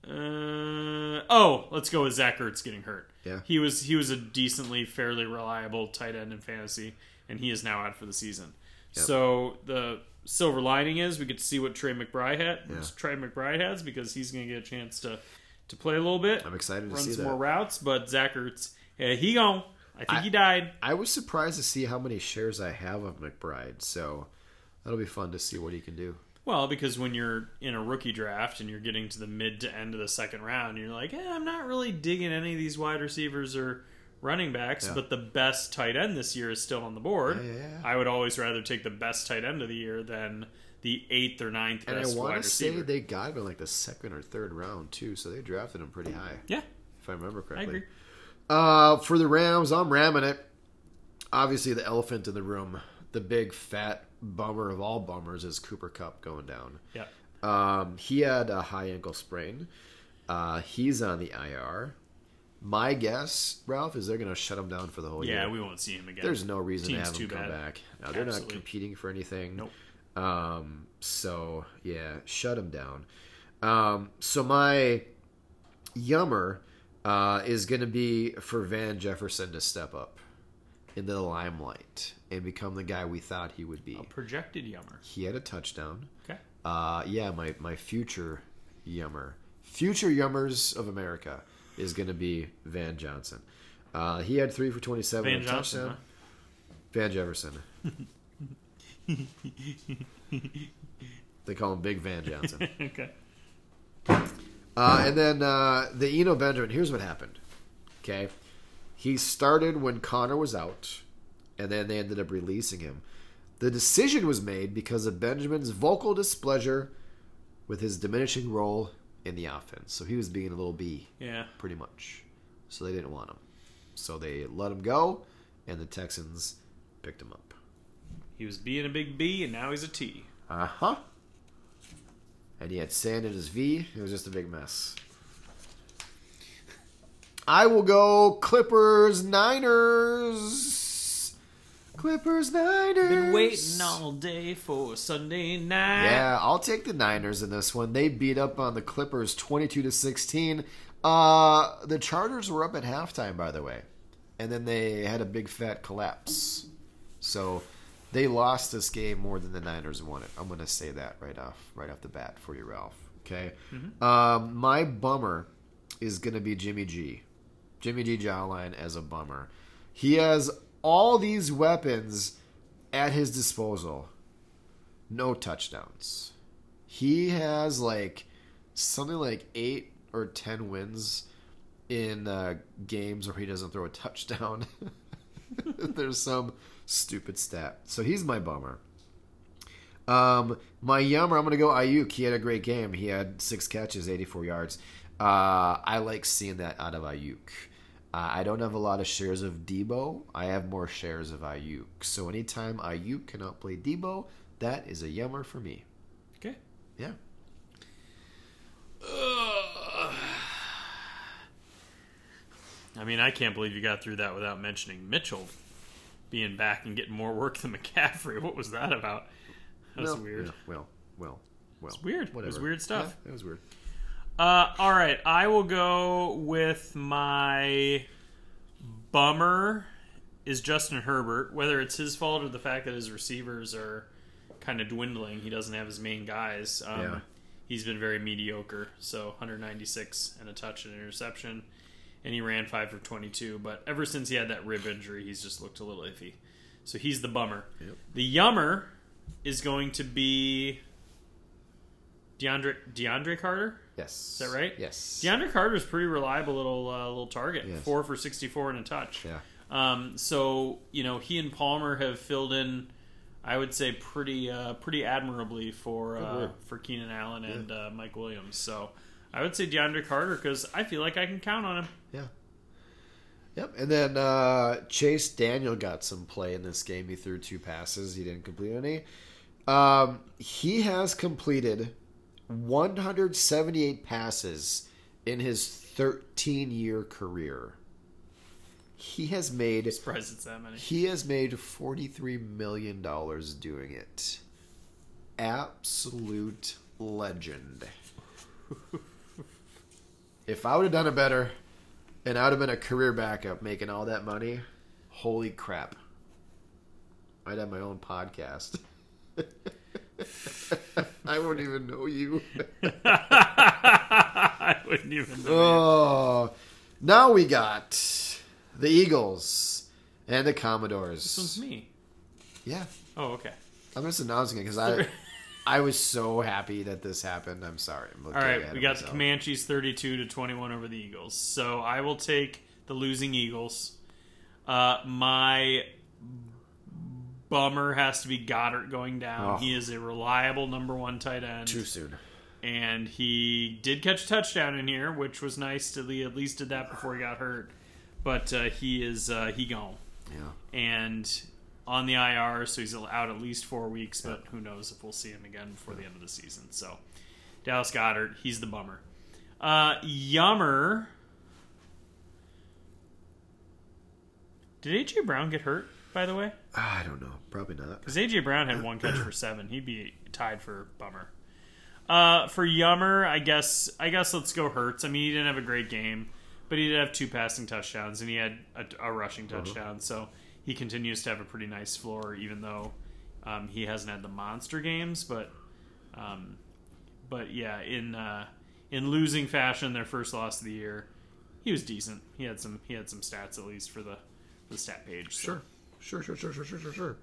[SPEAKER 2] Uh, oh, let's go with Zach Ertz getting hurt.
[SPEAKER 3] Yeah.
[SPEAKER 2] he was he was a decently fairly reliable tight end in fantasy, and he is now out for the season. So the silver lining is we get to see what Trey McBride had. Trey McBride has because he's going to get a chance to to play a little bit.
[SPEAKER 3] I'm excited to
[SPEAKER 2] run
[SPEAKER 3] see
[SPEAKER 2] some
[SPEAKER 3] that.
[SPEAKER 2] more routes, but Zach Ertz, eh, he gone. I think he died.
[SPEAKER 3] I was surprised to see how many shares I have of McBride, so that'll be fun to see what he can do.
[SPEAKER 2] Well, because when you're in a rookie draft and you're getting to the mid to end of the second round, you're like, eh, I'm not really digging any of these wide receivers or running backs, but the best tight end this year is still on the board.
[SPEAKER 3] yeah, yeah.
[SPEAKER 2] I would always rather take the best tight end of the year than the eighth or ninth
[SPEAKER 3] And
[SPEAKER 2] best
[SPEAKER 3] I
[SPEAKER 2] wide
[SPEAKER 3] want to say
[SPEAKER 2] receiver.
[SPEAKER 3] they got him in like the second or third round too, so they drafted him pretty high,
[SPEAKER 2] yeah,
[SPEAKER 3] if I remember
[SPEAKER 2] I
[SPEAKER 3] correctly.
[SPEAKER 2] agree.
[SPEAKER 3] Uh, for the Rams, I'm ramming it. Obviously, the elephant in the room, the big fat bummer of all bummers, is Cooper Cup going down.
[SPEAKER 2] Yeah.
[SPEAKER 3] Um, he had a high ankle sprain. Uh, he's on the IR. My guess, Ralph, is they're going to shut him down for the whole year.
[SPEAKER 2] Yeah, we won't see him again.
[SPEAKER 3] There's no reason
[SPEAKER 2] Team's
[SPEAKER 3] to have
[SPEAKER 2] too
[SPEAKER 3] him come
[SPEAKER 2] bad.
[SPEAKER 3] back. No, they're not
[SPEAKER 2] Absolutely.
[SPEAKER 3] competing for anything.
[SPEAKER 2] Nope.
[SPEAKER 3] Um, so yeah, shut him down. Um, so my yummer uh, is going to be for Van Jefferson to step up into the limelight and become the guy we thought he would be.
[SPEAKER 2] a projected yummer.
[SPEAKER 3] He had a touchdown.
[SPEAKER 2] Okay.
[SPEAKER 3] Uh, yeah, my my future yummer, future yummers of America is going to be Van Johnson. Uh, he had three for twenty seven.
[SPEAKER 2] Van Johnson,
[SPEAKER 3] touchdown.
[SPEAKER 2] huh?
[SPEAKER 3] Van Jefferson. they call him Big Van Johnson.
[SPEAKER 2] okay.
[SPEAKER 3] Uh, and then uh, the Eno Benjamin. Here's what happened. Okay, he started when Connor was out, and then they ended up releasing him. The decision was made because of Benjamin's vocal displeasure with his diminishing role in the offense. So he was being a little B
[SPEAKER 2] Yeah.
[SPEAKER 3] pretty much. So they didn't want him. So they let him go, and the Texans picked him up.
[SPEAKER 2] He was being a big B and now he's a T.
[SPEAKER 3] Uh huh. And he had sand in his V. It was just a big mess. I will go Clippers Niners. Clippers Niners.
[SPEAKER 2] Been waiting all day for Sunday night.
[SPEAKER 3] Yeah, I'll take the Niners in this one. They beat up on the Clippers 22 to 16. Uh the Chargers were up at halftime by the way. And then they had a big fat collapse. So they lost this game more than the Niners won it. I'm going to say that right off right off the bat for you Ralph, okay? Um my bummer is going to be Jimmy G. Jimmy G Jawline as a bummer. He has all these weapons at his disposal no touchdowns. He has like something like eight or ten wins in uh, games where he doesn't throw a touchdown. There's some stupid stat. So he's my bummer. Um, my Yummer, I'm going to go Ayuk. He had a great game. He had six catches, 84 yards. Uh, I like seeing that out of Ayuk. Uh, I don't have a lot of shares of Debo. I have more shares of Ayuk. So anytime Ayuk cannot play Debo, that is a Yummer for me.
[SPEAKER 2] Okay.
[SPEAKER 3] Yeah.
[SPEAKER 2] I mean, I can't believe you got through that without mentioning Mitchell being back and getting more work than McCaffrey. What was that about? That was
[SPEAKER 3] Well,
[SPEAKER 2] weird.
[SPEAKER 3] yeah, well, well, well. It's
[SPEAKER 2] weird. It was weird stuff.
[SPEAKER 3] that was weird.
[SPEAKER 2] Uh, all right, I will go with my bummer is Justin Herbert. Whether it's his fault or the fact that his receivers are kind of dwindling, he doesn't have his main guys. Um,
[SPEAKER 3] Yeah.
[SPEAKER 2] He's been very mediocre. So 196 and a touch and an interception, and he ran five for 22. But ever since he had that rib injury, he's just looked a little iffy. So he's the bummer.
[SPEAKER 3] Yep.
[SPEAKER 2] The yummer is going to be DeAndre DeAndre Carter.
[SPEAKER 3] Yes.
[SPEAKER 2] Is that right?
[SPEAKER 3] Yes.
[SPEAKER 2] DeAndre Carter's a pretty reliable little uh, little target.
[SPEAKER 3] Yes.
[SPEAKER 2] Four for sixty four and a touch.
[SPEAKER 3] Yeah.
[SPEAKER 2] Um, so you know he and Palmer have filled in, I would say pretty uh, pretty admirably for uh,
[SPEAKER 3] word.
[SPEAKER 2] for Keenan Allen and uh, Mike Williams. So I would say DeAndre Carter because I feel like I can count on him.
[SPEAKER 3] Yeah. Yep. And then uh, Chase Daniel got some play in this game. He threw two passes. He didn't complete any. Um, he has completed 178 passes in his 13 year career. He has made
[SPEAKER 2] Surprised it's that many.
[SPEAKER 3] he has made 43 million dollars doing it. Absolute legend. if I would have done it better and I would have been a career backup making all that money, holy crap. I'd have my own podcast. I won't even know you.
[SPEAKER 2] I wouldn't even. Know.
[SPEAKER 3] Oh, now we got the Eagles and the Commodores.
[SPEAKER 2] This one's me.
[SPEAKER 3] Yeah.
[SPEAKER 2] Oh, okay.
[SPEAKER 3] I'm just announcing it because I, I was so happy that this happened. I'm sorry. I'm
[SPEAKER 2] All right, we got the Comanches 32 to 21 over the Eagles. So I will take the losing Eagles. Uh, my bummer has to be Goddard going down.
[SPEAKER 3] Oh.
[SPEAKER 2] He is a reliable number one tight end,
[SPEAKER 3] too soon.
[SPEAKER 2] and he did catch a touchdown in here, which was nice. To le- at least did that before he got hurt, but uh, he is uh, he gone
[SPEAKER 3] Yeah,
[SPEAKER 2] and on the IR, so he's out at least four weeks, but who knows if we'll see him again before the end of the season. So, Dallas Goddard, he's the bummer. Uh, Yummer. Did AJ Brown get hurt, by the way?
[SPEAKER 3] Ah, I don't know. Probably not.
[SPEAKER 2] Because AJ Brown had one catch for seven, he'd be tied for bummer. Uh, for Yummer, I guess I guess let's go Hurts. I mean, he didn't have a great game, but he did have two passing touchdowns and he had a, a rushing touchdown. So he continues to have a pretty nice floor, even though um, he hasn't had the monster games. But um, but yeah, in uh, in losing fashion, their first loss of the year, he was decent. He had some he had some stats at least for the for the stat page. So.
[SPEAKER 3] Sure, sure, sure, sure, sure, sure, sure, sure.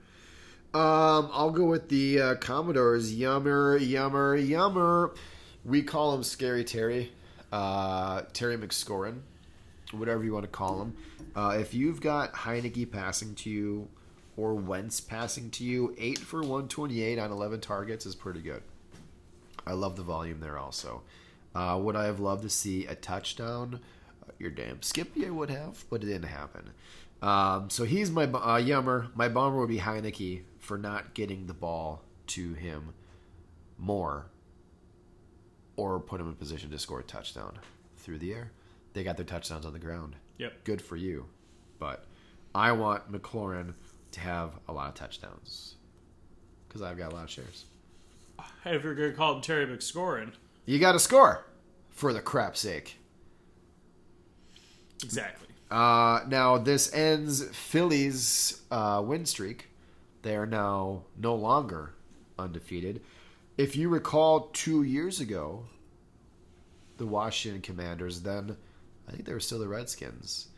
[SPEAKER 3] Um, I'll go with the uh, Commodores. Yummer, yummer, yummer. We call him Scary Terry, uh, Terry McScorin, whatever you want to call him. Uh, if you've got Heineke passing to you or Wentz passing to you, eight for one twenty-eight on eleven targets is pretty good. I love the volume there also. Uh, would I have loved to see a touchdown? Uh, Your damn Skippy, I would have, but it didn't happen. Um, so he's my bu- uh, yummer. My bomber would be Heineke for not getting the ball to him more or put him in position to score a touchdown through the air. They got their touchdowns on the ground.
[SPEAKER 2] Yep.
[SPEAKER 3] Good for you. But I want McLaurin to have a lot of touchdowns because I've got a lot of shares.
[SPEAKER 2] If you're gonna call him Terry McScorin.
[SPEAKER 3] You got to score for the crap's sake.
[SPEAKER 2] Exactly.
[SPEAKER 3] Uh, now this ends Philly's uh, win streak. They are now no longer undefeated. If you recall, two years ago, the Washington Commanders. Then I think they were still the Redskins.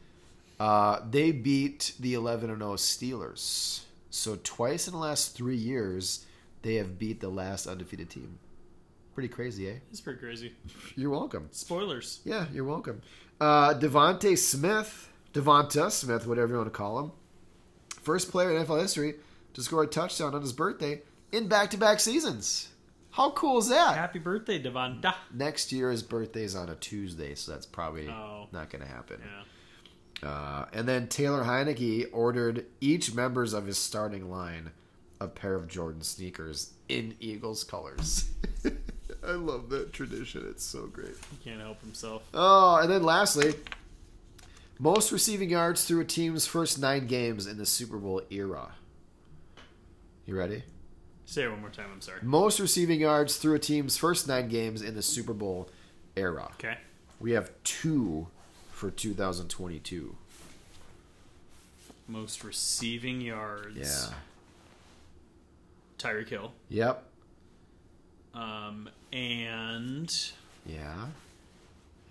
[SPEAKER 3] Uh, they beat the 11 and 0 Steelers. So twice in the last three years, they have beat the last undefeated team. Pretty crazy, eh?
[SPEAKER 2] It's pretty crazy.
[SPEAKER 3] You're welcome.
[SPEAKER 2] Spoilers.
[SPEAKER 3] Yeah, you're welcome. Uh, Devonte Smith, Devonta Smith, whatever you want to call him, first player in NFL history to score a touchdown on his birthday in back-to-back seasons. How cool is that?
[SPEAKER 2] Happy birthday, Devonta.
[SPEAKER 3] Next year his birthday's on a Tuesday, so that's probably
[SPEAKER 2] Oh.
[SPEAKER 3] not going to happen.
[SPEAKER 2] Yeah.
[SPEAKER 3] Uh, and then Taylor Heineke ordered each members of his starting line a pair of Jordan sneakers in Eagles colors. I love that tradition. It's so great.
[SPEAKER 2] He can't help himself.
[SPEAKER 3] Oh, and then lastly, most receiving yards through a team's first nine games in the Super Bowl era. You ready?
[SPEAKER 2] Say it one more time. I'm sorry.
[SPEAKER 3] Most receiving yards through a team's first nine games in the Super Bowl era.
[SPEAKER 2] Okay.
[SPEAKER 3] We have two for 2022.
[SPEAKER 2] Most receiving yards.
[SPEAKER 3] Yeah.
[SPEAKER 2] Tyreek Hill.
[SPEAKER 3] Yep.
[SPEAKER 2] Um, and
[SPEAKER 3] Yeah.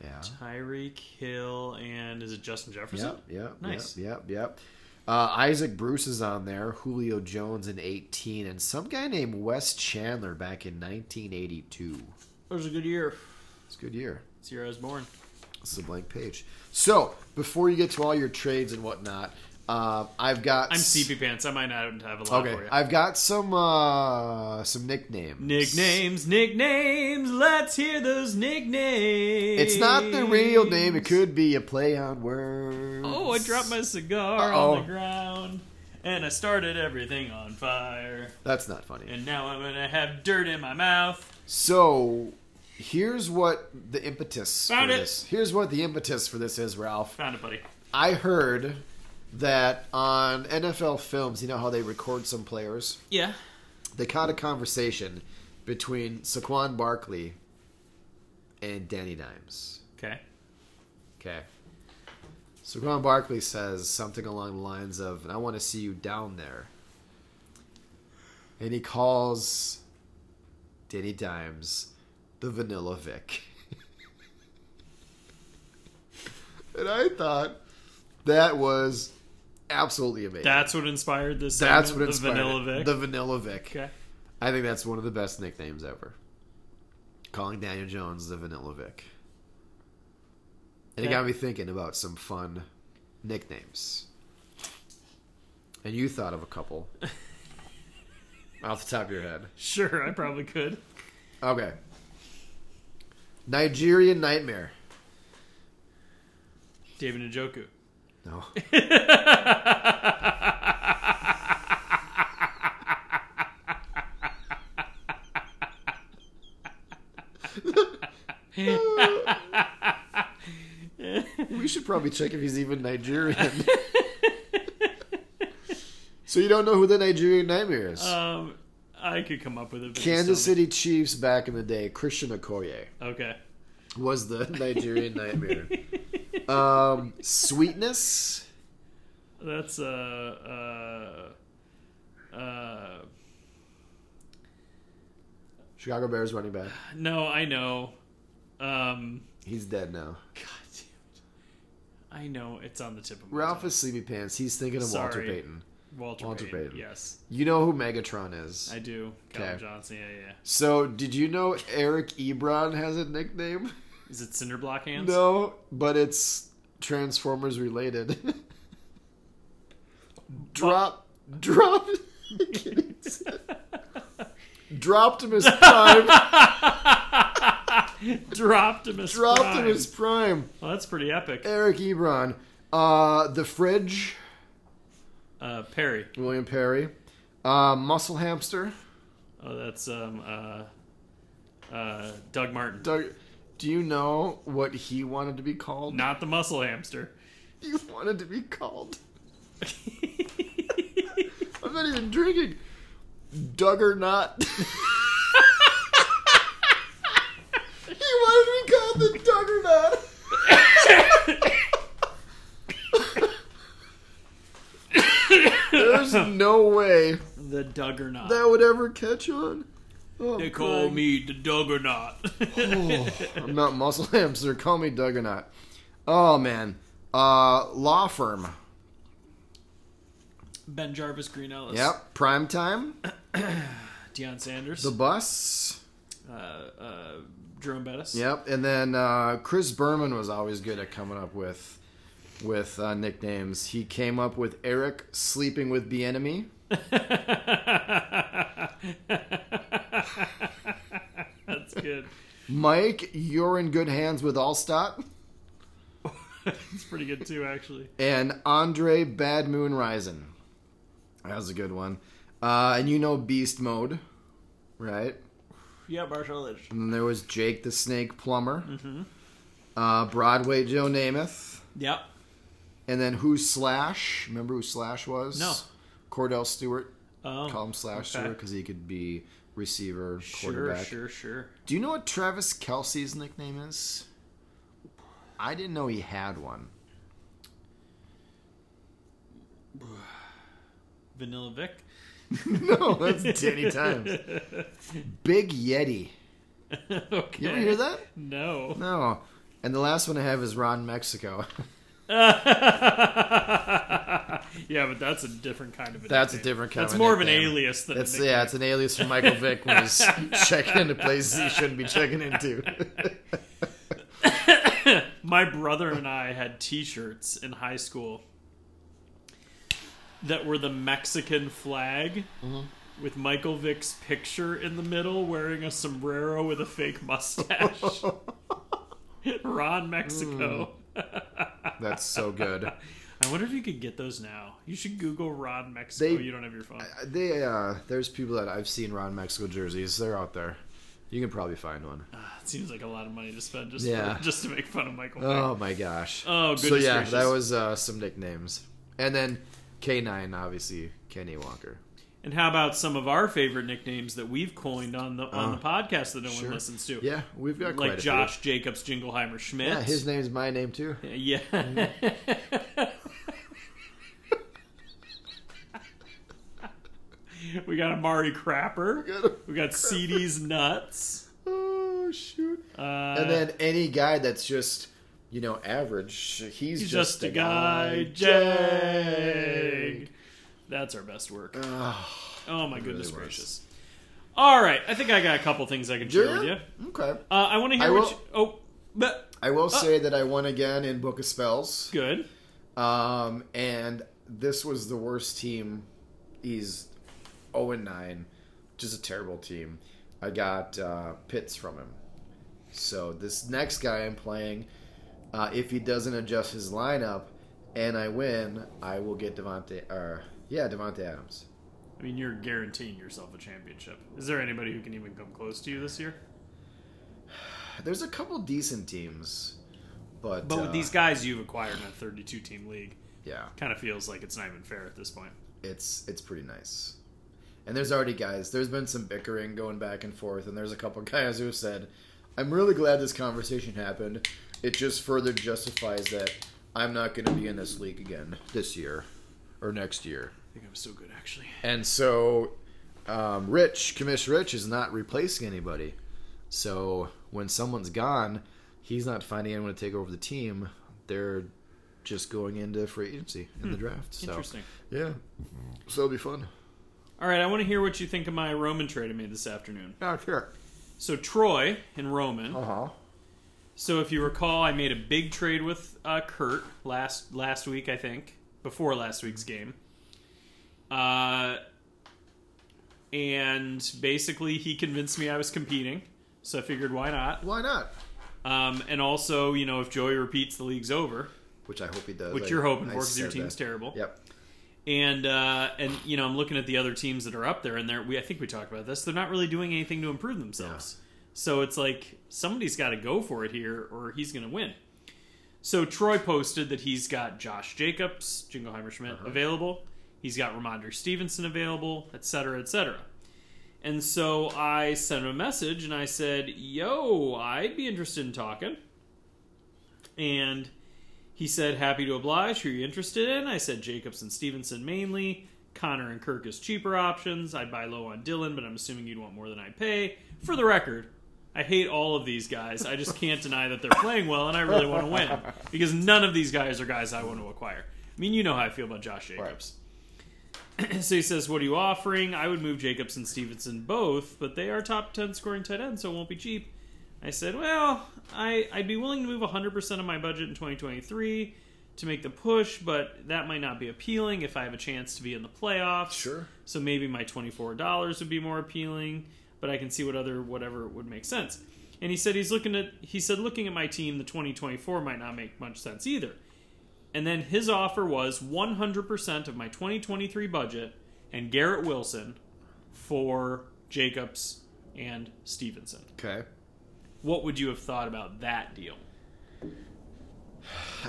[SPEAKER 3] Yeah.
[SPEAKER 2] Tyreek Hill and is it Justin Jefferson?
[SPEAKER 3] Yep. Yep.
[SPEAKER 2] Nice.
[SPEAKER 3] Yep. Yep. yep. Uh, Isaac Bruce is on there. Julio Jones in 18, and some guy named Wes Chandler back in 1982.
[SPEAKER 2] It was a good year.
[SPEAKER 3] It's a good year.
[SPEAKER 2] It's the year I was born.
[SPEAKER 3] It's a blank page. So before you get to all your trades and whatnot, uh, I've got
[SPEAKER 2] I'm CP Pants. I might not have a lot
[SPEAKER 3] Okay,
[SPEAKER 2] for you.
[SPEAKER 3] I've got some uh, some nicknames.
[SPEAKER 2] nicknames, nicknames. Let's hear those nicknames.
[SPEAKER 3] It's not the real name. It could be a play on words.
[SPEAKER 2] Oh, I dropped my cigar
[SPEAKER 3] Uh-oh.
[SPEAKER 2] on the ground. And I started everything on fire.
[SPEAKER 3] That's not funny.
[SPEAKER 2] And now I'm gonna have dirt in my mouth.
[SPEAKER 3] So here's what the impetus
[SPEAKER 2] Found
[SPEAKER 3] for
[SPEAKER 2] it.
[SPEAKER 3] this. Here's what the impetus for this is, Ralph.
[SPEAKER 2] Found it, buddy.
[SPEAKER 3] I heard that on NFL films, you know how they record some players?
[SPEAKER 2] Yeah.
[SPEAKER 3] They caught a conversation between Saquon Barkley and Danny Dimes.
[SPEAKER 2] Okay.
[SPEAKER 3] Okay. Saquon Barkley says something along the lines of, and I want to see you down there. And he calls Danny Dimes the Vanilla Vic. and I thought that was absolutely amazing.
[SPEAKER 2] That's what inspired this.
[SPEAKER 3] That's what
[SPEAKER 2] segment,
[SPEAKER 3] inspired
[SPEAKER 2] the
[SPEAKER 3] it.
[SPEAKER 2] Vanilla Vic.
[SPEAKER 3] The Vanilla Vic.
[SPEAKER 2] okay.
[SPEAKER 3] I think that's one of the best nicknames ever. Calling Daniel Jones the Vanilla Vic. And it
[SPEAKER 2] Yeah.
[SPEAKER 3] got me thinking about some fun nicknames. And you thought of a couple. off the top of your head.
[SPEAKER 2] Sure, I probably could.
[SPEAKER 3] Okay. Nigerian Nightmare.
[SPEAKER 2] David Njoku.
[SPEAKER 3] No. we should probably check if he's even Nigerian. so you don't know who the Nigerian Nightmare is?
[SPEAKER 2] Um, I could come up with it. but it's
[SPEAKER 3] Kansas
[SPEAKER 2] still-
[SPEAKER 3] City Chiefs back in the day, Christian Okoye
[SPEAKER 2] Okay.
[SPEAKER 3] was the Nigerian Nightmare. Um, sweetness.
[SPEAKER 2] That's uh uh uh.
[SPEAKER 3] Chicago Bears running back.
[SPEAKER 2] No, I know. Um,
[SPEAKER 3] He's dead now.
[SPEAKER 2] God, dude. I know it's on the tip of my
[SPEAKER 3] Ralph
[SPEAKER 2] tongue.
[SPEAKER 3] is sleepy pants. He's thinking of Walter
[SPEAKER 2] Sorry.
[SPEAKER 3] Payton.
[SPEAKER 2] Walter,
[SPEAKER 3] Walter
[SPEAKER 2] Payton.
[SPEAKER 3] Payton.
[SPEAKER 2] Yes,
[SPEAKER 3] You know who Megatron is.
[SPEAKER 2] I do. Calvin
[SPEAKER 3] Okay.
[SPEAKER 2] Johnson. Yeah, yeah.
[SPEAKER 3] So, did you know Eric Ebron has a nickname?
[SPEAKER 2] Is it Cinderblock Hands?
[SPEAKER 3] No, but it's Transformers related. drop, drop, Droptimus Prime,
[SPEAKER 2] Droptimus. Prime.
[SPEAKER 3] Droptimus Prime,
[SPEAKER 2] Well, that's pretty epic.
[SPEAKER 3] Eric Ebron, uh, the Fridge,
[SPEAKER 2] Uh, Perry.
[SPEAKER 3] William Perry, uh, Muscle Hamster.
[SPEAKER 2] Oh, that's um uh uh Doug Martin.
[SPEAKER 3] Doug, do you know what he wanted to be called?
[SPEAKER 2] Not the muscle hamster.
[SPEAKER 3] You wanted to be called. I'm not even drinking. Doug or not. he wanted to be called the Doug or not. There's no way
[SPEAKER 2] the Duggernaut.
[SPEAKER 3] that would ever catch on. Oh,
[SPEAKER 2] They call
[SPEAKER 3] God.
[SPEAKER 2] me the Duggernaut.
[SPEAKER 3] Oh, I'm not muscle hamster. Call me Doug or not. Oh man, uh, law firm.
[SPEAKER 2] ben Jarvis, Green Ellis.
[SPEAKER 3] Yep, prime time.
[SPEAKER 2] Deion Sanders.
[SPEAKER 3] The bus.
[SPEAKER 2] uh, uh, Jerome Bettis.
[SPEAKER 3] Yep, and then uh, Chris Berman was always good at coming up with with uh, nicknames. He came up with Eric sleeping with the enemy.
[SPEAKER 2] That's good.
[SPEAKER 3] Mike, you're in good hands with Allstott
[SPEAKER 2] It's pretty good too, actually.
[SPEAKER 3] and Andre Bad Moon Rising. That was a good one. Uh, and you know Beast Mode, right?
[SPEAKER 2] Yeah, Marshall
[SPEAKER 3] And then there was Jake the Snake Plumber, uh, Broadway Joe Namath,
[SPEAKER 2] Yep.
[SPEAKER 3] and then who Slash? Remember who Slash was?
[SPEAKER 2] No.
[SPEAKER 3] Cordell Stewart.
[SPEAKER 2] Oh,
[SPEAKER 3] Call him Slash
[SPEAKER 2] okay.
[SPEAKER 3] Stewart because he could be receiver,
[SPEAKER 2] Sure,
[SPEAKER 3] quarterback.
[SPEAKER 2] sure, sure.
[SPEAKER 3] Do you know what Travis Kelsey's nickname is? I didn't know he had one.
[SPEAKER 2] Vanilla Vic.
[SPEAKER 3] No, that's Danny Times. Big Yeti.
[SPEAKER 2] okay.
[SPEAKER 3] You ever hear that?
[SPEAKER 2] No.
[SPEAKER 3] No. And the last one I have is Ron Mexico.
[SPEAKER 2] yeah, but that's a different kind of. A
[SPEAKER 3] That's a
[SPEAKER 2] nickname.
[SPEAKER 3] different kind
[SPEAKER 2] That's
[SPEAKER 3] of a
[SPEAKER 2] more of an
[SPEAKER 3] nickname.
[SPEAKER 2] alias than.
[SPEAKER 3] That's
[SPEAKER 2] a nickname.
[SPEAKER 3] yeah, it's an alias for Michael Vick when he's checking into places he shouldn't be checking into.
[SPEAKER 2] My brother and I had T-shirts in high school that were the Mexican flag
[SPEAKER 3] Mm-hmm.
[SPEAKER 2] with Michael Vick's picture in the middle, wearing a sombrero with a fake mustache. Ron Mexico.
[SPEAKER 3] Mm. That's so good.
[SPEAKER 2] I wonder if you could get those now. You should Google Ron Mexico.
[SPEAKER 3] They-
[SPEAKER 2] you don't have your phone.
[SPEAKER 3] They uh, there's people that I've seen Ron Mexico jerseys. They're out there. You can probably find one.
[SPEAKER 2] It seems like a lot of money to spend just
[SPEAKER 3] Yeah.
[SPEAKER 2] for, just to make fun of Michael. Vick.
[SPEAKER 3] Oh my gosh.
[SPEAKER 2] Oh,
[SPEAKER 3] so
[SPEAKER 2] goodness
[SPEAKER 3] yeah,
[SPEAKER 2] gracious.
[SPEAKER 3] that was uh, some nicknames, and then K9 obviously Kenny Walker.
[SPEAKER 2] And how about some of our favorite nicknames that we've coined on the on the podcast that no
[SPEAKER 3] Uh, sure.
[SPEAKER 2] one listens to?
[SPEAKER 3] Yeah, we've got quite
[SPEAKER 2] like
[SPEAKER 3] a
[SPEAKER 2] Josh Jacobs, Jingleheimer Schmidt.
[SPEAKER 3] Few. Yeah, his name's my name too.
[SPEAKER 2] Yeah. we got Amari Crapper.
[SPEAKER 3] got Amari
[SPEAKER 2] We got CD's Nuts.
[SPEAKER 3] Oh shoot.
[SPEAKER 2] Uh,
[SPEAKER 3] and then any guy that's just you know average, he's,
[SPEAKER 2] he's just, a guy, Jag. That's our best work. oh my goodness
[SPEAKER 3] was.
[SPEAKER 2] gracious. All right, I think I got a couple things I can share with you.
[SPEAKER 3] Yeah. Okay.
[SPEAKER 2] Uh, I want to hear
[SPEAKER 3] I
[SPEAKER 2] what
[SPEAKER 3] will-
[SPEAKER 2] you. Oh, but
[SPEAKER 3] I will say that I won again in Book of Spells.
[SPEAKER 2] good.
[SPEAKER 3] Um, and this was the worst team. He's 0 and 9. Just a terrible team. I got uh, pits from him. So this next guy I'm playing, uh, if he doesn't adjust his lineup and I win, I will get Devonte. Or yeah, Devonte Adams.
[SPEAKER 2] I mean, you're guaranteeing yourself a championship. Is there anybody who can even come close to you this year?
[SPEAKER 3] There's a couple decent teams, but
[SPEAKER 2] But
[SPEAKER 3] uh,
[SPEAKER 2] with these guys you've acquired in a 32 team league,
[SPEAKER 3] yeah,
[SPEAKER 2] kind of feels like it's not even fair at this point.
[SPEAKER 3] it's it's pretty nice. And there's already guys. There's been some bickering going back and forth, and there's a couple guys who have said, "I'm really glad this conversation happened. It just further justifies that I'm not going to be in this league again this year or next year."
[SPEAKER 2] I think I'm still good, actually.
[SPEAKER 3] And so, um, Rich Commish Rich is not replacing anybody. So when someone's gone, he's not finding anyone to take over the team. They're just going into free agency in the draft. So
[SPEAKER 2] Interesting.
[SPEAKER 3] yeah, so it'll be fun.
[SPEAKER 2] All right, I want to hear what you think of my Roman trade I made this afternoon.
[SPEAKER 3] Oh, sure.
[SPEAKER 2] So Troy and Roman.
[SPEAKER 3] Uh huh.
[SPEAKER 2] So if you recall, I made a big trade with uh, Kurt last last week, I think, before last week's game. Uh, and basically, he convinced me I was competing, so I figured why not.
[SPEAKER 3] Why not?
[SPEAKER 2] Um, and also, you know, if Joey repeats, the league's over,
[SPEAKER 3] Which I hope he does.
[SPEAKER 2] which
[SPEAKER 3] I-
[SPEAKER 2] you're hoping
[SPEAKER 3] I
[SPEAKER 2] for because your
[SPEAKER 3] said
[SPEAKER 2] team's
[SPEAKER 3] that.
[SPEAKER 2] terrible.
[SPEAKER 3] Yep.
[SPEAKER 2] And uh, and you know, I'm looking at the other teams that are up there, and they're we I think we talked about this. They're not really doing anything to improve themselves. So it's like somebody's got to go for it here, or he's going to win. So Troy posted that he's got Josh Jacobs, Jingleheimer Schmidt available. He's got Ramondre Stevenson available, et cetera, et cetera. And so I sent him a message and I said, "Yo, I'd be interested in talking." And he said, Happy to oblige. Who are you interested in? I said, Jacobs and Stevenson mainly. Connor and Kirk is cheaper options. I'd buy low on Dylan, but I'm assuming you'd want more than I pay. For the record, I hate all of these guys. I just can't deny that they're playing well, and I really want to win because none of these guys are guys I want to acquire. I mean, you know how I feel about Josh Jacobs. so he says, What are you offering? I would move Jacobs and Stevenson both, but they are top 10 scoring tight ends, so it won't be cheap. I said, well, I, I'd be willing to move 100% of my budget in 2023 to make the push, but that might not be appealing if I have a chance to be in the playoffs.
[SPEAKER 3] Sure.
[SPEAKER 2] So maybe my $24 would be more appealing, but I can see what other whatever would make sense. And he said he's looking at he said looking at my team the 2024 might not make much sense either. And then his offer was 100% of my 2023 budget and Garrett Wilson for Jacobs and Stevenson.
[SPEAKER 3] Okay.
[SPEAKER 2] What would you have thought about that deal?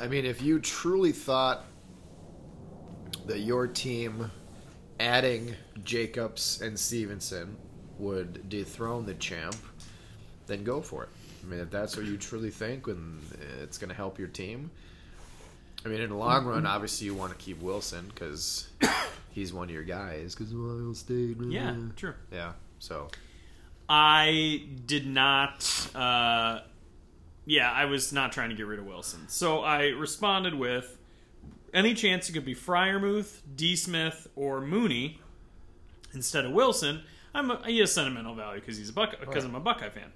[SPEAKER 3] I mean, if you truly thought that your team adding Jacobs and Stevenson would dethrone the champ, then go for it. I mean, if that's what you truly think and it's going to help your team. I mean, in the long run, obviously you want to keep Wilson because he's one of your guys. Because Ohio State.
[SPEAKER 2] Yeah, true.
[SPEAKER 3] Yeah. So
[SPEAKER 2] I did not. Uh, yeah, I was not trying to get rid of Wilson. So I responded with any chance it could be Fryermuth, D. Smith, or Mooney instead of Wilson. I'm a, he has sentimental value because he's a Buck because I'm a Buckeye fan.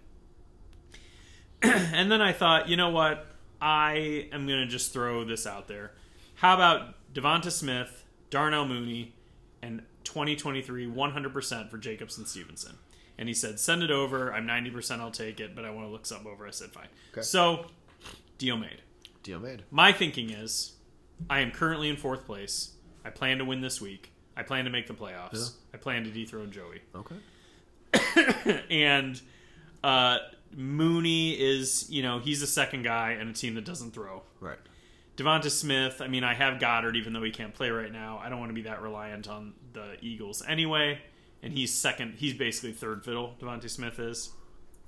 [SPEAKER 2] and then I thought, you know what? I am gonna just throw this out there. How about Devonta Smith, Darnell Mooney, and 2023 100% for Jacobson Stevenson. And he said, send it over. I'm 90%. I'll take it, but I want to look something over. I said, fine.
[SPEAKER 3] Okay.
[SPEAKER 2] So, deal made.
[SPEAKER 3] deal made.
[SPEAKER 2] My thinking is, I am currently in fourth place. I plan to win this week. I plan to make the playoffs.
[SPEAKER 3] Yeah.
[SPEAKER 2] I plan to dethrone Joey.
[SPEAKER 3] Okay.
[SPEAKER 2] And uh, Mooney is, you know, he's the second guy in a team that doesn't throw.
[SPEAKER 3] Right.
[SPEAKER 2] Devonta Smith, I mean, I have Goddard, even though he can't play right now. I don't want to be that reliant on the Eagles anyway. And he's second. He's basically third fiddle. Devonta Smith is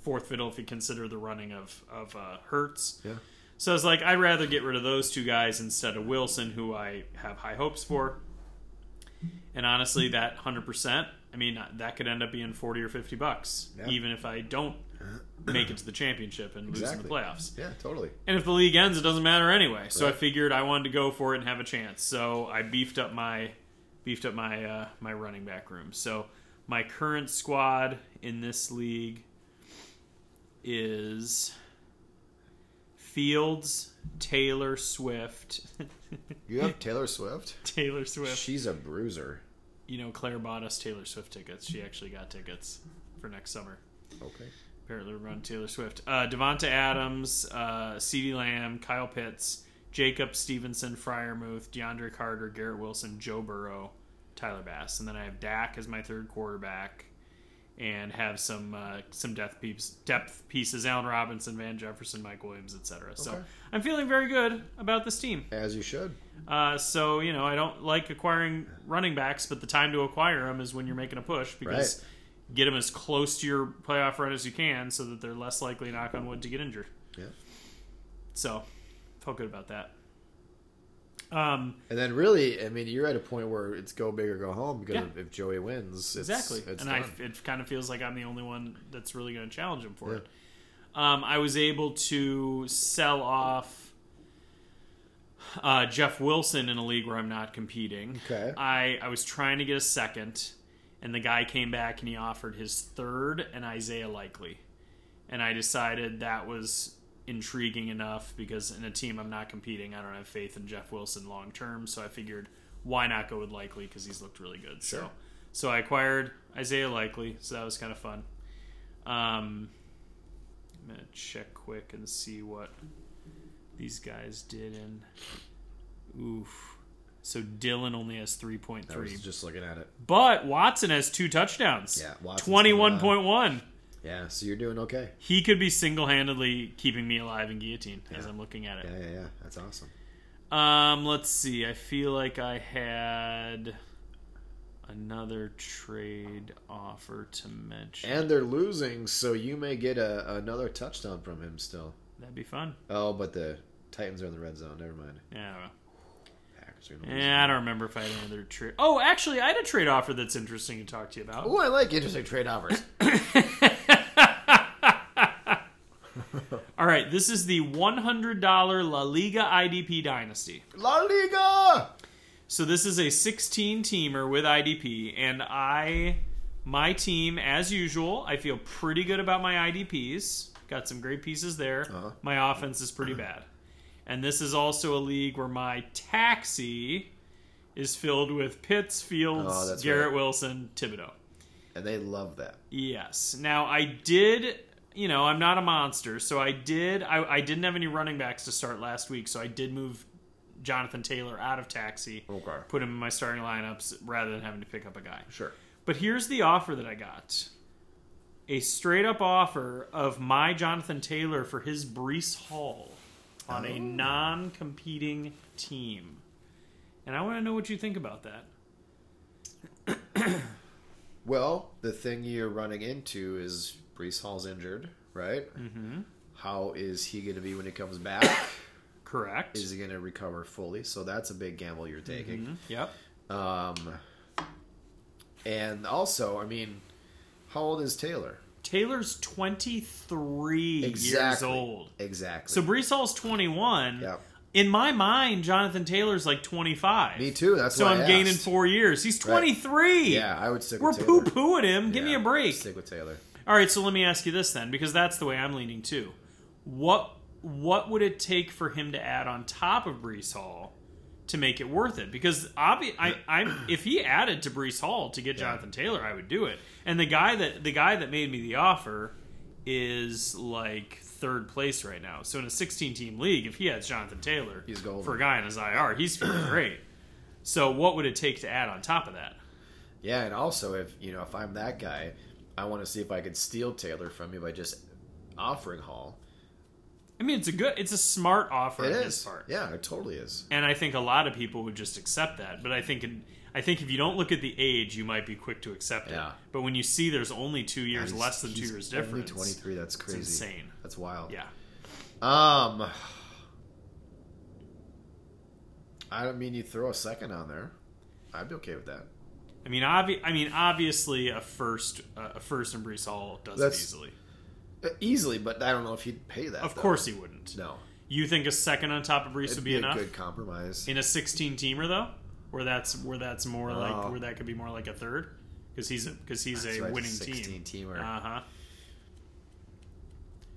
[SPEAKER 2] fourth fiddle if you consider the running of of uh, Hertz.
[SPEAKER 3] Yeah.
[SPEAKER 2] So I was like, I'd rather get rid of those two guys instead of Wilson, who I have high hopes for. And honestly, that hundred percent. I mean, that could end up being forty or fifty bucks,
[SPEAKER 3] Yeah.
[SPEAKER 2] even if I don't make it to the championship and lose in the
[SPEAKER 3] Exactly.
[SPEAKER 2] playoffs.
[SPEAKER 3] Yeah. Totally.
[SPEAKER 2] And if the league ends, it doesn't matter anyway. So I
[SPEAKER 3] Right.
[SPEAKER 2] figured I wanted to go for it and have a chance. So I beefed up my beefed up my uh, my running back room. So my current squad in this league is Fields, Taylor Swift,
[SPEAKER 3] You have Taylor Swift.
[SPEAKER 2] Taylor Swift.
[SPEAKER 3] She's a bruiser.
[SPEAKER 2] You know, Claire bought us Taylor Swift tickets. She actually got tickets for next summer.
[SPEAKER 3] Okay.
[SPEAKER 2] Apparently, we're on Taylor Swift. Uh, Devonta Adams, uh, CeeDee Lamb, Kyle Pitts, Jacob Stevenson, Fryermuth, DeAndre Carter, Garrett Wilson, Joe Burrow, Tyler Bass. And then I have Dak as my third quarterback and have some uh, some depth, peeps, depth pieces Allen Robinson, Van Jefferson, Mike Williams, etc. So
[SPEAKER 3] Okay.
[SPEAKER 2] I'm feeling very good about this team.
[SPEAKER 3] As you should.
[SPEAKER 2] Uh, so, you know, I don't like acquiring running backs, but the time to acquire them is when you're making a push because
[SPEAKER 3] Right.
[SPEAKER 2] get them as close to your playoff run as you can so that they're less likely, knock on wood, to get injured.
[SPEAKER 3] Yeah.
[SPEAKER 2] So, felt good about that. Um,
[SPEAKER 3] And then really, I mean, you're at a point where it's go big or go home because
[SPEAKER 2] Yeah.
[SPEAKER 3] if- if Joey wins, it's,
[SPEAKER 2] exactly.
[SPEAKER 3] It's
[SPEAKER 2] and
[SPEAKER 3] done.
[SPEAKER 2] I, it kind of feels like I'm the only one that's really going to challenge him for
[SPEAKER 3] Yeah.
[SPEAKER 2] it. Um, I was able to sell off uh, Jeff Wilson in a league where I'm not competing.
[SPEAKER 3] Okay.
[SPEAKER 2] I, I was trying to get a second, and the guy came back and he offered his third and Isaiah Likely. And I decided that was intriguing enough because in a team I'm not competing, I don't have faith in Jeff Wilson long term. So I figured why not go with Likely because he's looked really good. So
[SPEAKER 3] Sure.
[SPEAKER 2] so I acquired Isaiah Likely, so that was kind of fun. Um, I'm gonna check quick and see what these guys did in. Oof. So Dylan only has three point
[SPEAKER 3] I was
[SPEAKER 2] three,
[SPEAKER 3] just looking at it.
[SPEAKER 2] but Watson has two touchdowns.
[SPEAKER 3] Yeah, Watson's uh,
[SPEAKER 2] twenty one point one.
[SPEAKER 3] Yeah, so you're doing okay.
[SPEAKER 2] He could be single handedly keeping me alive in guillotine as
[SPEAKER 3] Yeah.
[SPEAKER 2] I'm looking at it.
[SPEAKER 3] Yeah, yeah, yeah. That's awesome.
[SPEAKER 2] Um, let's see. I feel like I had another trade offer to mention.
[SPEAKER 3] And they're losing, so you may get a, another touchdown from him still.
[SPEAKER 2] That'd be fun.
[SPEAKER 3] Oh, but the Titans are in the red zone. Never mind.
[SPEAKER 2] Yeah, I don't know.
[SPEAKER 3] Packers are gonna lose.
[SPEAKER 2] Yeah, I don't remember if I had another trade. Oh, actually, I had a trade offer that's interesting to talk to you about.
[SPEAKER 3] Oh, I like interesting trade offers.
[SPEAKER 2] All right, this is the $100 La Liga IDP Dynasty.
[SPEAKER 3] La Liga.
[SPEAKER 2] So this is a 16 teamer with IDP, and I, my team, as usual, I feel pretty good about my IDPs. Got some great pieces there.
[SPEAKER 3] Uh-huh.
[SPEAKER 2] My offense is pretty bad. And this is also a league where my taxi is filled with Pitts, Fields,
[SPEAKER 3] Oh, that's
[SPEAKER 2] Garrett
[SPEAKER 3] right.
[SPEAKER 2] Wilson, Thibodeau.
[SPEAKER 3] And they love that.
[SPEAKER 2] Yes. Now I did. You know, I'm not a monster, so I did. I, I didn't have any running backs to start last week, so I did move Jonathan Taylor out of taxi,
[SPEAKER 3] Okay.
[SPEAKER 2] put him in my starting lineups rather than having to pick up a guy.
[SPEAKER 3] Sure.
[SPEAKER 2] But here's the offer that I got. A straight up offer of my Jonathan Taylor for his Brees Hall on
[SPEAKER 3] Oh.
[SPEAKER 2] a non competing team. And I want to know what you think about that.
[SPEAKER 3] Well, the thing you're running into is Brees Hall's injured, right? Mm-hmm. is he going to be when he comes back?
[SPEAKER 2] Correct.
[SPEAKER 3] is he going to recover fully? So that's a big gamble you're taking.
[SPEAKER 2] yep. Mm-hmm.
[SPEAKER 3] Um, and also, I mean, how old is Taylor?
[SPEAKER 2] Taylor's 23 years old.
[SPEAKER 3] Exactly.
[SPEAKER 2] So Brees Hall's 21.
[SPEAKER 3] Yep.
[SPEAKER 2] In my mind, Jonathan Taylor's like 25.
[SPEAKER 3] Me too. That's
[SPEAKER 2] So
[SPEAKER 3] why
[SPEAKER 2] I'm
[SPEAKER 3] I
[SPEAKER 2] gaining
[SPEAKER 3] asked.
[SPEAKER 2] four years. He's 23.
[SPEAKER 3] Yeah, I would stick
[SPEAKER 2] We're
[SPEAKER 3] with Taylor.
[SPEAKER 2] poo pooing him. Give me
[SPEAKER 3] Yeah,
[SPEAKER 2] a break.
[SPEAKER 3] Stick with Taylor.
[SPEAKER 2] All right, so let me ask you this then, because that's the way I'm leaning too. What what would it take for him to add on top of Brees Hall to make it worth it? Because obvi- I, I'm if he added to Brees Hall to get Jonathan Taylor, I would do it. And the guy that the guy that made me the offer is like third place right now. So in a 16 team league, if he has Jonathan Taylor,
[SPEAKER 3] He's golden.
[SPEAKER 2] for a guy in his IR, he's feeling great. So what would it take to add on top of that?
[SPEAKER 3] Yeah, and also if you know if I'm that guy, I want to see if I could steal Taylor from you by just offering Hall.
[SPEAKER 2] I mean, it's a good, it's a smart offer
[SPEAKER 3] It
[SPEAKER 2] on
[SPEAKER 3] is.
[SPEAKER 2] his part.
[SPEAKER 3] Yeah, it totally is.
[SPEAKER 2] and I think a lot of people would just accept that. But I think in, I think if you don't look at the age, you might be quick to accept it.
[SPEAKER 3] Yeah.
[SPEAKER 2] But when you see there's only two years
[SPEAKER 3] He's-
[SPEAKER 2] less than two
[SPEAKER 3] he's
[SPEAKER 2] years
[SPEAKER 3] only
[SPEAKER 2] difference,
[SPEAKER 3] 23. That's crazy.
[SPEAKER 2] insane.
[SPEAKER 3] That's wild.
[SPEAKER 2] yeah,
[SPEAKER 3] Um, I don't mean you throw a second on there. I'd be okay with that.
[SPEAKER 2] I mean, obvi- I mean, obviously a first, uh, a first and Brees Hall does it
[SPEAKER 3] That's-
[SPEAKER 2] easily.
[SPEAKER 3] Uh, Easily, but I don't know if he'd pay that.
[SPEAKER 2] Of
[SPEAKER 3] though.
[SPEAKER 2] course he wouldn't.
[SPEAKER 3] no.
[SPEAKER 2] You think a second on top of Brees
[SPEAKER 3] It'd
[SPEAKER 2] would
[SPEAKER 3] be,
[SPEAKER 2] be,
[SPEAKER 3] a
[SPEAKER 2] enough
[SPEAKER 3] good compromise.
[SPEAKER 2] in a 16 teamer though, where that's where that's more like
[SPEAKER 3] Oh.
[SPEAKER 2] where that could be more like a third because he's a because he's
[SPEAKER 3] That's
[SPEAKER 2] a
[SPEAKER 3] right,
[SPEAKER 2] winning
[SPEAKER 3] 16
[SPEAKER 2] team.
[SPEAKER 3] teamer.
[SPEAKER 2] Uh huh.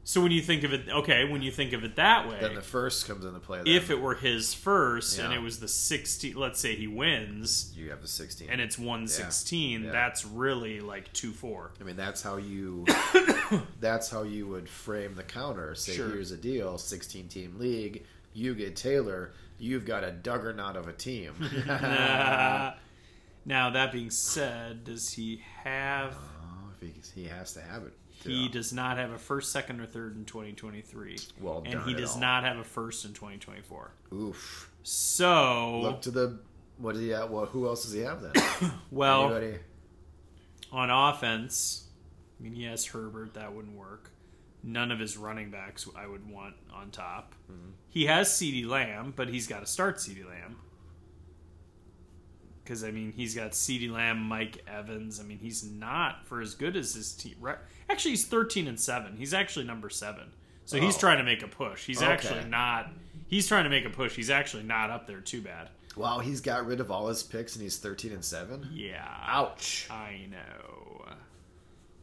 [SPEAKER 2] So when you think of it, okay, when you think of it that way,
[SPEAKER 3] then the first comes into play. Then
[SPEAKER 2] if it were his first and
[SPEAKER 3] Yeah.
[SPEAKER 2] it was the 16 let's say he wins
[SPEAKER 3] you have the 16,
[SPEAKER 2] and it's 116
[SPEAKER 3] Yeah.
[SPEAKER 2] that's really like 2-4
[SPEAKER 3] I mean, that's how you that's how you would frame the counter. Say,
[SPEAKER 2] Sure.
[SPEAKER 3] here's a deal: sixteen team league. You get Taylor. You've got a duggernaut of a team. Uh-huh.
[SPEAKER 2] Uh, now that being said does he have
[SPEAKER 3] Oh, if he, he has to have it.
[SPEAKER 2] he
[SPEAKER 3] Yeah.
[SPEAKER 2] does not have a first second or third in 2023
[SPEAKER 3] Well,
[SPEAKER 2] and
[SPEAKER 3] darn
[SPEAKER 2] he
[SPEAKER 3] it
[SPEAKER 2] does
[SPEAKER 3] all.
[SPEAKER 2] not have a first in 2024
[SPEAKER 3] Oof.
[SPEAKER 2] so
[SPEAKER 3] Look to the what did he have? Well, who else does he have then?
[SPEAKER 2] well
[SPEAKER 3] Anybody?
[SPEAKER 2] on offense i mean yes herbert that wouldn't work none of his running backs i would want on top
[SPEAKER 3] Mm-hmm.
[SPEAKER 2] he has cd lamb but he's got to start cd lamb because i mean he's got cd lamb mike evans i mean he's not for as good as his team right actually he's 13 and 7 he's actually number 7 so he's
[SPEAKER 3] Oh.
[SPEAKER 2] trying to make a push he's
[SPEAKER 3] Okay.
[SPEAKER 2] actually not he's trying to make a push he's actually not up there too bad
[SPEAKER 3] Wow, he's got rid of all his picks and he's thirteen and seven.
[SPEAKER 2] yeah
[SPEAKER 3] Ouch.
[SPEAKER 2] I know.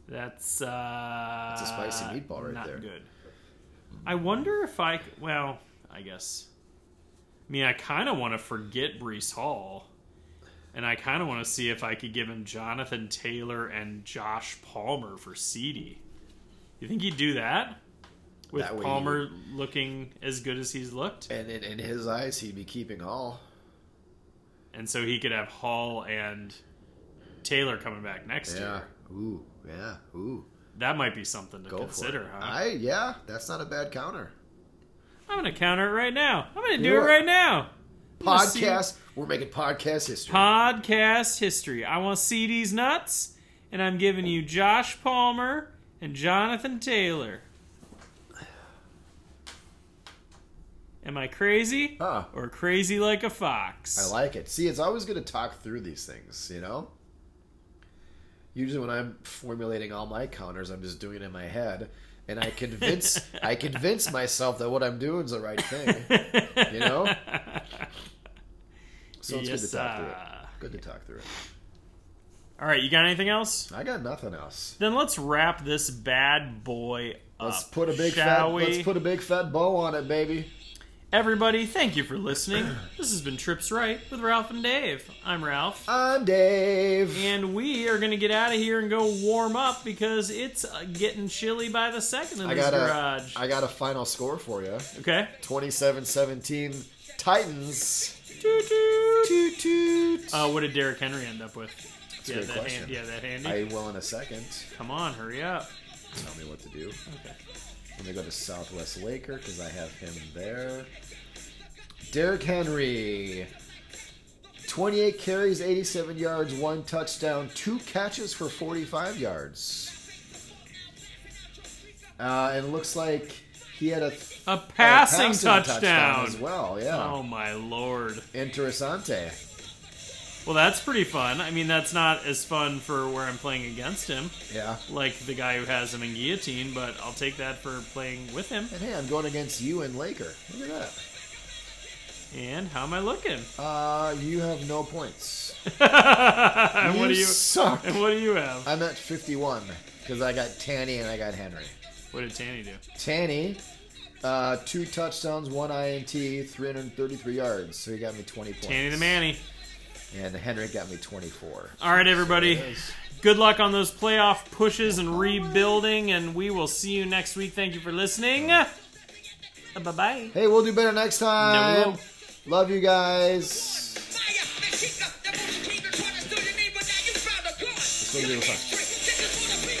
[SPEAKER 2] That's uh That's
[SPEAKER 3] a spicy meatball right
[SPEAKER 2] not
[SPEAKER 3] there.
[SPEAKER 2] Good. I wonder if I c- well, I guess. I mean, I kind of want to forget Brees Hall, and I kind of want to see if I could give him Jonathan Taylor and Josh Palmer for CD. You think he'd do that with
[SPEAKER 3] That way he
[SPEAKER 2] Palmer looking as good as he's looked,
[SPEAKER 3] And in, in his eyes, he'd be keeping all.
[SPEAKER 2] and so he could have Hall and Taylor coming back next
[SPEAKER 3] Yeah.
[SPEAKER 2] year.
[SPEAKER 3] Ooh. Yeah. Ooh.
[SPEAKER 2] That might be something to
[SPEAKER 3] Go
[SPEAKER 2] consider,
[SPEAKER 3] for it.
[SPEAKER 2] huh?
[SPEAKER 3] I yeah. That's not a bad counter.
[SPEAKER 2] I'm gonna counter it right now. I'm gonna do
[SPEAKER 3] You
[SPEAKER 2] it
[SPEAKER 3] are-
[SPEAKER 2] right now. I'm gonna see-
[SPEAKER 3] Podcast. We're making podcast history.
[SPEAKER 2] podcast history. I want CD's nuts, and I'm giving you Josh Palmer and Jonathan Taylor. Am I crazy
[SPEAKER 3] Huh.
[SPEAKER 2] or crazy like a fox?
[SPEAKER 3] Ah. I like it. See, it's always good to talk through these things, you know? Usually when I'm formulating all my counters, I'm just doing it in my head and I convince I convince myself that what I'm doing is the right thing, you know? So it's
[SPEAKER 2] Yes,
[SPEAKER 3] good to talk through
[SPEAKER 2] uh,
[SPEAKER 3] it. Good to talk through it.
[SPEAKER 2] All right, you got anything else?
[SPEAKER 3] I got nothing else.
[SPEAKER 2] Then let's wrap this bad boy up.
[SPEAKER 3] Let's put a big
[SPEAKER 2] shall
[SPEAKER 3] fat
[SPEAKER 2] we?
[SPEAKER 3] let's put a big fat bow on it, baby.
[SPEAKER 2] Everybody, thank you for listening. This has been Trips Right with Ralph and Dave. I'm Ralph.
[SPEAKER 3] I'm Dave.
[SPEAKER 2] And we are going to get out of here and go warm up because it's uh, getting chilly by the second in
[SPEAKER 3] I
[SPEAKER 2] this
[SPEAKER 3] got a,
[SPEAKER 2] garage.
[SPEAKER 3] I got a final score for you.
[SPEAKER 2] okay.
[SPEAKER 3] 27-17 Titans.
[SPEAKER 2] Toot, toot.
[SPEAKER 3] Toot toot.
[SPEAKER 2] Uh, what did Derrick Henry end up with? yeah,
[SPEAKER 3] a good
[SPEAKER 2] that
[SPEAKER 3] question.
[SPEAKER 2] Hand, yeah, that handy.
[SPEAKER 3] I will in a second.
[SPEAKER 2] Come on, hurry up.
[SPEAKER 3] Tell me what to do.
[SPEAKER 2] Okay.
[SPEAKER 3] Let me go to Southwest Laker because I have him there. Derrick Henry. 28 carries, 87 yards, one touchdown, two catches for 45 yards. Uh, and it looks like he had a, th-
[SPEAKER 2] A
[SPEAKER 3] Oh, a
[SPEAKER 2] passing, touchdown.
[SPEAKER 3] as well. Yeah,
[SPEAKER 2] Oh my lord.
[SPEAKER 3] interessante.
[SPEAKER 2] Well, that's pretty fun. I mean, that's not as fun for where I'm playing against him,
[SPEAKER 3] Yeah,
[SPEAKER 2] like the guy who has him in guillotine, but I'll take that for playing with him.
[SPEAKER 3] and hey, I'm going against you and Laker. Look at that.
[SPEAKER 2] And how am I looking?
[SPEAKER 3] Uh, you have no points.
[SPEAKER 2] and what do you
[SPEAKER 3] suck?
[SPEAKER 2] and what do you have?
[SPEAKER 3] I'm at 51 because I got Tanny and I got Henry.
[SPEAKER 2] What did Tanny do?
[SPEAKER 3] Tanny, uh, two touchdowns, one INT, 333 yards. So he got me 20 points.
[SPEAKER 2] Tanny the Manny.
[SPEAKER 3] And Henry got me 24.
[SPEAKER 2] All right, everybody.
[SPEAKER 3] There it is.
[SPEAKER 2] Good luck on those playoff pushes and rebuilding, and we will see you next week. Thank you for listening. Bye bye.
[SPEAKER 3] Hey, we'll do better next
[SPEAKER 2] we
[SPEAKER 3] time.
[SPEAKER 2] won't.
[SPEAKER 3] Love you guys.
[SPEAKER 1] Fire and kick up the most keen to try to steal your name, but now you found a gun.
[SPEAKER 3] gonna be a little fun.
[SPEAKER 1] Straight, niggas wanna be